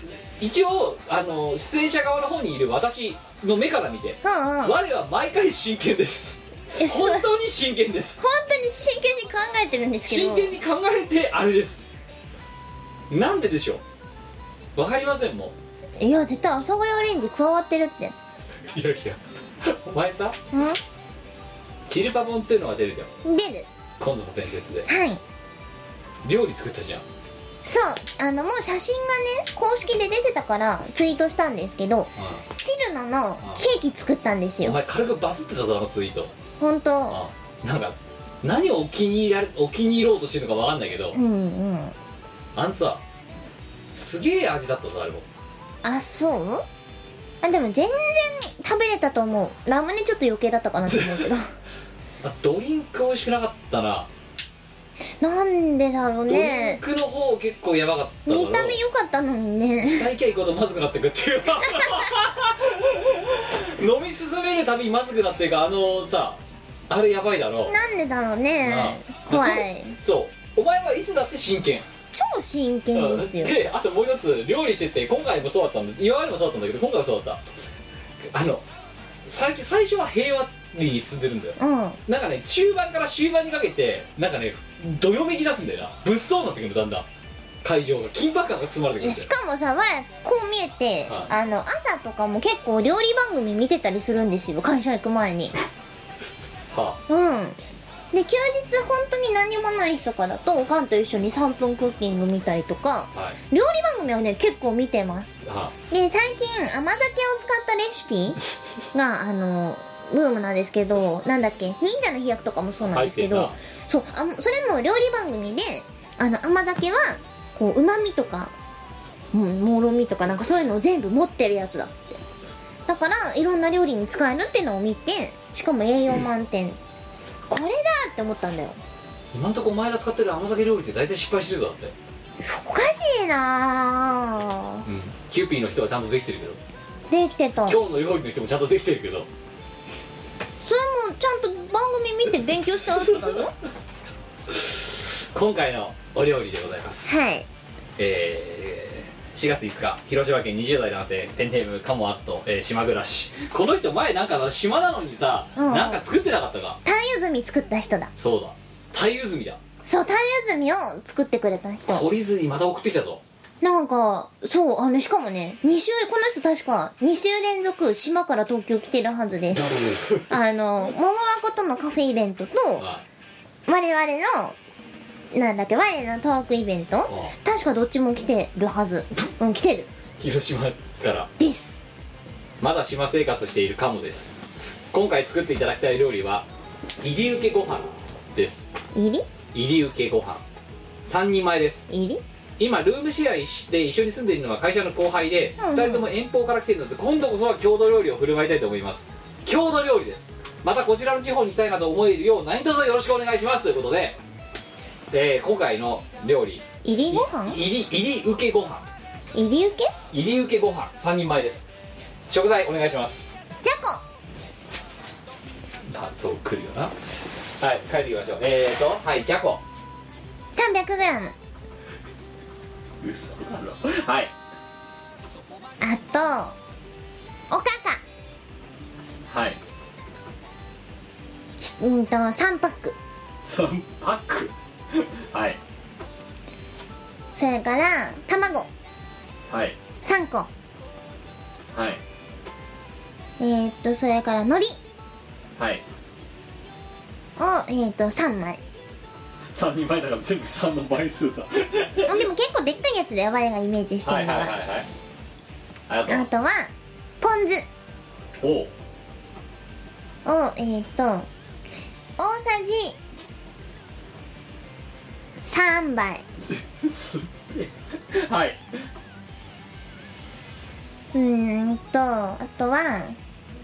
Speaker 1: 一応あの出演者側の方にいる私の目から見て
Speaker 2: うんうん
Speaker 1: 我は毎回真剣です
Speaker 2: えそう
Speaker 1: 本当に真剣です
Speaker 2: 本当に真剣に考えてるんですけど
Speaker 1: 真剣に考えてあれですなんででしょうわかりませんもん
Speaker 2: いや絶対阿佐ヶ谷オレンジ加わってるって
Speaker 1: いやいやお前さチルパモンっていうのが出るじゃん
Speaker 2: 出る
Speaker 1: 今度の伝説で
Speaker 2: はい
Speaker 1: 料理作ったじゃん
Speaker 2: そうあのもう写真がね公式で出てたからツイートしたんですけどチルノのケーキ作ったんです
Speaker 1: お
Speaker 2: よ
Speaker 1: 前軽くバズってたぞあのツイート
Speaker 2: 本当
Speaker 1: なんか何をお気に入られお気に入ろうとしてるのかわかんないけど
Speaker 2: うんうん
Speaker 1: あんさすげえ味だったぞあれも
Speaker 2: あそうあでも全然食べれたと思うラムネちょっと余計だったかなと 思うけど
Speaker 1: あドリンク美味しくなかったな、
Speaker 2: なんでだろう
Speaker 1: ドリン
Speaker 2: ね
Speaker 1: クの方結構やばかったから
Speaker 2: 見た目良かったのにね
Speaker 1: 大体行くほどまずくなってくっていう 飲み進めるたびにまずくなっていくあのさあれやばいだろ
Speaker 2: なんでだろう
Speaker 1: なあ
Speaker 2: ね怖い
Speaker 1: そうお前はいつだって真剣
Speaker 2: 超真剣で すよ
Speaker 1: であともう一つ料理してて今回もそうだったんだ今までもそうだったんだけど今回もそうだったあの最近最初は平和に進んでるんだよ
Speaker 2: うん
Speaker 1: なんかね中盤から終盤にかけてなんかねどよめき出すんだよな物騒になってくるのだんだん会場が緊迫感が包まれてくる
Speaker 2: い
Speaker 1: ん
Speaker 2: や
Speaker 1: だよ
Speaker 2: しかもさわやこう見えて、
Speaker 1: は
Speaker 2: あの朝とかも結構料理番組見てたりするんですよ会社行く前 に
Speaker 1: はあ
Speaker 2: うんで休日本当に何もない日とかだとおかんと一緒に3分クッキング見たりとか
Speaker 1: はい
Speaker 2: 料理番組はね結構見てます
Speaker 1: は
Speaker 2: で最近甘酒を使ったレシピ があのブームなんですけどなんだっけ忍者の飛躍とかもそうなんですけ
Speaker 1: 入っ
Speaker 2: ど
Speaker 1: てんな
Speaker 2: そうあそれも料理番組であの甘酒はこうまみとかうんもろみとかなんかそういうのを全部持ってるやつだってだからいろんな料理に使えるってのを見てしかも栄養満点、これだって思ったんだよ
Speaker 1: 今んとこお前が使ってる甘酒料理って大体失敗してるぞだって、
Speaker 2: おかしいな
Speaker 1: うん、キューピーの人はちゃんとできてるけど
Speaker 2: ぁできてた
Speaker 1: 今日の料理の人もちゃんとできてるけど
Speaker 2: それもちゃんと番組見て勉強した後だよ
Speaker 1: 今回のお料理でございます
Speaker 2: はい
Speaker 1: えー4月5日広島県20代男性ペンネームカモアット、えー島暮らしこの人前なんかさ島なのにさ、
Speaker 2: うん
Speaker 1: なんか作ってなかったか
Speaker 2: タンゆずみ作った人だ
Speaker 1: そうだタイウズミだ
Speaker 2: そうタンゆずみを作ってくれた人
Speaker 1: 懲りずにまた送ってきた ぞ
Speaker 2: なんかそうあのしかもね2週この人確か2週連続島から東京来てるはずですあの桃まことのカフェイベントと
Speaker 1: は
Speaker 2: 我々のなんだっけ我のトークイベント確かどっちも来てるはずうん来てる
Speaker 1: い広島から
Speaker 2: です
Speaker 1: まだ島生活しているカモです今回作っていただきたい料理は入り受けご飯です
Speaker 2: 入り
Speaker 1: 入り受けご飯3人前です
Speaker 2: 入り
Speaker 1: 今ルームシェアして一緒に住んでいるのは会社の後輩で、
Speaker 2: うんうん
Speaker 1: 2人とも遠方から来ているので今度こそは郷土料理を振る舞いたいと思います郷土料理ですまたこちらの地方に行きたいなと思えるよう何卒よろしくお願いしますということで、えー今回の料理
Speaker 2: 入りご飯
Speaker 1: 入り入り受けご飯
Speaker 2: 入り受け
Speaker 1: 入り受けご飯3人前です食材お願いします
Speaker 2: じゃこ
Speaker 1: あそう来るよなはい書いていきましょうえーとはいじゃこ
Speaker 2: 300g
Speaker 1: 嘘だろはい
Speaker 2: あとおかか
Speaker 1: はい
Speaker 2: うんと3パック
Speaker 1: 3パックはい
Speaker 2: それから卵
Speaker 1: はい
Speaker 2: 3個
Speaker 1: はい
Speaker 2: えー、っとそれから海苔
Speaker 1: はい
Speaker 2: をえー、っと3枚
Speaker 1: 3人前だから全部3の倍数だ
Speaker 2: あでも結構でっかいやつだよ我がイメージして
Speaker 1: は
Speaker 2: る
Speaker 1: いはい
Speaker 2: の
Speaker 1: はい
Speaker 2: は,、
Speaker 1: はいあり
Speaker 2: あ
Speaker 1: が
Speaker 2: とはポン酢
Speaker 1: とうおう
Speaker 2: をえー、っと大さじ3杯
Speaker 1: すっげえはいう
Speaker 2: ーんとあとは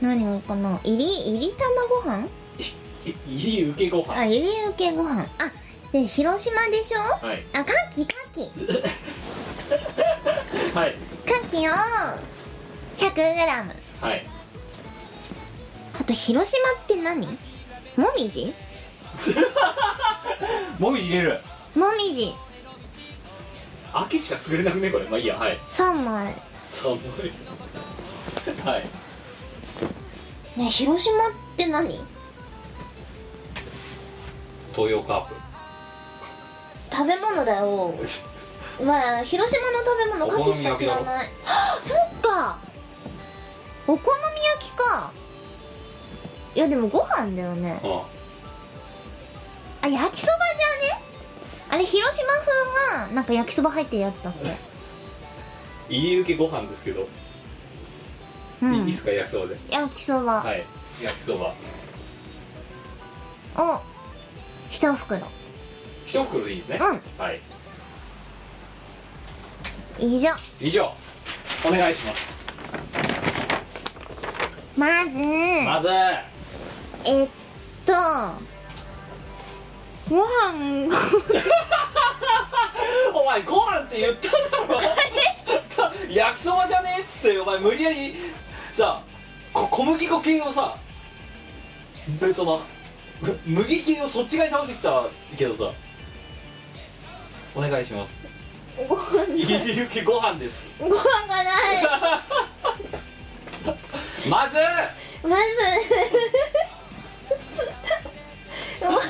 Speaker 2: 何がいいかな入り入り卵飯
Speaker 1: 入り受けご
Speaker 2: あ
Speaker 1: 飯
Speaker 2: 入り受けご飯あで広島でしょ
Speaker 1: はい
Speaker 2: あ、カキカキ
Speaker 1: はい
Speaker 2: カキを 100g
Speaker 1: はい
Speaker 2: あと広島って何もみじ
Speaker 1: もみじ入れる
Speaker 2: もみじ
Speaker 1: 秋しか作れなくねこれまあいいやはい
Speaker 2: 3枚
Speaker 1: 寒いはい
Speaker 2: ね広島って何
Speaker 1: 東洋カープ
Speaker 2: 食べ物だよわあ広島の食べ物カキしか知らないはあそっかお好み焼きかいやでもご飯だよね
Speaker 1: あ
Speaker 2: あ焼きそばじゃねあれ広島風がなんか焼きそば入ってるやつだっけ
Speaker 1: 入り受けご飯ですけど、
Speaker 2: う
Speaker 1: いい
Speaker 2: ん
Speaker 1: っすか焼きそばで
Speaker 2: 焼きそば
Speaker 1: はい焼きそば
Speaker 2: を一袋
Speaker 1: 一袋でいいですね、
Speaker 2: う
Speaker 1: はい
Speaker 2: 以上
Speaker 1: 以上お願いします
Speaker 2: まず
Speaker 1: まず
Speaker 2: えっとご飯を
Speaker 1: お前ご飯って言っただろ 焼きそばじゃねえっつってお前無理やりさこ小麦粉系をさでそのむ麦系をそっち側に倒してきたけどさお願いします
Speaker 2: ご飯
Speaker 1: いじゆきご飯です
Speaker 2: ご飯がない
Speaker 1: まず
Speaker 2: まずご飯がない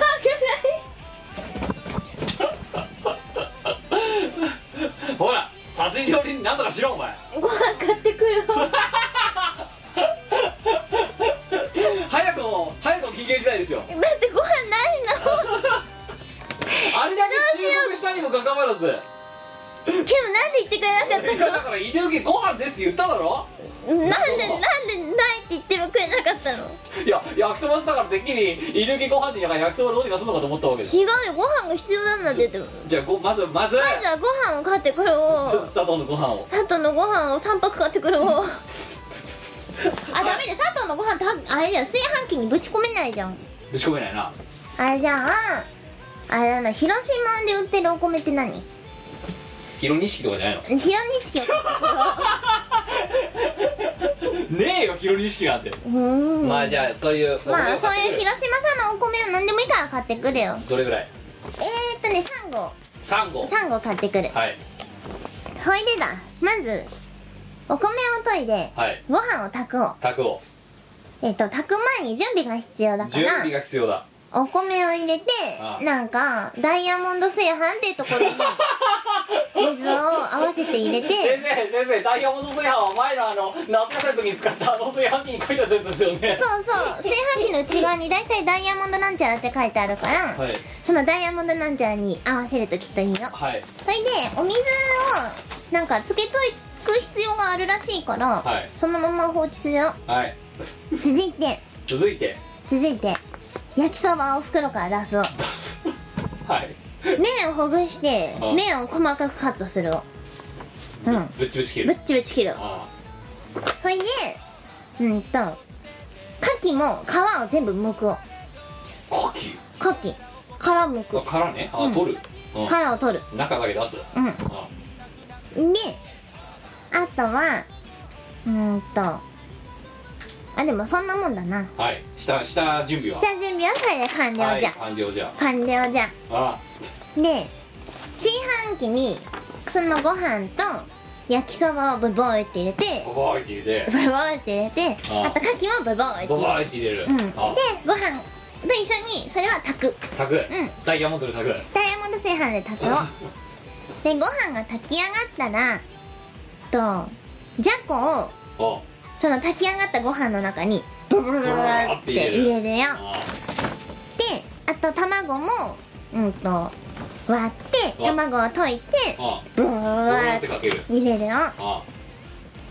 Speaker 1: ほら殺人料理になんとかしろお前
Speaker 2: ご飯買ってくるわ
Speaker 1: 早くも早くも緊急事態ですよ
Speaker 2: だってご飯ないの
Speaker 1: あれだけ注目したにもかかわらず
Speaker 2: 今日なんで言ってくれなかった
Speaker 1: いやだから「犬受けご飯です」って言っただろ
Speaker 2: なんでなんでないって言ってもくれなかったの
Speaker 1: いや焼きそばだからてっきり犬受けご飯でだから焼きそばどうにかするのかと思ったわけです
Speaker 2: 違うよご飯が必要なんだって言っても
Speaker 1: じゃあごまずまず
Speaker 2: まずはご飯を買ってくるを
Speaker 1: す砂糖のご飯を
Speaker 2: 佐藤のご飯を3泊買ってくるをあダメだ佐藤のご飯たあれじゃん炊飯器にぶち込めないじゃん
Speaker 1: ぶち込めないな
Speaker 2: あじゃああれだな広島で売ってるお米って何
Speaker 1: ヒロニシキとかじゃないの
Speaker 2: 広錦
Speaker 1: ねえよヒロニシキなんて
Speaker 2: うーん
Speaker 1: まあじゃあそういう
Speaker 2: まあ
Speaker 1: お米を買ってくる
Speaker 2: そういう広島産のお米を何でもいいから買ってくるよ
Speaker 1: どれぐらい
Speaker 2: えー、っとね3合
Speaker 1: 3合
Speaker 2: 3合買ってくる
Speaker 1: はい
Speaker 2: ほいでだまずお米を研いで
Speaker 1: はい
Speaker 2: ご飯を炊くを
Speaker 1: 炊くを
Speaker 2: えっと炊く前に準備が必要だか
Speaker 1: 準
Speaker 2: ら
Speaker 1: 備が必要だ
Speaker 2: お米を入れて
Speaker 1: ああ
Speaker 2: なんかダイヤモンド炊飯っていうところ に水を合わせて入れて
Speaker 1: 先生先生ダイヤモンド炊飯は前のあの夏休みの時に使ったあの炊飯器に書いてあったやつですよね
Speaker 2: そうそう炊飯器の内側に大体ダイヤモンドなんちゃらって書いてあるから、
Speaker 1: はい
Speaker 2: そのダイヤモンドなんちゃらに合わせるときっといいよ
Speaker 1: はい
Speaker 2: それでお水をなんかつけとく必要があるらしいから、
Speaker 1: はい
Speaker 2: そのまま放置するよ
Speaker 1: はい
Speaker 2: 続いて
Speaker 1: 続いて
Speaker 2: 続いて焼きそばを袋から出すを
Speaker 1: 出すはい
Speaker 2: 麺をほぐして
Speaker 1: あ
Speaker 2: 麺を細かくカットするをうん
Speaker 1: ぶっちぶち切
Speaker 2: ぶ
Speaker 1: る
Speaker 2: っちぶち切るを
Speaker 1: あ
Speaker 2: それでうんと牡蠣も皮を全部剥くを
Speaker 1: あ牡蠣
Speaker 2: 牡蠣殻剥く
Speaker 1: あ殻ねあ、取る、うん
Speaker 2: 殻を取る
Speaker 1: 中だけ出す
Speaker 2: うん
Speaker 1: あ
Speaker 2: であとはうーんとあでもそんなもんだな
Speaker 1: はい下下準備は
Speaker 2: 下準備はそれで完了じゃ、
Speaker 1: はい、完了じゃ
Speaker 2: 完了じゃ
Speaker 1: あ
Speaker 2: で炊飯器にそのご飯と焼きそばをブボーイって入れて
Speaker 1: あボボーイって入れて
Speaker 2: ブボーイって入れて
Speaker 1: あ
Speaker 2: あと牡蠣もブボーイって
Speaker 1: ボボー
Speaker 2: 入れ
Speaker 1: イって入れる、
Speaker 2: てうんで
Speaker 1: あ
Speaker 2: ご飯と一緒にそれは炊く
Speaker 1: 炊く、
Speaker 2: ん
Speaker 1: ダイヤモンドで炊く
Speaker 2: ダイヤモンド炊飯で炊くをでご飯が炊き上がったらとじゃこを
Speaker 1: あ
Speaker 2: その炊き上がったご飯の中にブブブブブって入れるよ
Speaker 1: あ
Speaker 2: であと卵もうんと割って
Speaker 1: わ
Speaker 2: 卵を溶いて
Speaker 1: あ
Speaker 2: ブブブブって
Speaker 1: かける
Speaker 2: 入れるよ
Speaker 1: あ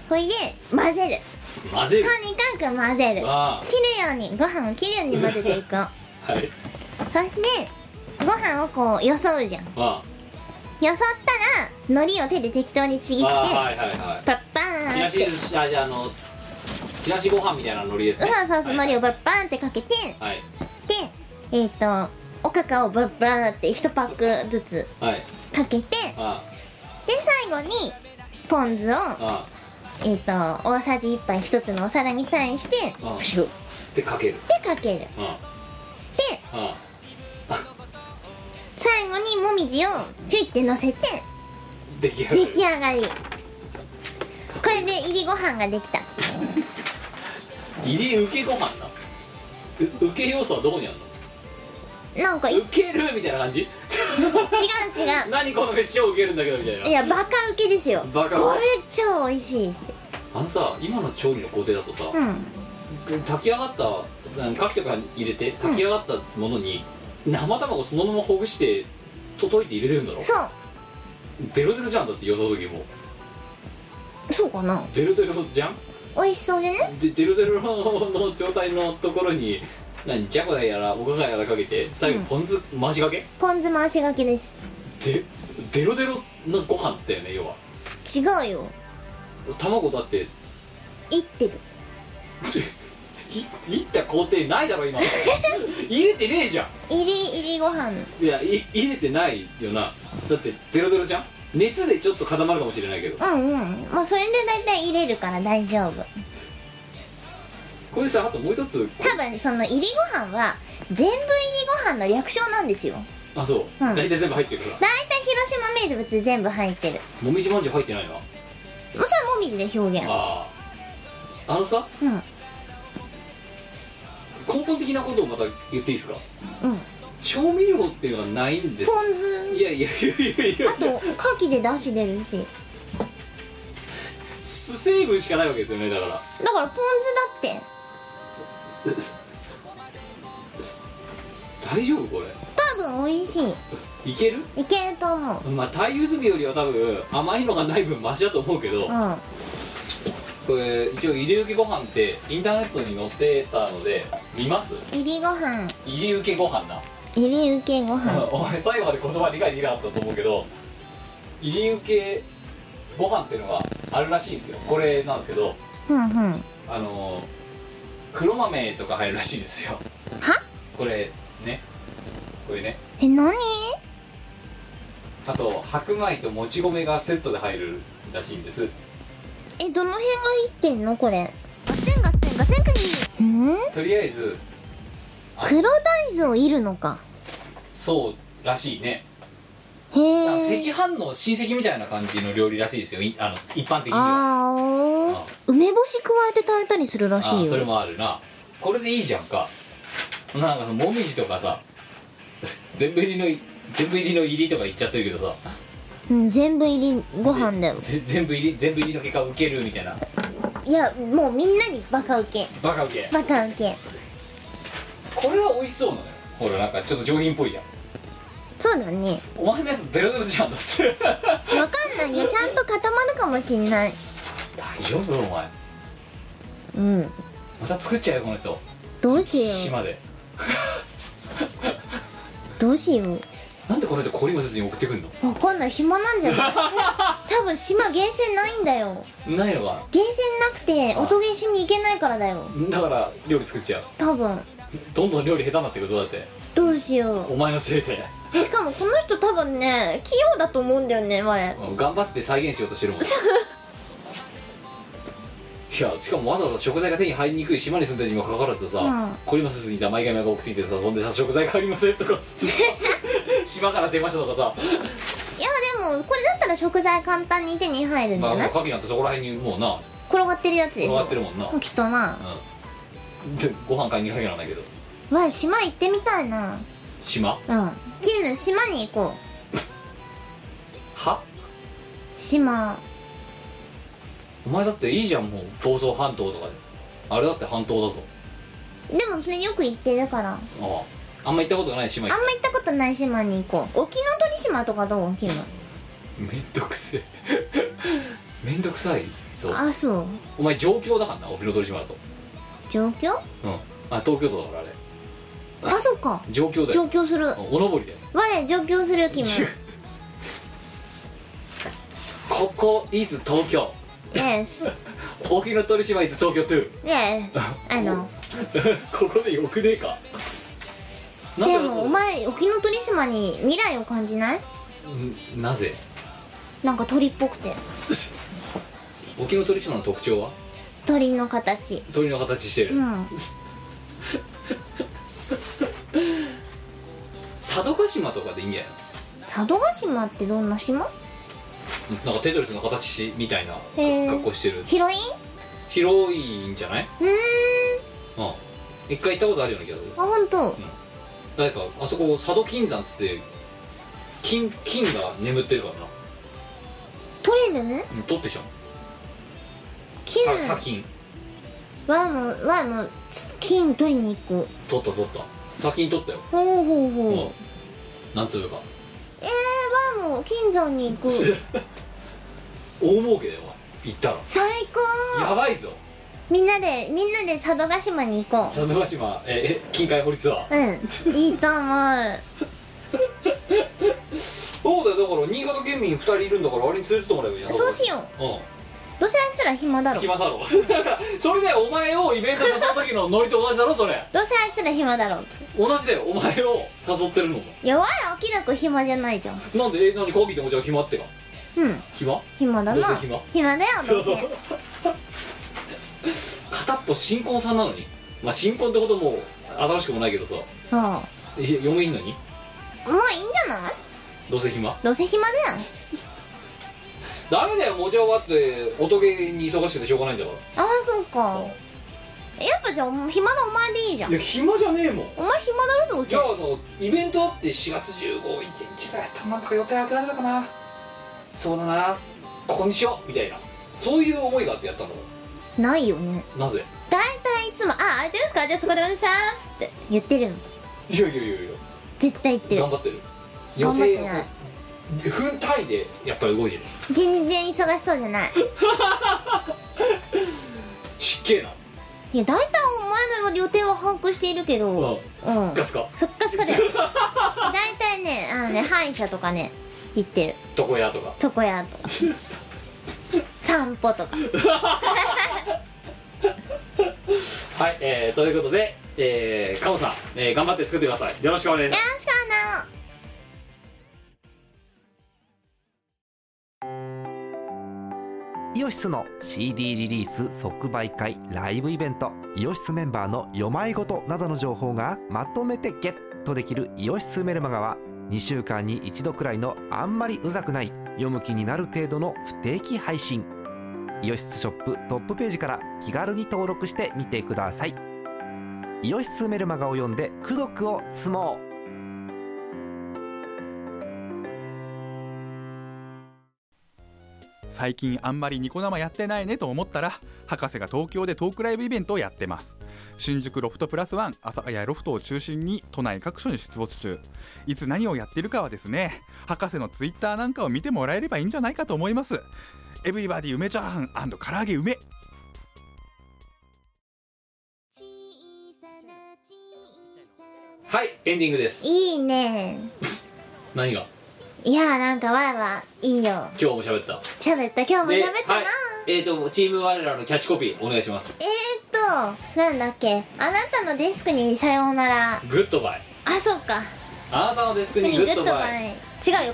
Speaker 2: ほいで混ぜる
Speaker 1: 混ぜ
Speaker 2: と
Speaker 1: る
Speaker 2: にかく混ぜる
Speaker 1: あ
Speaker 2: 切るようにご飯を切るように混ぜていくの
Speaker 1: はい
Speaker 2: そしてご飯をこうよそうじゃん
Speaker 1: あ
Speaker 2: よそったら海苔を手で適当にちぎ
Speaker 1: あ
Speaker 2: って
Speaker 1: はいはいは
Speaker 2: パッパ
Speaker 1: いチ
Speaker 2: ーン
Speaker 1: ラ
Speaker 2: っ
Speaker 1: シ
Speaker 2: て
Speaker 1: しあじゃああのチラシご飯みたいなノリです
Speaker 2: そう
Speaker 1: ね
Speaker 2: そうそう
Speaker 1: は
Speaker 2: 海
Speaker 1: い
Speaker 2: 苔をパッパーンってかけて
Speaker 1: はい
Speaker 2: でえっ、とおかかをブラブラって1パックずつ
Speaker 1: はい
Speaker 2: かけて
Speaker 1: あ
Speaker 2: で最後にポン酢を、
Speaker 1: あ
Speaker 2: えー、と大さじ1杯1つのお皿に対して
Speaker 1: あ
Speaker 2: プシュッ
Speaker 1: でかける
Speaker 2: てかける
Speaker 1: あ
Speaker 2: で
Speaker 1: あ
Speaker 2: 最後にもみじをピュイってのせて
Speaker 1: 出来上が
Speaker 2: 出
Speaker 1: る
Speaker 2: 来上がりこれで入りご飯ができた
Speaker 1: 入り受けご飯だう受け要素はどこにあるの
Speaker 2: なんかい違う
Speaker 1: 受けるみたいな感じ
Speaker 2: 違
Speaker 1: 何この飯を受けるんだけどみたいうない
Speaker 2: やバカウケですよ
Speaker 1: バカウケ
Speaker 2: これ超美味しいって
Speaker 1: あのさ今の調理の工程だとさ、
Speaker 2: うん
Speaker 1: 炊き上がった牡蠣とか入れて炊き上がったものに、生卵そのままほぐしてと溶いて入れてるんだろ
Speaker 2: そう
Speaker 1: デロデロじゃんだってよその時も
Speaker 2: そうかな
Speaker 1: デロデロじゃん
Speaker 2: 美味しそうじゃね
Speaker 1: でデロデロの状態のところに何じゃこだやらおかかやらかけて最後ポン酢回しかけ、
Speaker 2: ポン酢回しがけです
Speaker 1: でデロデロなご飯だよね要は
Speaker 2: 違うよ
Speaker 1: 卵だって
Speaker 2: いってる
Speaker 1: ちいいった工程ないだ ろ今入れてねえじゃ
Speaker 2: 入り入りご飯
Speaker 1: んいやい入れてないよなだってゼロゼロじゃん熱でちょっと固まるかもしれないけど
Speaker 2: うんうんまあそれで大体入れるから大丈夫
Speaker 1: これさあともう一つ
Speaker 2: 多分その入りご飯は全部入りご飯の略称なんですよ
Speaker 1: あそう、
Speaker 2: うん
Speaker 1: 大体全部入ってるから
Speaker 2: 大体広島名物全部入ってる
Speaker 1: も
Speaker 2: も
Speaker 1: みじまんじゅう入ってないな
Speaker 2: うそれはもみじで表現
Speaker 1: あああのさ、
Speaker 2: うん
Speaker 1: 根本的なことをまた言っていいですか
Speaker 2: うん
Speaker 1: 調味料っていうのはないんです
Speaker 2: ポン酢
Speaker 1: いやいやいやいやいや
Speaker 2: あと牡蠣で出汁出るし
Speaker 1: 酢成分しかないわけですよねだから
Speaker 2: だからポン酢だって
Speaker 1: 大丈夫こ
Speaker 2: 多分美味しい
Speaker 1: れいける
Speaker 2: いけると思う
Speaker 1: まあタイゆずみよりは多分甘いのがない分マシだと思うけど、
Speaker 2: うん
Speaker 1: これ一応入り受けご飯ってインターネットに載ってたので見ます
Speaker 2: 入りご飯
Speaker 1: 入り受けご飯な、
Speaker 2: 入り受けご飯
Speaker 1: お前最後まで言葉理解できなかったと思うけど入り受けご飯っていうのがあるらしいんですよこれなんですけど
Speaker 2: うんうん
Speaker 1: あのー黒豆とか入るらしいんですよ
Speaker 2: は
Speaker 1: これねこれね
Speaker 2: え何
Speaker 1: あと白米ともち米がセットで入るらしいんです
Speaker 2: えどの辺がいってんのこれ
Speaker 3: ガセンガセンガセンク
Speaker 2: うーん
Speaker 1: とりあえず
Speaker 2: 黒大豆をいるのか
Speaker 1: そうらしいね
Speaker 2: へ
Speaker 1: だから
Speaker 2: え
Speaker 1: 赤飯の親戚みたいな感じの料理らしいですよいあの一般的には
Speaker 2: あー
Speaker 1: あ
Speaker 2: 梅干し加えて炊いたりするらし
Speaker 1: あ
Speaker 2: い
Speaker 1: それ
Speaker 2: よ
Speaker 1: もあるなこれでいいじゃんかなんかそのもみじとかさ 全部入りの全部入りの入りとか言っちゃってるけどさ
Speaker 2: うん全部入りご飯だよ
Speaker 1: ぜ全部入り全部入りの結果受けるみたいない
Speaker 2: やもうみんなにバカウケ
Speaker 1: バカ受け
Speaker 2: バカウケ
Speaker 1: これは美味しそうなのよほらなんかちょっと上品っぽいじゃん
Speaker 2: そうだね
Speaker 1: お前のやつデロデロじゃんだって
Speaker 2: わかんないよちゃんと固まるかもしんない
Speaker 1: 大丈夫お前
Speaker 2: うん
Speaker 1: また作っちゃうよこの人
Speaker 2: どうしよ
Speaker 1: 島で
Speaker 2: うどうしよう
Speaker 1: なんでこの人懲りもせずに送ってくんの
Speaker 2: わかんない暇なんじゃ ない多分島源泉ないんだよ
Speaker 1: ないのか
Speaker 2: 源泉なくて音源しに行けないからだよ
Speaker 1: だから料理作っちゃう
Speaker 2: 多分
Speaker 1: どんどん料理下手になってくぞだって
Speaker 2: どうしよ
Speaker 1: お前のせいで
Speaker 2: うしかもこの人多分ね器用だと思うんだよね前
Speaker 1: うん頑張って再現しようとしてるもんいやしかもわざわざ食材が手に入りにくい島に住んでるにもかかわらずさ、懲りもせずにじゃあ毎回毎回送ってきてさそんでさ食材がありませんとかっつって さ島から出ましたとかさ
Speaker 2: いやでもこれだったら食材簡単に手に入るんじ
Speaker 1: まあ
Speaker 2: ゃ
Speaker 1: もう
Speaker 2: ない
Speaker 1: 牡蠣なんてそこら辺にもうな
Speaker 2: 転がってるやつでし
Speaker 1: 終わ
Speaker 2: ょ
Speaker 1: ってるもんな、
Speaker 2: きっとな
Speaker 1: うんでご飯買いに行かなきゃならないけど
Speaker 2: わい島行ってみたいな
Speaker 1: 島
Speaker 2: うんキム島に行こ
Speaker 1: は
Speaker 2: う島
Speaker 1: お前だっていいじゃんもう房総半島とかであれだって半島だぞ
Speaker 2: でもそれよく行ってだからあんま
Speaker 1: あああんま行ったことない島行っ
Speaker 2: 行ったことない島に行こう沖ノ鳥島とかどうキム
Speaker 1: めんどくせえ めんどくさいそう
Speaker 2: あそう
Speaker 1: お前上京だからな沖ノ鳥島だと
Speaker 2: 上
Speaker 1: う
Speaker 2: 京
Speaker 1: んあ東京都だからあれ
Speaker 2: あそうか
Speaker 1: 上京だ
Speaker 2: 上
Speaker 1: よ
Speaker 2: 京する
Speaker 1: おのぼりだよ
Speaker 2: 我上京するキム
Speaker 1: ちゅここ is 東京
Speaker 2: Yes
Speaker 1: 沖ノ鳥島 is 東京 too
Speaker 2: ねえあの
Speaker 1: ここでよくねえかな
Speaker 2: で
Speaker 1: んだ
Speaker 2: もお前沖ノ鳥島に未来を感じない
Speaker 1: んなぜ
Speaker 2: なんか鳥っぽくて
Speaker 1: 沖ノ鳥島の特徴は
Speaker 2: 鳥の形
Speaker 1: 鳥の形してる、
Speaker 2: うん
Speaker 1: 佐渡島とかでいいんじゃない
Speaker 2: 佐渡島ってどんな島
Speaker 1: のなんかテトリスの形しみたいな
Speaker 2: へー
Speaker 1: 格好してる
Speaker 2: 広い
Speaker 1: 広いんじゃないう
Speaker 2: ーん
Speaker 1: うん一回行ったことあるような気がする
Speaker 2: あ本当
Speaker 1: 誰かあそこ佐渡金山っつって金金が眠ってるからな
Speaker 2: 取れる
Speaker 1: うん取ってきたの
Speaker 2: 金
Speaker 1: さ砂金
Speaker 2: わいもわいも金取りに行く
Speaker 1: 取った取った砂金取ったよ、
Speaker 2: ほうほうほう
Speaker 1: もうなんつうか
Speaker 2: えー、わいも金山に行く
Speaker 1: 大儲けだよお前行ったら
Speaker 2: 最高
Speaker 1: やばいぞ
Speaker 2: みんなでみんなで佐渡島に行こ
Speaker 1: 佐渡島ええ近海掘りツアー
Speaker 2: ううんいいと思う
Speaker 1: そうだよだから新潟県民2人いるんだからあれに連れてってもらえばいいじゃん
Speaker 2: そうしよ
Speaker 1: うん
Speaker 2: どうせあいつら暇だろどう
Speaker 1: 暇だろ だからそれでお前をイベント誘った時のノリと同じだろそれ
Speaker 2: せあいつら暇だろ
Speaker 1: 同じだよお前を誘ってるのも
Speaker 2: やばい明らか暇じゃないじゃん
Speaker 1: なんでえ何コーギーでもじゃあ暇ってか
Speaker 2: うん
Speaker 1: 暇
Speaker 2: 暇だ
Speaker 1: どう
Speaker 2: な
Speaker 1: せ暇
Speaker 2: だよ どうせ
Speaker 1: 片っぽ新婚さんなのにまあ新婚ってことも新しくもないけどさ
Speaker 2: うんも
Speaker 1: え嫁いんのに
Speaker 2: ういいんじゃない
Speaker 1: どうせ暇
Speaker 2: どうせ暇だよ
Speaker 1: ダメだよもちろん終わっておとげに忙しくてしょうがないんだから
Speaker 2: ああそうかやっぱじゃあもう暇なお前でいいじゃん
Speaker 1: いや暇じゃねえもん
Speaker 2: お前暇だろどう
Speaker 1: じ
Speaker 2: せ
Speaker 1: ゃああのイベントあって4月15日ぐらいたまんとか予定開けられたかなそうだなここにしようみたいなそういう思いがあってやったの
Speaker 2: ないよね
Speaker 1: なぜ
Speaker 2: 大体いつも「あ空いてるんすかじゃあそこでお願いします」って言ってるの
Speaker 1: いやいやいやい
Speaker 2: 絶対言って
Speaker 1: や
Speaker 2: る
Speaker 1: 頑張ってる予
Speaker 2: 頑張っ
Speaker 1: 定
Speaker 2: てない
Speaker 1: 分単位でやっぱり動いてる
Speaker 2: 全然忙しそうじ ゃない
Speaker 1: 失敬な、
Speaker 2: いや大体お前の予定は把握しているけ
Speaker 1: う
Speaker 2: ど
Speaker 1: ん、すっかすか
Speaker 2: そっかそ かだよ大体ねあのね歯医者とかね行ってる
Speaker 1: 床屋とか
Speaker 2: 床屋 とか散歩とか
Speaker 1: はい、えー、ということで、えー、カモさん、えー、頑張って作ってくださいよろしくお願いしま
Speaker 3: 確
Speaker 1: す
Speaker 3: かな
Speaker 10: イオシスの CD リリース即売会ライブイベントイオシスメンバーの読まいごとなどの情報がまとめてゲットできる「イオシスメルマガ」は2週間に1度くらいのあんまりうざくない読む気になる程度の不定期配信イオシスショップトップページから気軽に登録してみてくださいイオシスメルマガを読んで「功徳を積もう」
Speaker 11: 最近あんまりニコ生やってないねと思ったら博士が東京でトークライブイベントをやってます新宿ロフトプラスワン朝早ロフトを中心に都内各所に出没中いつ何をやってるかはですね博士のツイッターなんかを見てもらえればいいんじゃないかと思いますエブリバディ梅チャーハン唐揚げ梅
Speaker 1: はいエンディングです
Speaker 2: いいね
Speaker 1: 何が
Speaker 2: いやなんかわいはいいよ
Speaker 1: 今日も喋った
Speaker 2: 喋った今日も
Speaker 1: で
Speaker 2: 喋ったな、
Speaker 1: はい、えー、とチーム我らのキャッチコピーお願いします
Speaker 2: えーっとなんだっけあなたのデスクにさようなら
Speaker 1: グッドバイ
Speaker 2: あそうか
Speaker 1: あなたのデスク
Speaker 2: グ
Speaker 1: にグッ
Speaker 2: ッ
Speaker 1: ド
Speaker 2: ド
Speaker 1: バイ
Speaker 2: バイ違うよ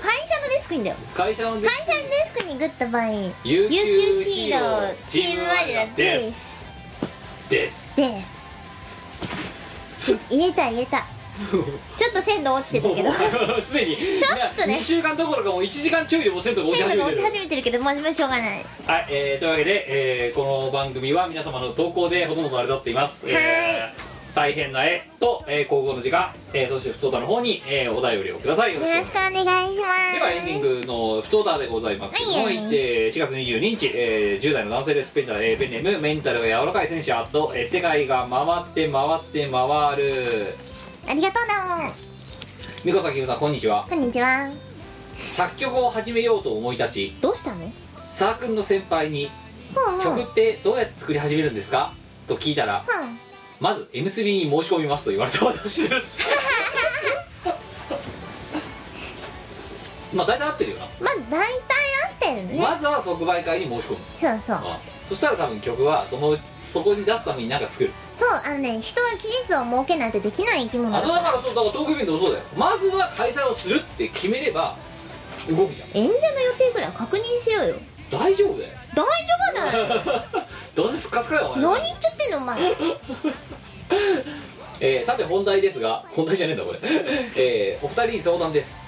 Speaker 2: 会社のデスクにだよ
Speaker 1: 会社のデ
Speaker 2: 会
Speaker 1: ス
Speaker 2: 社のデスクにグッドバイ
Speaker 1: ク有
Speaker 2: 有
Speaker 1: 給
Speaker 2: 給
Speaker 1: ヒ
Speaker 2: ヒ
Speaker 1: ー
Speaker 2: ー
Speaker 1: ロ
Speaker 2: ロ
Speaker 1: ー
Speaker 2: ー
Speaker 1: チ
Speaker 2: チ
Speaker 1: ー
Speaker 2: ー
Speaker 1: ム
Speaker 2: ム
Speaker 1: 我
Speaker 2: 我
Speaker 1: ら
Speaker 2: ら
Speaker 1: で
Speaker 2: です
Speaker 1: です
Speaker 2: です言えた言えたちょっと鮮度落ちてたけど
Speaker 1: もうすでにち
Speaker 2: ょっとね
Speaker 1: 2週間どころかもう1時間ちょいでもうセントが落ち
Speaker 2: 鮮
Speaker 1: 始
Speaker 2: 度が
Speaker 1: めて
Speaker 2: 落ち
Speaker 1: る
Speaker 2: 始めてるけどまじましょうがない
Speaker 1: はい、えー、というわけで、えー、この番組は皆様の投稿でほとんど成り立っています、えー大変な絵と、えー、高校の字が、えー、そして普通歌の方に、えー、お便りをくださいよろしくお願いします
Speaker 3: お願いしま
Speaker 1: ではエンディングの不ダーでございますけども、
Speaker 3: はいはい
Speaker 1: えー4月22日、えー10代の男性ですペンタ、えーペンネームメンタルが柔らかい選手アット、えー世界が回って回って回る
Speaker 3: すありがとうな
Speaker 1: 美子さんキムさんこんにちは
Speaker 3: こんにちは
Speaker 1: 作曲を始めようと思い立ち
Speaker 2: どうしたの
Speaker 1: サークルの先輩に
Speaker 3: ほう
Speaker 1: 「
Speaker 3: ほう
Speaker 1: 曲ってどうやって作り始めるんですか?」と聞いたら
Speaker 3: ほう
Speaker 1: 「まず M3 に申し込みます」と言われた私ですまあ大体合ってるよな、
Speaker 3: まあ大体合ってるね、
Speaker 1: まずは即売会に申し込む
Speaker 3: そうそう
Speaker 1: あそしたら多分曲はそのそこに出すために何か作る、
Speaker 3: そうあのね人は期日を設けないとできない生き物
Speaker 1: あとだからそうだから東京イベントもそうだよまずは開催をするって決めれば動くじゃん
Speaker 2: 演者の予定ぐらい確認しろよ
Speaker 1: 大丈夫だよ
Speaker 2: 大丈夫だよ
Speaker 1: どうせすっかすかよお前
Speaker 2: 何言っちゃってんのお前
Speaker 1: えーさて本題ですが本題じゃねえんだこれ、 えーお二人に相談です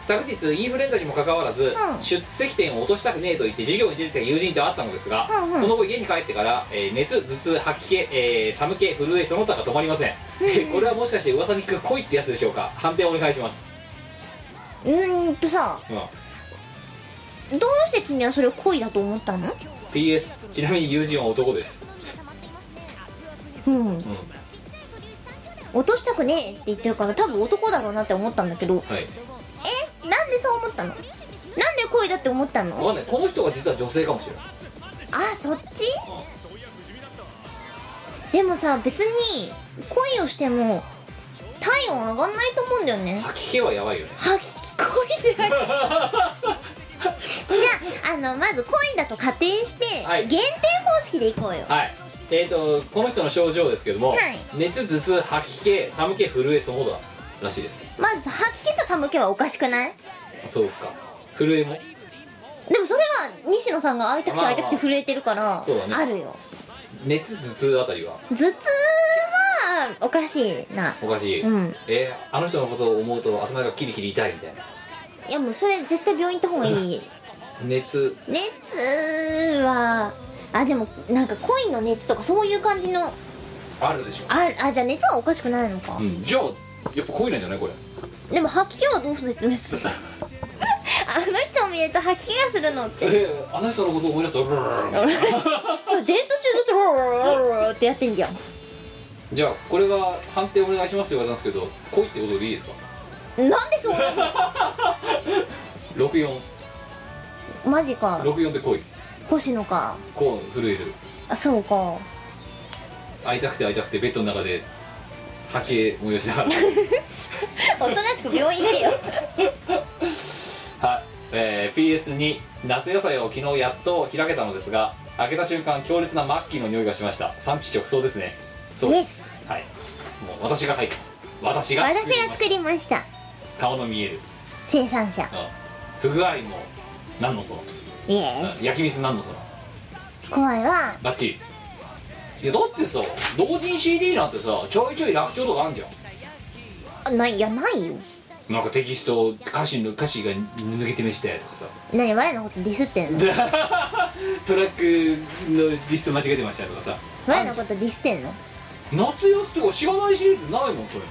Speaker 1: 昨日インフルエンザにもかかわらず、
Speaker 3: うん
Speaker 1: 出席点を落としたくねえと言って授業に出てた友人と会ったのですが、
Speaker 3: うんうん
Speaker 1: その後家に帰ってから、えー熱頭痛吐き気、えー寒気震えその他が止まりません、これはもしかして噂に聞く恋ってやつでしょうか判定お願いします、
Speaker 2: うーんとさ
Speaker 1: うん
Speaker 2: どうして君はそれを恋だと思ったの
Speaker 1: PS ちなみに友人は男です、
Speaker 2: うん
Speaker 1: うん
Speaker 2: 落としたくねえって言ってるから多分男だろうなって思ったんだけど
Speaker 1: はい
Speaker 2: えなんでそう思ったのなんで恋だって思ったの
Speaker 1: わかんないこの人が実は女性かもしれない
Speaker 2: あそっちでもさ別に恋をしても体温上がんないと思うんだよね
Speaker 1: 吐き気はやばいよね
Speaker 2: 吐き恋であのまず恋だと仮定して、
Speaker 1: はい
Speaker 2: 限定方式でいこうよ
Speaker 1: はいえー、とこの人の症状ですけども、
Speaker 2: はい
Speaker 1: 熱頭痛吐き気寒気震えその他らしいです
Speaker 2: まず吐き気と寒気はおかしくない
Speaker 1: そうか震えも
Speaker 2: でもそれは西野さんが会いたくて会いたくて震えてるから
Speaker 1: そうだね
Speaker 2: あるよ
Speaker 1: 熱頭痛あたりは
Speaker 2: 頭痛はおかしいな
Speaker 1: おかしい、
Speaker 2: うん
Speaker 1: えーあの人のことを思うと頭がキリキリ痛いみたいない
Speaker 2: やもうそれ絶対病院行った方が いい
Speaker 1: 熱
Speaker 2: 熱はあでもなんか恋の熱とかそういう感じの
Speaker 1: あるでしょ、
Speaker 2: ああじゃあ熱はおかしくないのか、
Speaker 1: うん、じゃあやっぱ恋なんじゃないこれ
Speaker 2: でも吐き気はどう説明するのあの人を見ると吐き気がするのって
Speaker 1: えーあの人のことを思い出すとブルルルルルルル
Speaker 2: そうデート中ずっとロロロロロロってやってんじゃん
Speaker 1: じゃあこれは判定お願いしますよ言われたんですけど恋ってことでいいですか
Speaker 2: なんでそうなる
Speaker 1: 6464
Speaker 2: のマジか
Speaker 1: で恋
Speaker 2: 星野か
Speaker 1: こう震える
Speaker 2: あそうか
Speaker 1: 会いたくて会いたくてベッドの中で吐き気催しながら
Speaker 2: おとなしく病院行けよ
Speaker 1: はい、えー PS2 夏野菜を昨日やっと開けたのですが開けた瞬間強烈なマッキーの匂いがしました産地直送ですねそう
Speaker 2: イ
Speaker 1: で
Speaker 2: エ
Speaker 1: す
Speaker 2: ス
Speaker 1: はいもう私が入ってます私が
Speaker 2: 私が作
Speaker 1: りまし
Speaker 2: りました
Speaker 1: た顔の見える、
Speaker 2: 生産者
Speaker 1: うん、不具合も何のその、
Speaker 2: イ
Speaker 1: う
Speaker 2: エ
Speaker 1: ん
Speaker 2: ス
Speaker 1: 焼きミス何のその
Speaker 2: 怖いは
Speaker 1: バッチリいやだってさ同人 CD なんてさちょいちょい楽調とかあんじゃん
Speaker 2: あないいやないよ
Speaker 1: なんかテキスト歌詞の歌詞が抜けてめしてとかさ
Speaker 2: 何我のことディスってんの
Speaker 1: トラックのリスト間違えてましたとかさ
Speaker 2: 我のことディスってんの
Speaker 1: 夏安とか知らないシリーズないもんそれ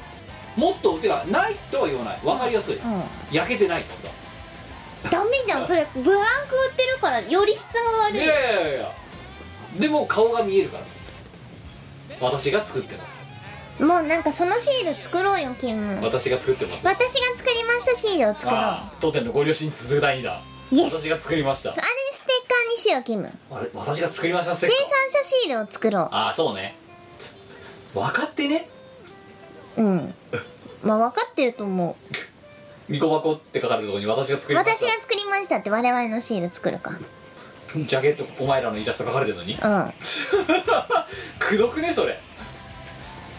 Speaker 1: もっとてかないとは言わないわかりやすい、
Speaker 2: う
Speaker 1: 焼けてないとかさ
Speaker 2: んダメじゃんそれブランク売ってるからより質が悪
Speaker 1: い
Speaker 2: い
Speaker 1: やいやいやでも顔が見えるから私が作ってます
Speaker 2: もうなんかそのシール作ろうよキム
Speaker 1: 私が作ってます
Speaker 2: 私が作りましたシールを作ろうあ
Speaker 1: ああ当店のご両親に続く第二弾
Speaker 2: イエス
Speaker 1: 私が作りました
Speaker 2: れステッカーにしようキム
Speaker 1: あれ私が作りましたステッ
Speaker 2: 生
Speaker 1: カー
Speaker 2: 産者シールを作ろ
Speaker 1: ああそうね分かってね
Speaker 2: ううんまあ分かってると思
Speaker 1: みこ箱って書かれるところに私が作
Speaker 2: う
Speaker 1: りまし
Speaker 2: 私
Speaker 1: た
Speaker 2: が作りましたって我々のシール作るか
Speaker 1: ジャケットお前らのイラスト書かれてるの に
Speaker 2: う
Speaker 1: くどくねそれ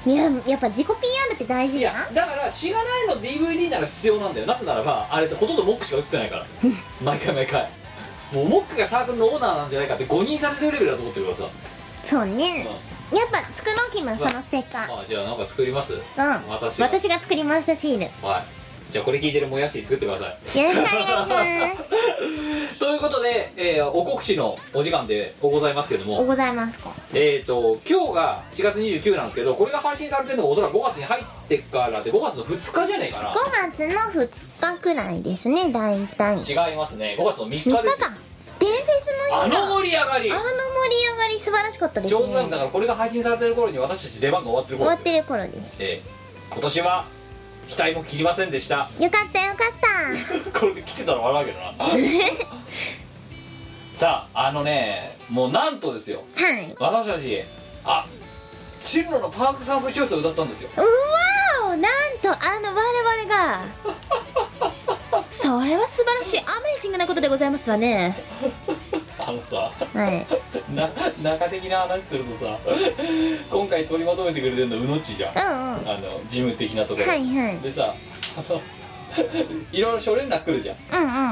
Speaker 2: んいややっぱ自己 PR って大事
Speaker 1: い
Speaker 2: じ
Speaker 1: や
Speaker 2: ゃん
Speaker 1: だからしがないの DVD なら必要なんだよなぜならばあれってほとんどモックしか映ってないから毎回毎回もうモックがサークルのオーナーなんじゃないかって誤認されるレベルだと思ってるからさ、
Speaker 2: そうねやっぱ作ろうキムそのステッカー
Speaker 1: まあじゃあなんか作ります、
Speaker 2: うん
Speaker 1: 私
Speaker 2: 私
Speaker 1: が
Speaker 2: が作りましたシールよ
Speaker 1: はいじゃあこれ聞いてるもやし作ってください
Speaker 2: ろしくお願いします
Speaker 1: ということで、えーお告知のお時間でございますけども
Speaker 2: おございますか
Speaker 1: えー、と今日が4月29なんですけどこれが配信されてるのがおそらく5月に入ってからで5月の2日じゃねえかな
Speaker 2: 5月の2日くらいですね大体3日
Speaker 1: 違いますね5月の3日
Speaker 2: 間
Speaker 1: です
Speaker 2: 伝説の
Speaker 1: あ
Speaker 2: 日だあ
Speaker 1: の
Speaker 2: の盛
Speaker 1: 盛り上がり
Speaker 2: り上がり素晴らしかったで
Speaker 1: ち
Speaker 2: す
Speaker 1: ょ
Speaker 2: ね
Speaker 1: うどなんかだからこれが配信されてる頃に私たち出番が終わってる
Speaker 2: 終
Speaker 1: 頃
Speaker 2: わ
Speaker 1: で
Speaker 2: っ
Speaker 1: すよ
Speaker 2: てる頃です
Speaker 1: ええ今年は額も切りませんでした
Speaker 2: よかったよかった
Speaker 1: これで切ってたら笑うけどなさああのねもうなんとですよ
Speaker 2: はい
Speaker 1: 私たちあチルノのパーク算数教室を歌ったんですよ
Speaker 2: うわおなんとあの我々がそれは素晴らしいアメージングなことでございますわね
Speaker 1: あのさ
Speaker 2: はい
Speaker 1: な中的な話するとさ今回取りまとめてくれてるのうのっちじゃん、
Speaker 2: うんうんは
Speaker 1: あの事務的なところ、
Speaker 2: いはい
Speaker 1: でさあのいろいろ書連絡来るじゃ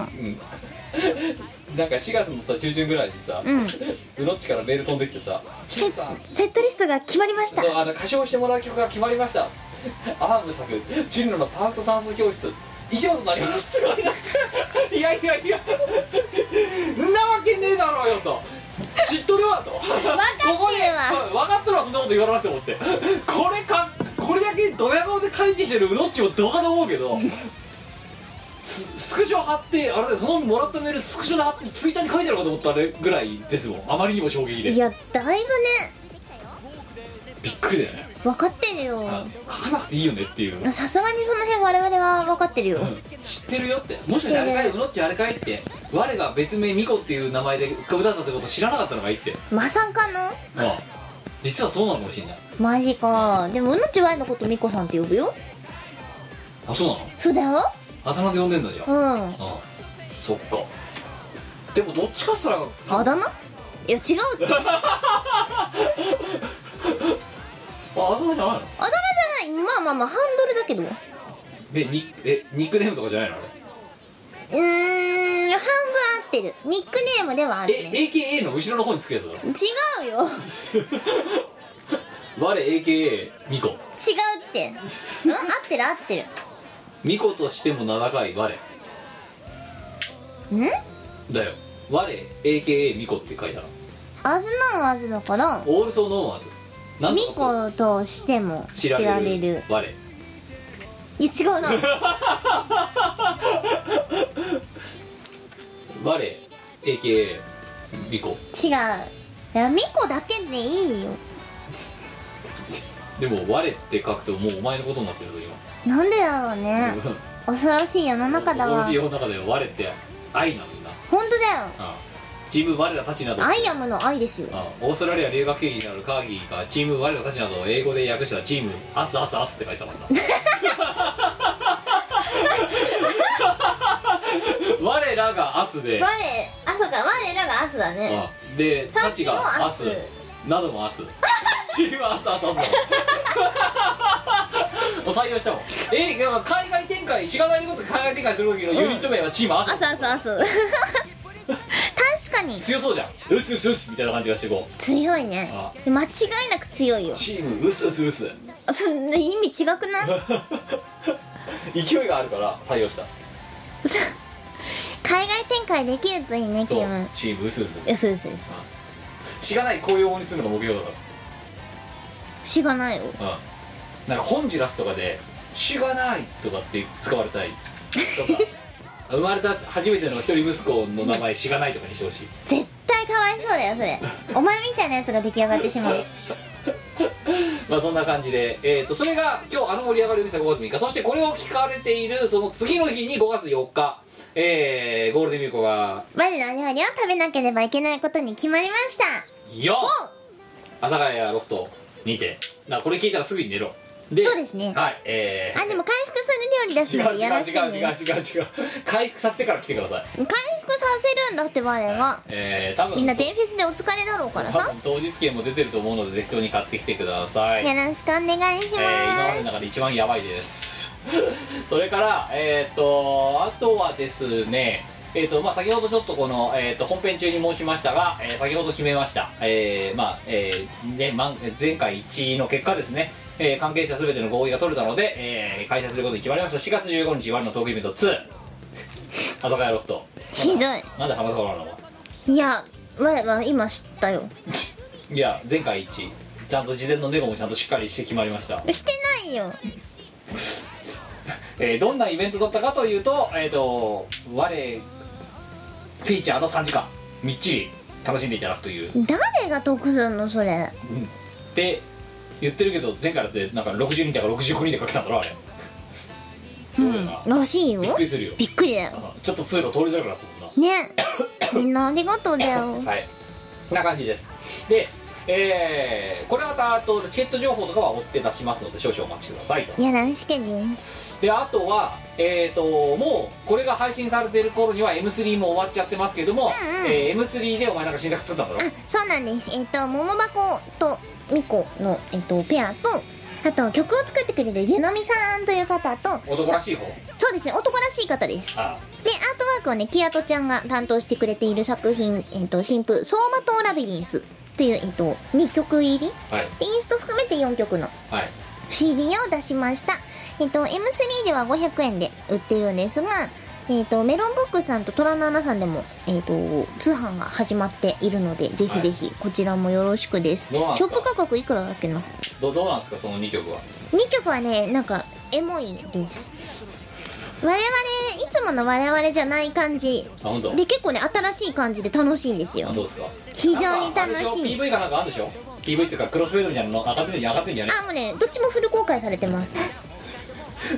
Speaker 1: ん、
Speaker 2: うん
Speaker 1: うん、なんか4月のさ中旬ぐらいにさ、
Speaker 2: うんうん
Speaker 1: うのっちからメール飛んできてさ「キ
Speaker 2: セ
Speaker 1: ムさん
Speaker 2: セットリストが決まりました
Speaker 1: そうあの歌唱してもらう曲が決まりました」 「アーム作チルノのパークト算数教室」以上となりますとかになって いやいやいやんなわけねえだろうよと知っとるわと分か
Speaker 2: ってるわ
Speaker 1: 分かっとるわそんなこと言わなくて もってこれかこれだけドヤ顔で書いてきてるうのっちもどうかと思うけど ススクショ貼ってあれだよそのもらったメールスクショで貼ってツイッターに書いてあるかと思ったあれぐらいですもんあまりにも衝撃で
Speaker 2: いやだいぶね
Speaker 1: びっくりだよね
Speaker 2: 分かってるよ
Speaker 1: 書かなくていいよねっていう
Speaker 2: さすがにその辺我々は分かってるよ
Speaker 1: 知ってるよってもしかしてあれかいうのっちあれかいって我が別名ミコっていう名前で歌ったってこと知らなかったのがいいって
Speaker 2: まさかの
Speaker 1: まあ実はそうなのかもしれない
Speaker 2: マジかでもうのちわいのことみこさんって呼ぶよ
Speaker 1: あそうなの
Speaker 2: そうだよ
Speaker 1: 頭で呼んでんだじゃん、
Speaker 2: うん
Speaker 1: あそっか
Speaker 12: でもどっちかっつったら
Speaker 2: あだ名いや違う ってあだ名じ
Speaker 12: ああそうじゃないの
Speaker 2: ゃないまあまあまあハンドルだけどう
Speaker 1: えにえニックネームとかじゃないのあれ
Speaker 2: ーん半分合ってるニックネームではあるね
Speaker 1: え AKA の後ろの方につくやつだろ
Speaker 2: 違うよ違う
Speaker 1: 我 AKA ミコ
Speaker 2: ってん合ってる合ってる
Speaker 1: ミコとしても7回我
Speaker 2: ん
Speaker 1: だよ我 AKA ミコって書いたら
Speaker 2: アズノンアズだから
Speaker 1: オールソーノーマーズなん
Speaker 2: ミ
Speaker 1: とか
Speaker 2: コとしても知
Speaker 1: 知
Speaker 2: ら
Speaker 1: られ
Speaker 2: れる
Speaker 1: る我
Speaker 2: いや違 うな
Speaker 1: 我 AKA ミコ
Speaker 2: 違ういやミコだけでいいよ
Speaker 1: でも我って書くともうお前のことになってるぞ
Speaker 2: なんでだろうね
Speaker 1: 今
Speaker 2: 恐ろしい世の中 だ
Speaker 1: 同
Speaker 2: わ
Speaker 1: じ世の中で我って愛なんだ
Speaker 2: 本当だ
Speaker 1: うんチーム我らたちなど
Speaker 2: よアイアムの愛ですよ
Speaker 1: あオーストラリア留学経験のあるカーギーがチーム我らたちなどを英語で訳したチームアスアスアスって書いてたもんな我らがアスで、
Speaker 2: 我あそうか我らがアスだね
Speaker 1: あで
Speaker 2: タ
Speaker 1: た
Speaker 2: チ
Speaker 1: ち
Speaker 2: も
Speaker 1: が
Speaker 2: ア
Speaker 1: ア
Speaker 2: ス
Speaker 1: スなどもアスチームアスアスアスだもんもう採用したもんえなんか海外展開しがないこと海外展開する時のユニット名はチームアス、
Speaker 2: アスアスアス確かに
Speaker 1: 強そうじゃんうすうすうすみたいな感じがしてこう
Speaker 2: 強いね
Speaker 1: あ
Speaker 2: 間違いなく強いよ
Speaker 1: チームうすうすうす
Speaker 2: そんな意味違 くない
Speaker 1: 勢いがあるから採用した
Speaker 2: 海外展開できるといいねキ
Speaker 1: そう
Speaker 2: ム
Speaker 1: チームうすうす
Speaker 2: そうですそうです
Speaker 1: しがない公用語にするのが目標だか
Speaker 2: しがないよ
Speaker 1: らうんなんかホンジュラスとかで「しがない」とかって使われたいと か生まれた初めての一人息子の名前しがないとかにしてほしい
Speaker 2: 絶対かわいそうだよ それお前みたいなやつが出来上がってしまう
Speaker 1: まあそんな感じで、えー、とそれが今日あの盛り上がる店5月3日そしてこれを聞かれているその次の日に5月4日えー、ゴールデンウィークが
Speaker 2: 我の料理を食べなければいけないことに決まりました
Speaker 1: 4阿佐ヶ谷ロフトにてなこれ聞いたらすぐに寝ろで
Speaker 2: そうですね
Speaker 1: はいえー
Speaker 2: あでも回復する料理だ
Speaker 1: 違
Speaker 2: し
Speaker 1: う
Speaker 2: ので
Speaker 1: 違
Speaker 2: や
Speaker 1: う
Speaker 2: らせて
Speaker 1: 違う違う違う
Speaker 2: ね
Speaker 1: 違う回復させてから来てください
Speaker 2: 回復させるんだって我は
Speaker 1: えー、多分
Speaker 2: みんなデンフェスでお疲れだろうから
Speaker 1: 多
Speaker 2: さ
Speaker 1: 分当日券も出てると思うので適当に買ってきてください、
Speaker 2: よろしくお願いし
Speaker 1: えー今までの
Speaker 2: ま
Speaker 1: 中で一番やばいです それからえっ、とあとはですねえーとまあ、先ほどちょっとこの、えー、と本編中に申しましたが、えー先ほど決めました、えーまあえーねまん、前回一致の結果ですね、えー関係者すべての合意が取れたので、えー開催することに決まりました4月15日ワルのトークイベント2朝霞ロフト
Speaker 2: すひど
Speaker 1: なんで浜田さんなの
Speaker 2: いいや我は今知ったよ
Speaker 1: いや前回一致ちゃんと事前のネゴもちゃんとしっかりして決まりました、
Speaker 2: してないよ
Speaker 1: えーどんなイベントだったかというと,、えー、と我フィーチャーの3時間みっちり楽しんでいただくという
Speaker 2: 誰が得すんのそれ
Speaker 1: で言ってるけど前回だってなんか60人とか69人とか来たんだろあれそうだよな、
Speaker 2: らしいよ
Speaker 1: びっくりするよ
Speaker 2: びっくりだよ
Speaker 1: あちょっと通路通りづらくなってたもん
Speaker 2: ねみんなありがとうだよ
Speaker 1: なはいこんな感じですでえーこれまたあとチケット情報とかは追って出しますので少々お待ちくださいと
Speaker 2: よろしくです
Speaker 1: であとはえっ、ともうこれが配信されてる頃には M3 も終わっちゃってますけども、
Speaker 2: うん
Speaker 1: えー M3 でお前なんか新作作ったんだろ
Speaker 2: あそうなんですえっ、と桃箱とみこの、えっとペアとあと曲を作ってくれる湯飲みさんという方と
Speaker 1: 男らしい方
Speaker 2: そうですね男らしい方ですでアー
Speaker 1: あ
Speaker 2: トワークをねキアトちゃんが担当してくれている作品「えっと新婦走馬灯ラビリンス」という、えっと2曲入り
Speaker 1: あはい
Speaker 2: でインスト含めて4曲の
Speaker 1: はい
Speaker 2: CD を出しました、えっと M3 では500円で売っているんですが、えっとメロンブックさんとトラナナさんでも、えっと通販が始まっているのでぜひぜひこちらもよろしくです、
Speaker 1: どうなんす
Speaker 2: ショ
Speaker 1: か
Speaker 2: ップ価格いくらだっけな
Speaker 1: どどうなんですかその2曲は
Speaker 2: 2曲はねなんかエモいです我々いつもの我々じゃない感じ
Speaker 1: あ本当
Speaker 2: で結構ね新しい感じで楽しいんですよ
Speaker 1: あそうですか
Speaker 2: 非常
Speaker 1: なん
Speaker 2: に楽しい
Speaker 1: かあれでょ PV かなんかあるでしょ PV っていうかクロスフェードみたいなの上がってんじゃん上がってんじゃね
Speaker 2: あもうねどっちもフル公開されてます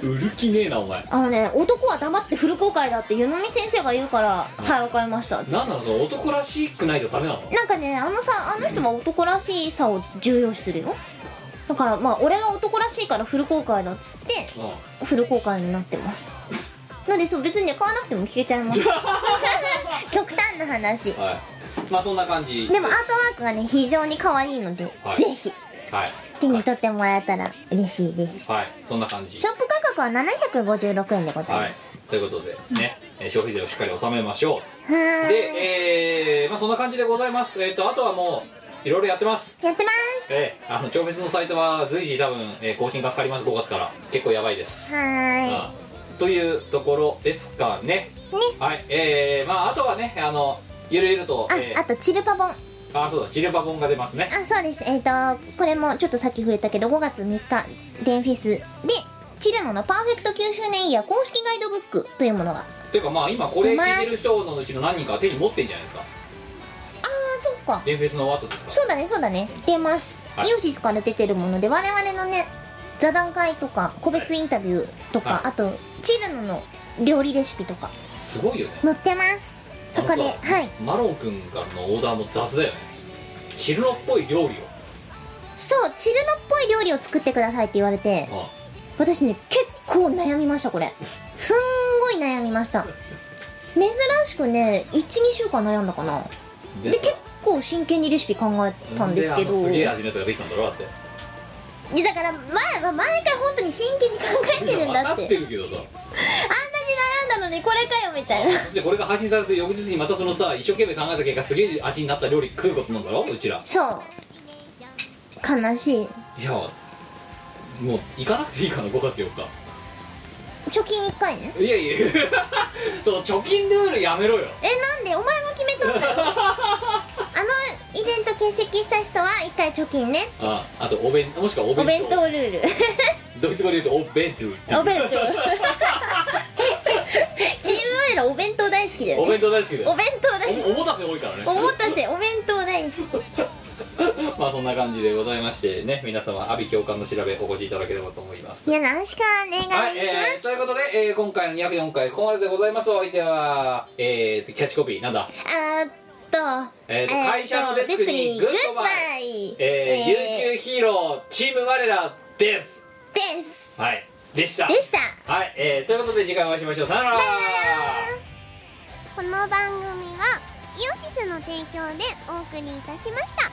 Speaker 1: 売る気ねえなお前
Speaker 2: あのね男は黙ってフル公開だって湯飲み先生が言うからはいわかりましたって
Speaker 1: なんなのその男らしくないとダメなの
Speaker 2: なんかねあのさあの人は男らしさを重要視するよだからまあ俺は男らしいからフル公開だっつって
Speaker 1: う
Speaker 2: フル公開になってますなんでそう別にね買わなくても聞けちゃいます 極端の話でも
Speaker 1: はいまあそんな感じ
Speaker 2: アートワークがね非常に可愛いので、
Speaker 1: はい
Speaker 2: ぜひ
Speaker 1: はい
Speaker 2: 手に取ってもらえたら嬉しいです
Speaker 1: はいそんな感じ
Speaker 2: ショップ価格は756円でござい
Speaker 1: は
Speaker 2: ま
Speaker 1: い
Speaker 2: す、
Speaker 1: ということでね、えー消費税をしっかり納めましょう
Speaker 2: はーい
Speaker 1: で、えーまあ、そんな感じでございますえっ、とあとはもういろいろやってます
Speaker 2: やってます
Speaker 1: えーあの超別のサイトは随時多分、えー更新がかかります5月から結構やばいです
Speaker 2: はーい
Speaker 1: あというところですかねはいえー、まああとはねあのゆるゆると
Speaker 2: あ、
Speaker 1: えー
Speaker 2: あとチルパボンあ
Speaker 1: あそうだチルパ本が出ますね
Speaker 2: そうですえっ、とこれもちょっとさっき触れたけど5月3日デンフェスでチルノのパーフェクト9周年イヤー公式ガイドブックというものがあ
Speaker 1: ていうかまあ今これ聞いてる人のうちの何人かは手に持ってんじゃないですか
Speaker 2: ーそっか
Speaker 1: デンフェスの後ですか
Speaker 2: そうだねそうだね出ます、
Speaker 1: はい
Speaker 2: イオシスから出てるもので我々のね座談会とか個別インタビューとか、
Speaker 1: はい
Speaker 2: あとチルノの料理レシピとか
Speaker 1: すごいよね
Speaker 2: 載ってますそこ
Speaker 1: あ
Speaker 2: で
Speaker 1: のさ
Speaker 2: はい
Speaker 1: マロン君からのオーダーも雑だよねチルノっぽい料理を
Speaker 2: そうチルノっぽい料理を作ってくださいって言われて
Speaker 1: あ
Speaker 2: 私ね結構悩みましたこれすんごい悩みました珍しくね12週間悩んだかな
Speaker 1: で
Speaker 2: で結構真剣にレシピ考えたんですけど
Speaker 1: あのすげえ味のやつができたんだろだって
Speaker 2: いやだから前は毎回本当に真剣に考えてるん
Speaker 1: 分
Speaker 2: だ
Speaker 1: か
Speaker 2: っ
Speaker 1: っててるけどさ
Speaker 2: あんなに悩んだのにこれかよみたいな
Speaker 1: そしてこれが配信されて翌日にまたそのさ一生懸命考えた結果すげえ味になった料理食うことなんだろうちら
Speaker 2: そう悲しい
Speaker 1: いやもう行かなくていいかな5月4
Speaker 2: 貯金1回ね
Speaker 1: 日いやいやその貯金ルールやめろよ
Speaker 2: えなんでお前が決め とったよあのイベント欠席した人は1回貯金ね
Speaker 1: ああとお弁もしくはお
Speaker 2: お弁
Speaker 1: 弁当
Speaker 2: 当ルール
Speaker 1: ドイツ語で言うとお弁当っていう
Speaker 2: お弁当チーム我らお弁当大好きだよ
Speaker 1: お弁
Speaker 2: ね
Speaker 1: 当大好きだよ
Speaker 2: お弁当大好き
Speaker 1: おおもたせ多いからね
Speaker 2: おもたせお弁当大好き
Speaker 1: まあそんな感じでございましてね皆様阿鼻教官の調べお越しいただければと思います
Speaker 3: よろしくお
Speaker 1: は
Speaker 3: 願
Speaker 1: い、
Speaker 3: いしま
Speaker 1: えー
Speaker 3: す、
Speaker 1: ということで、えー今回の204回ここまででございますお相手は、えー、キャッチコピーなんだ、
Speaker 3: あーっとえー
Speaker 1: えーと
Speaker 3: っと
Speaker 1: 会社のデスクにグッドバイ、
Speaker 3: イ
Speaker 1: えー、YouTube ヒーローチーム我らです
Speaker 3: です
Speaker 1: はいでした
Speaker 3: でした
Speaker 1: はい、えー、ということで次回お会いしましょうさよなら
Speaker 3: この番組はイオシスの提供でお送りいたしました